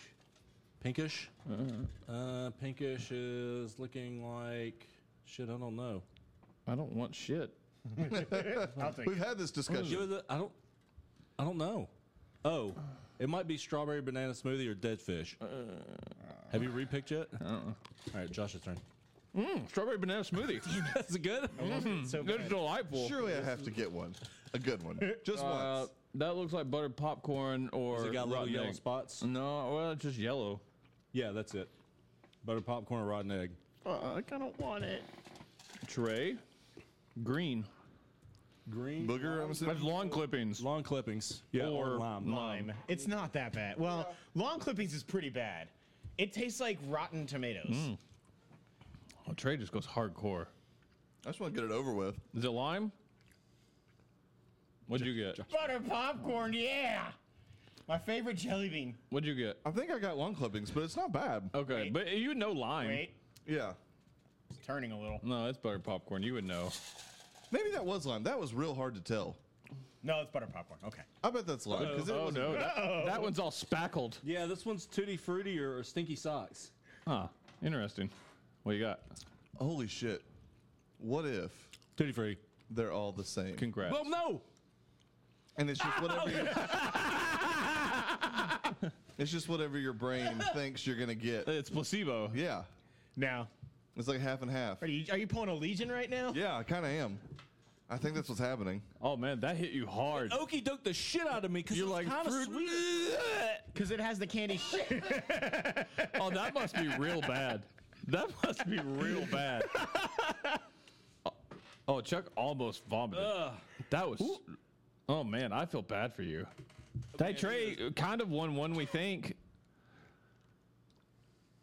Pinkish. Uh-huh. Uh, pinkish is looking like shit. I don't know. I don't want shit. I'll take We've had this Give discussion. it a- I don't. I don't know. Oh, it might be strawberry banana smoothie or dead fish. Uh-huh. Have you repicked yet? Uh-uh. All right, Josh's turn. Strawberry banana smoothie. That's good. it. So That's bad. delightful. Surely I have to get one, a good one, just Uh, once. that looks like buttered popcorn or. Has it got little rotten yellow egg. spots? No, well, it's just yellow. Yeah, that's it. Butter popcorn or rotten egg. I don't want it. Tray. Green. Green. Booger, I'm That's assuming. lawn clippings. Long clippings. Yeah, or, or lime. Lime. It's not that bad. Well, long clippings is pretty bad. It tastes like rotten tomatoes. Hmm. Oh, Trey just goes hardcore. I just want to get it over with. Is it lime? What'd you get? Butter popcorn, yeah. My favorite jelly bean. What'd you get? I think I got lung clippings, but it's not bad. Okay, Wait. but you know lime. Wait, Yeah, it's turning a little. No, it's buttered popcorn. You would know. maybe that was lime. That was real hard to tell. No, it's butter popcorn. Okay. I bet that's lime because it oh was no, that, that one's all spackled. Yeah, this one's tutti frutti or, or stinky socks. Huh. Interesting. What you got? Holy shit! What if Tutti frutti. they're all the same? Congrats. Well, no. And it's just whatever. your, it's just whatever your brain thinks you're gonna get. It's placebo. Yeah, Now, it's like half and half. are you, are you pulling a legion right now? Yeah, I kind of am. I think that's what's happening. Oh man, that hit you hard. Okie doke the shit out of me because You're like, it's kind of fruit- sweet. Because it has the candy. sh- Oh, that must be real bad. That must be real bad. Oh, Chuck almost vomited. That was. Oh man, I feel bad for you. That Trey kind of won one we think.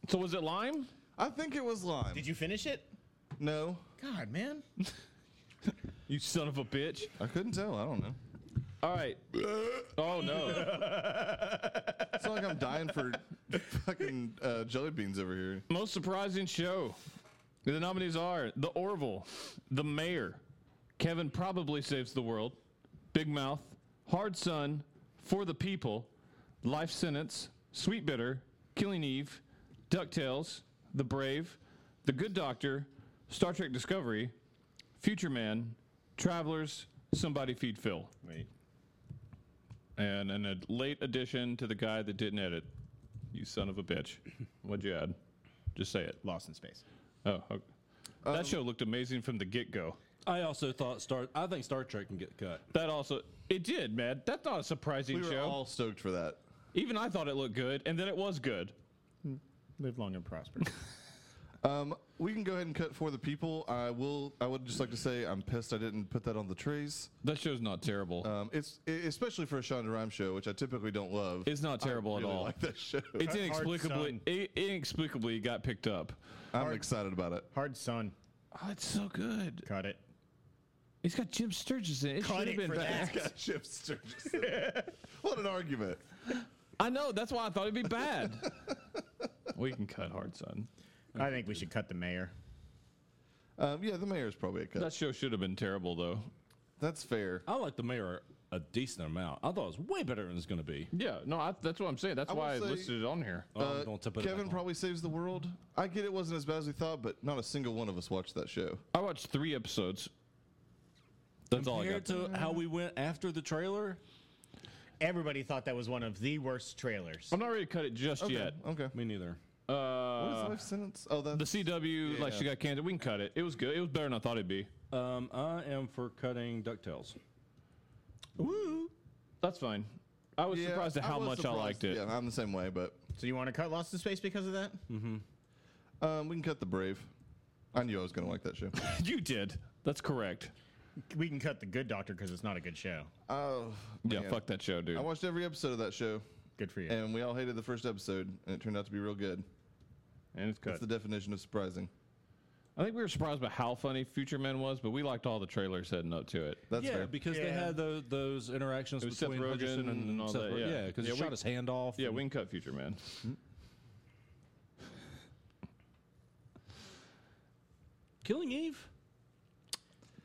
So was it lime? I think it was lime. Did you finish it? no, God, man. You son of a bitch. I couldn't tell. I don't know. All right. Oh no. It's not like I'm dying for fucking uh, jelly beans over here. Most surprising show. The nominees are The Orville, The Mayor, Kevin Probably Saves the World, Big Mouth, Hard Sun, For the People, Life Sentence, Sweet Bitter, Killing Eve, DuckTales, The Brave, The Good Doctor, Star Trek Discovery, Future Man, Travelers, Somebody Feed Phil. Wait. And an ad- late addition to the guy that didn't edit. You son of a bitch. What'd you add? Just say it. Lost in space. Um, Oh, okay. that show looked amazing from the get go. I also thought Star. I think Star Trek can get cut. That also it did, man. That's not a surprising We were show. all stoked for that. Even I thought it looked good, and then it was good. Live long and prosper. Um, we can go ahead and cut for the people. I will. I would just like to say I'm pissed I didn't put that on the trays. That show's not terrible. Um, it's e- especially for a Shonda Rhimes show, which I typically don't love. it's not terrible at really all. like that show. It's Hard inexplicably Sun. it inexplicably got picked up. I'm excited about it. Hard Sun. Oh, it's so good. Cut it. It's got Jim Sturgis in it. It Cut should have it been for back. that. Got Chip Sturgis. in it. what an argument! I know. That's why I thought it'd be bad. we can cut Hard Sun. I think we should cut the mayor. Um, yeah, the mayor's probably a cut. That That's, show should have been terrible though. fair. I like the mayor a decent amount. I thought it was way better than it's going to be. Yeah, no, I, that's what I'm saying. That's I will why I say- listed it on here. Oh, I'm Uh, going to put it Kevin back on. probably saves the world. I get it wasn't as bad as we thought, but not a single one of us watched that show. I watched three episodes. That's all I got. compared to how we went after the trailer. Everybody thought that was one of the worst trailers. I'm not ready to cut it just yet. Okay. Me neither. what Uh, is life sentence? Oh, that's the CW, like she got canned. We can cut it. It was good. It was better than I thought it'd be. Um, I am for cutting Ducktales. Woo! That's fine. I was Yeah, surprised at how was much I surprised. liked it. Yeah, I'm the same way, but So you want to cut Lost in Space because of that? Mm. um, we can cut the brave. I knew I was going to like that show. you did. That's correct. We can cut the Good Doctor because it's not a good show. oh, Yeah, man. fuck that show, dude. I watched every episode of that show, Good for you. and we all hated the first episode, and it turned out to be real good. and it's That's cut. the definition of surprising. I think we were surprised by how funny Future Men was, but we liked all the trailers heading up to it. That's yeah, fair. because they Yeah. had tho- those interactions It was between Seth Rogen Hutcherson and, and all Seth that, Rogen. yeah. Yeah, because Yeah, he we- shot his hand off. Yeah, and- we can cut Future Man. Killing Eve.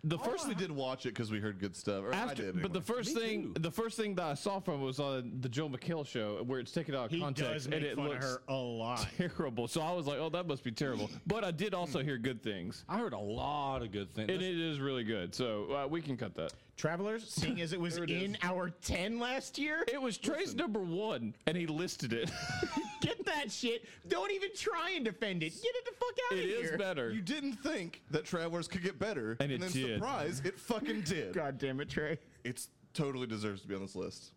The First, we Oh. did watch it because we heard good stuff. Or I After, did. but the anyway. first Me thing, too. the first thing that I saw from was on the Joe McHale show, where it's taken out of he context does make and it fun looks of her a lot. terrible. So I was like, "Oh, that must be terrible." But I did also hear good things, I heard a lot of good things. and it is really good. So uh, we can cut that. Travelers, seeing as it was in our 10 last year, It was Trey's number one, and he listed it. get that shit. Don't even try and defend it. Get it the fuck out it of here. is better. you didn't think that Travelers could get better, and, it then did. surprise, it fucking did. God damn it, Trey. It's totally deserves to be on this list,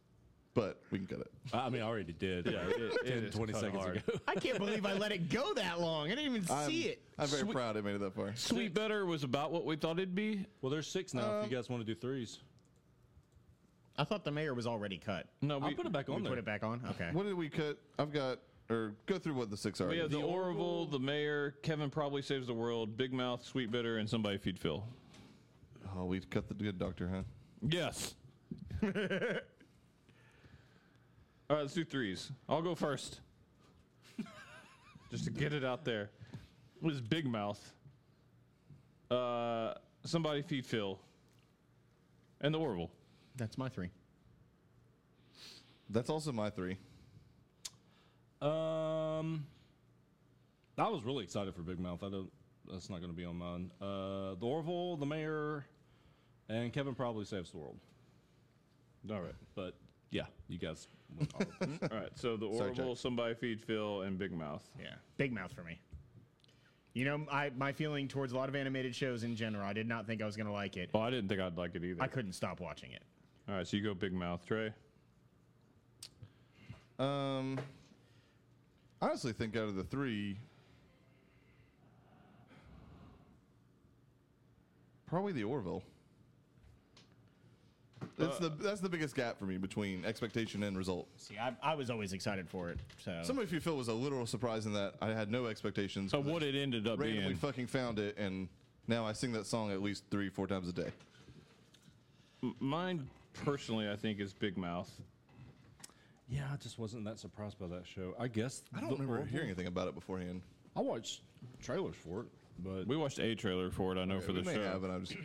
but we can cut it. I mean, I already did. Yeah, it- it 10, is 20 kinda seconds hard. ago. I can't believe I let it go that long. I didn't even I'm, see it. I'm very proud I made it that far. Sweet Better was about what we thought it'd be. Well, there's six now. if you Um, guys want to do threes, I thought the mayor was already cut. No, I'll uh, we put it back We on there. put it back on? Okay. What did we cut? I've got or go through what the six are. We have the, again. Orville, the Mayor, Kevin probably saves the world, Big Mouth, Sweet Bitter, and somebody feed Phil. oh, we cut the good doctor, huh? Yes. All right, let's do threes. I'll go first, just to get it out there. What is Big Mouth? Uh, somebody feed Phil, and the Orville. That's my three. That's also my three. Um, I was really excited for Big Mouth. I don't. That's not going to be on mine. Uh, the Orville, the Mayor, and Kevin probably saves the world. All right. But yeah, you guys. Went all over. All right, so the Sorry, Orville, somebody feed Phil, and Big Mouth. Yeah. Big mouth for me. You know, I my feeling towards a lot of animated shows in general, I did not think I was going to like it. Well, I didn't think I'd like it either. I couldn't stop watching it. All right, so you go Big Mouth, Trey. Um, I honestly think out of the three, probably the Orville. That's the that's the biggest gap for me between expectation and result. See, I, I was always excited for it. So Somebody if you feel was a literal surprise in that I had no expectations. So 'cause I what just it ended up randomly being. fucking found it, and now I sing that song at least three four times a day. M- Mine personally, I think is Big Mouth. yeah, I just wasn't that surprised by that show. I guess I don't the remember Orville- hearing anything about it beforehand. I watched trailers for it, but We watched a trailer for it. I know Oh, for we the may show. have, and I'm just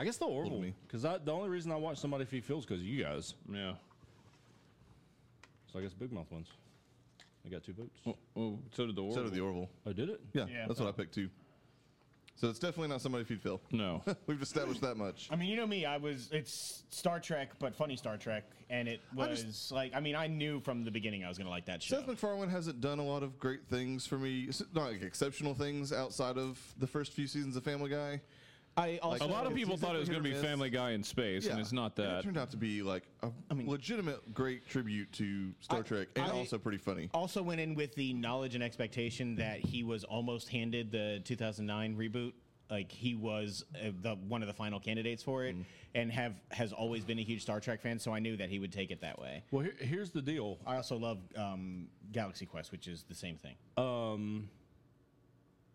I guess the Orville me. because the only reason I watched somebody feed Phil is because you guys. Yeah. So I guess Big Mouth wins. I got two votes. Well, so did the Orville. so did the Orville. I did it. Oh. Yeah, Yeah. that's what I picked too. So it's definitely not somebody feed Phil. no. We've established that much. I mean, you know me. I was it's Star Trek, but funny Star Trek, and it I was just- like I mean, I knew from the beginning I was gonna like that show. Seth MacFarlane hasn't done a lot of great things for me, s- not like exceptional things outside of the first few seasons of Family Guy. I A also lot of people thought it was going to be Family Guy in space, and it's not And that. it turned out to be like a legitimate great tribute to Star I- Trek and I- also pretty funny. also went in with the knowledge and expectation that he was almost handed the 2009 reboot. Like he was uh, the one of the final candidates for it, and have has always been a huge Star Trek fan, so I knew that he would take it that way. Well, here, here's the deal. I also love um, Galaxy Quest, which is the same thing. Um,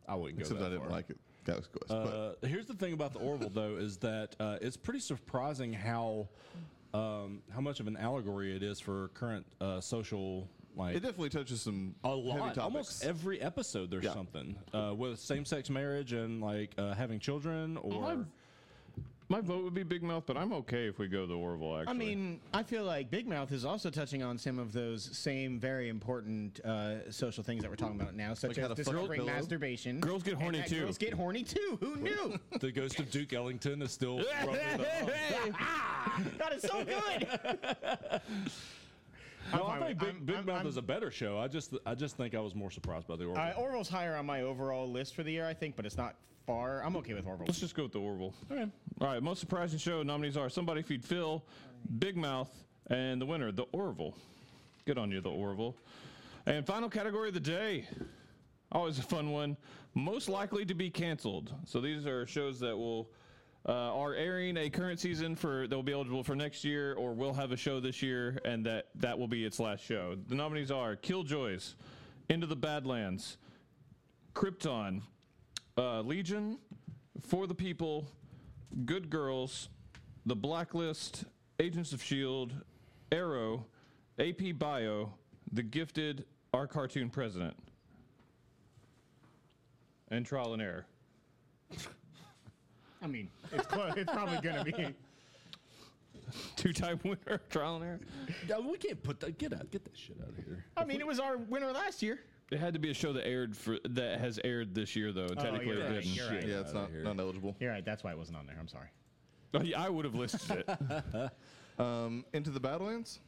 I wouldn't go Except that I didn't far. like it. Galaxy Quest. but Uh, here's the thing about the Orville, though, is that uh, it's pretty surprising how um, how much of an allegory it is for current uh, social like it definitely touches some a heavy lot. topics. Almost every episode, there's Yeah. something uh, with same-sex marriage and like uh, having children or I'm- My vote would be Big Mouth, but I'm okay if we go the Orville. Actually, I mean, I feel like Big Mouth is also touching on some of those same very important uh, social things that we're talking about now, such how as to this fuck a great pillow. masturbation. Girls get and horny that too. Girls get horny too. Who knew? the ghost of Duke Ellington is still. rumbling along. Ah, that is so good. No, I fine with- think Big, I'm- Big I'm- Mouth I'm- is a better show. I just I just think I was more surprised by the Orville. Uh, Orville's higher on my overall list for the year, I think, but it's not far. I'm okay with Orville. let's just go with the Orville. All right. All right. Most surprising show nominees are Somebody Feed Phil, Big Mouth, and the winner, the Orville. Good on you, the Orville. And final category of the day. Always a fun one. Most likely to be canceled. So these are shows that will uh, are airing a current season for that will be eligible for next year, or will have a show this year, and that that will be its last show. The nominees are Killjoys, Into the Badlands, Krypton, uh, Legion, For the People, Good Girls, The Blacklist, Agents of S.H.I.E.L.D., E Arrow, AP Bio, The Gifted, Our Cartoon President, and Trial and Error. I mean, it's close. it's probably gonna be. Two time winner, Trial and Error. No, we can't put that. Get out. Get that shit out of here. I mean, it was our winner last year. It had to be a show that aired for that has aired this year though. and Technically, you're it right, didn't. Oh, you're right. yeah, it's not, not eligible. You're right. That's why it wasn't on there. I'm sorry. Oh, yeah, I would have listed it. Um, Into the Badlands?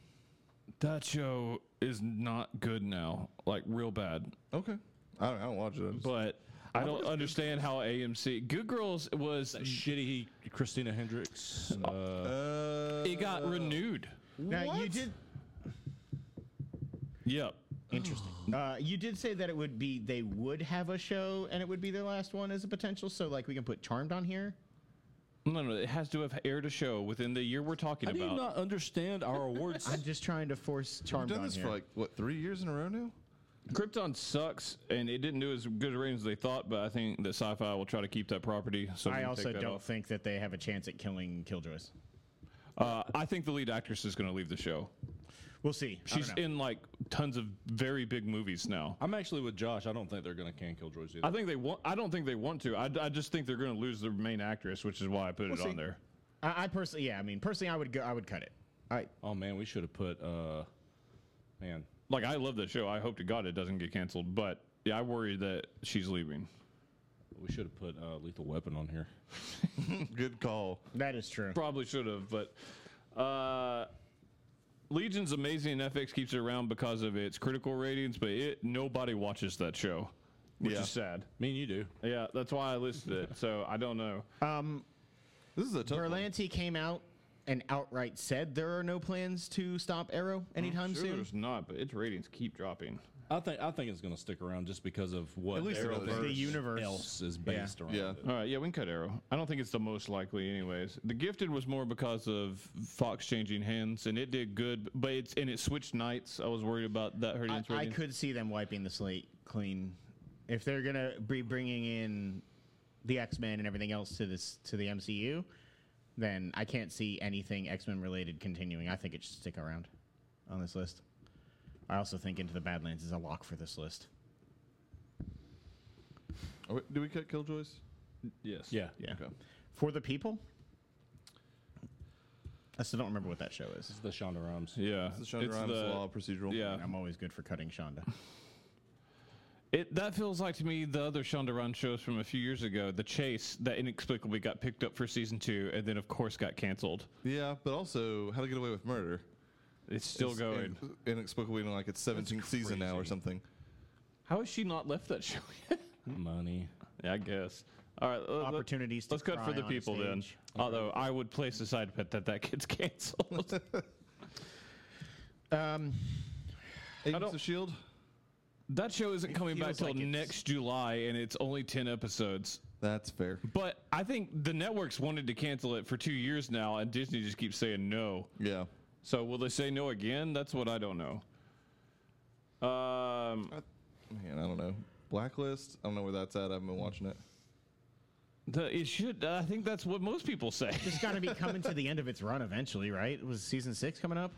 that show is not good now, like real bad. Okay. I don't, I don't watch it. I just- But I don't understand how AMC Good Girls was Shitty Christina Hendricks. Uh, Uh, it got renewed. Now you did. Yep. Interesting. Uh, you did say that it would be they would have a show and it would be their last one as a potential. So like we can put Charmed on here. No, no, it has to have aired a show within the year we're talking How do you about. not understand our awards? I'm just trying to force We've Charmed done on this here. for like, what, three years in a row now? Krypton sucks, and it didn't do as good a rating as they thought. But I think that Sci-Fi will try to keep that property. So we I can also take that don't off. think that they have a chance at killing Killjoys. Uh, I think the lead actress is going to leave the show. We'll see. I don't She's know. in like tons of very big movies now. I'm actually with Josh. I don't think they're going to can Killjoys either. I think they want. I don't think they want to. I, I just think they're going to lose their main actress, which is why I put it see. on there. I, I personally, yeah. I mean, personally, I would go. I would cut it. I oh man, we should have put. Uh, man, Like I love that show. I hope to God it doesn't get canceled. But yeah, I worry that she's leaving. we should have put uh, Lethal Weapon on here. Good call. that is true. Probably should have, but uh, Legion's amazing and FX keeps it around because of its critical ratings, but it nobody watches that show, which Yeah. is sad. Me and you do. Yeah, that's why I listed it. So I don't know. Um, This is a tough one. Berlanti came out and outright said there are no plans to stop Arrow anytime Sure, soon. there's not, but its ratings keep dropping. I think I think it's going to stick around just because of what At least another Arrowverse The universe. else is based around. Yeah. it. All right, yeah, we can cut Arrow. I don't think it's the most likely, anyways. The Gifted was more because of Fox changing hands, and it did good, but it's and it switched nights. I was worried about that hurting I, its I ratings. could see them wiping the slate clean if they're gonna be bringing in the X Men and everything else to this to the MCU. Then I can't see anything X Men related continuing. I think it should stick around on this list. I also think Into the Badlands is a lock for this list. Are we- do Oh, we cut Killjoys? yes. yeah, Yeah, Okay. for the people. I still don't remember what that show is. It's the Shonda Rhimes. Yeah. It's the Shonda Rhimes Law procedural. Yeah. I'm always good for cutting Shonda. It that feels like to me the other Shonda Rhimes shows from a few years ago, The Chase, that inexplicably got picked up for season two, and then of course got canceled. Yeah, but also How to Get Away with Murder. It's still It's going. in- inexplicably in like its 17th season now or something. How has she not left that show yet? Money. Yeah, I guess. All right, let- let- Opportunities to Let's cut for cry the on a people then. stage. Although I would place a side bet that that gets canceled. Um, Agents of Shield. that show isn't coming back feels till like it's- next July, and it's only ten episodes. That's fair. But I think the networks wanted to cancel it for two years now, and Disney just keeps saying no. Yeah. So will they say no again? That's what I don't know. Um, Man, I don't know. Blacklist. I don't know where that's at. I haven't been watching it. the, it should. I think that's what most people say. it's got to be coming to the end of its run eventually, right? Was season six coming up?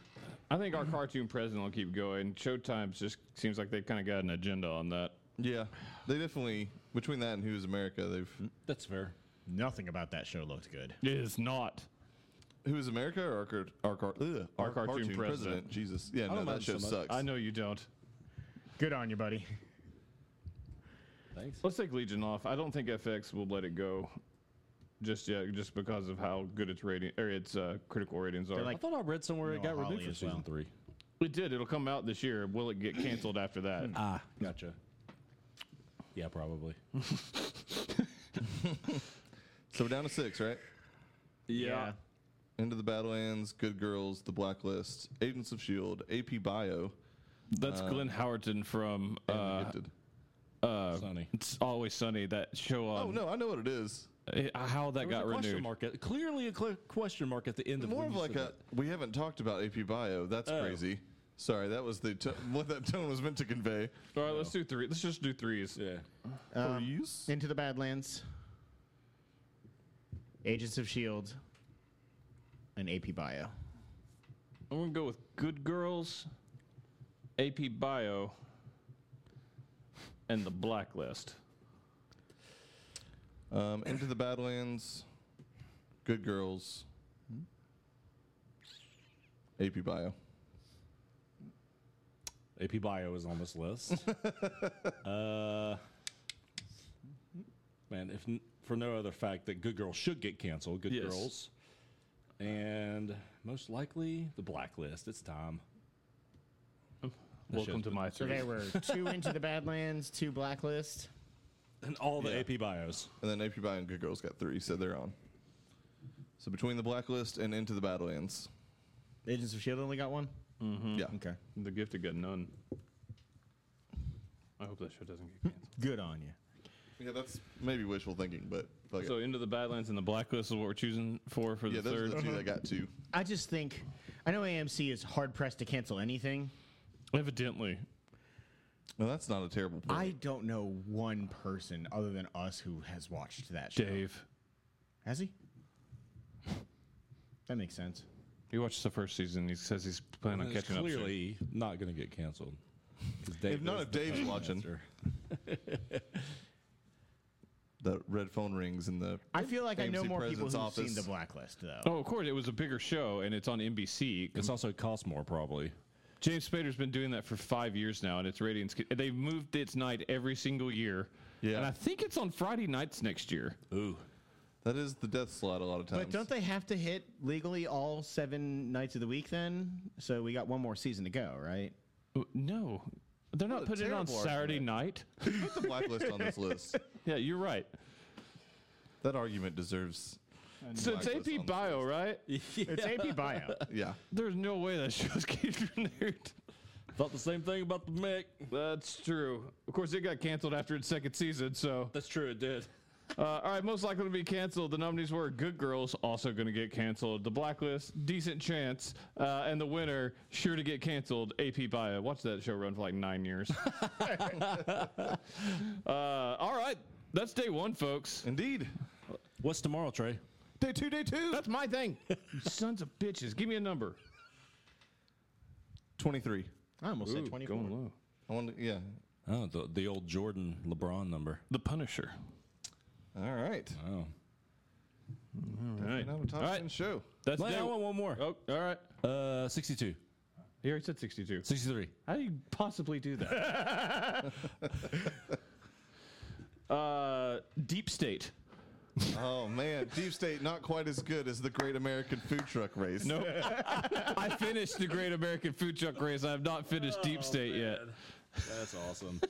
I think our cartoon president will keep going. Showtime's just seems like they've kind of got an agenda on that. Yeah. They definitely between that and Who's America, they've That's fair. Nothing about that show looked good. It is not. Who's America or our, car- our, car- ugh, our, cartoon cartoon, president. president. Jesus. Yeah, no, don't that mind show so much. sucks. I know you don't. Good on you, buddy. Thanks. Let's take Legion off. I don't think FX will let it go just yet, just because of how good its rating or its uh, critical ratings are. I like- thought I read somewhere it Noah got renewed Hawley for as season well. three. it did. It'll come out this year. Will it get canceled after that? Ah, gotcha. Yeah, probably. So we're down to six, right? Yeah. Into the Badlands, Good Girls, The Blacklist, Agents of Shield, AP Bio, That's Glenn Howerton from and uh, Gifted. uh, Sunny. It's Always Sunny. That show on Oh no, I know what it is. eh, how that got a question renewed. mark at, clearly a clear question mark at the end of More when of you like said a we haven't talked about AP Bio. That's Oh. crazy. Sorry, that was the to- what that tone was meant to convey. All right, let's do three. Let's just do threes. that. Yeah. For use. Into the Badlands, Agents of S.H.I.E.L.D., E and AP Bio. I'm gonna go with Good Girls, AP Bio, and the Blacklist. Um, Into the Badlands, Good Girls, AP Bio. AP Bio is on this list. uh, man, if n- for no other fact that Good Girls should get canceled, Good Yes. Girls, and most likely the Blacklist. It's time. Welcome to my So three. there were two Into the Badlands, two Blacklist. And all the AP Bios. And then AP Bio and Good Girls got three, so they're on. So between the Blacklist and Into the Badlands, Agents of S.H.I.E.L.D. E only got one? Hmm, yeah, Okay. The gifted got none. I hope that show doesn't get canceled. Good on you. yeah, that's maybe wishful thinking, but fuck it. so into the Badlands and the Blacklist is what we're choosing for for the yeah, those third. are the two that got two. I just think, I know AMC is hard pressed to cancel anything. Evidently, No, that's not a terrible point. I don't know one person other than us who has watched that show. Dave, Has he? That makes sense. he watched the first season. He says he's planning on It's catching up. soon. clearly not going to get canceled. 'Cause if Dave not, knows if Dave's watching, answer. the red phone rings and the I feel like I know AMC more people president's who've office. seen The Blacklist, though. Oh, of course, it was a bigger show, and it's on NBC. It's also cost more probably. James Spader's been doing that for five years now, and its ratings. They've moved its night every single year. Yeah. And I think it's on Friday nights next year. Ooh, that is the death slot a lot of times. But don't they have to hit legally all seven nights of the week then? So we got one more season to go, right? Uh, No. They're not putting it on terrible Saturday night. put the blacklist on this list? Yeah, you're right. That argument deserves. So it's Blacklist on AP the Bio, right? It's AP Bio. Yeah, There's no way that show's getting renewed. thought the same thing about the Mick. That's true. Of course, it got canceled after its second season. So, That's true. It did. uh, all right, most likely to be canceled. The nominees were Good Girls, also going to get canceled. The Blacklist, decent chance, uh, and the winner, sure to get canceled. AP Bio. Watch that show run for like nine years. uh, all right, that's day one, folks. indeed. What's tomorrow, Trey? Day two, day two. That's my thing. Sons of bitches. Give me a number. Twenty-three. I almost said Ooh, 24. going low. I want. Yeah. Oh, the the old Jordan LeBron number. The Punisher. All right. Oh. All right. Now we're All talking right. show. That's Wait, day I want one more. Oh, all right. Uh, 62. He already said 62. 63. How do you possibly do that? uh, deep state. Oh man, Deep State not quite as good as the Great American Food Truck Race. No, I finished Oh, the Great American Food Truck Race. I have not finished Deep State yet. That's awesome.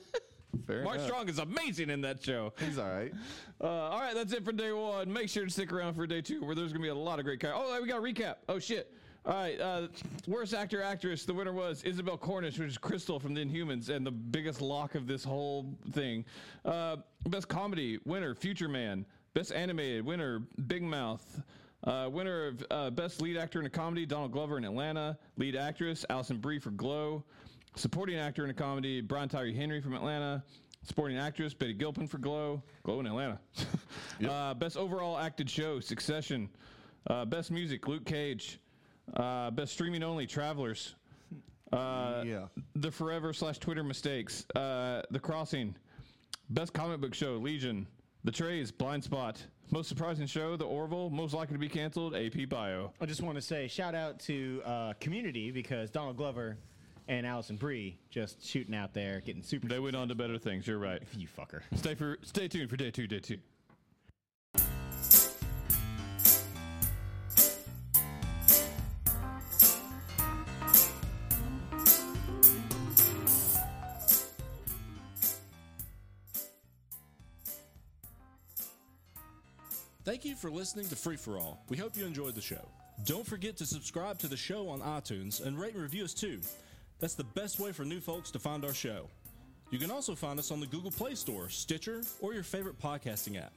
Fair Mark enough. Strong is amazing in that show. He's all right. Uh, all right, that's it for day one. Make sure to stick around for day two, where there's gonna be a lot of great. Co- oh, we got a recap. Oh shit. All right, uh, worst actor actress. The winner was Isabel Cornish, which is Crystal from the Inhumans, and the biggest lock of this whole thing. Uh, best comedy winner Future Man. Best animated winner Big Mouth. Uh, winner of uh, best lead actor in a comedy Donald Glover in Atlanta. Lead actress Allison Brie for Glow. Supporting actor in a comedy Brian Tyree Henry from Atlanta. Supporting actress Betty Gilpin for Glow. Glow in Atlanta. uh, best overall acted show Succession. Uh, best music Luke Cage. Uh, best streaming only Travelers. Uh, Yeah. The Forever slash Twitter mistakes. Uh, the Crossing. Best comic book show Legion. The Trays Blind Spot. Most surprising show The Orville. Most likely to be canceled AP Bio. I just want to say shout out to uh, Community because Donald Glover and Allison Brie just shooting out there, getting super. They went on to better things. You're right. you fucker. Stay for stay tuned for day two. Day two. Thank you for listening to Free for All. We hope you enjoyed the show. Don't forget to subscribe to the show on iTunes and rate and review us too. That's the best way for new folks to find our show. You can also find us on the Google Play Store, Stitcher, or your favorite podcasting app.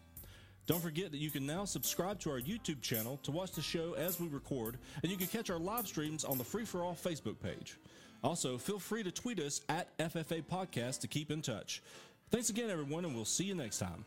Don't forget that you can now subscribe to our YouTube channel to watch the show as we record, and you can catch our live streams on the Free for All Facebook page. Also, feel free to tweet us at FFA Podcast to keep in touch. Thanks again, everyone, and we'll see you next time.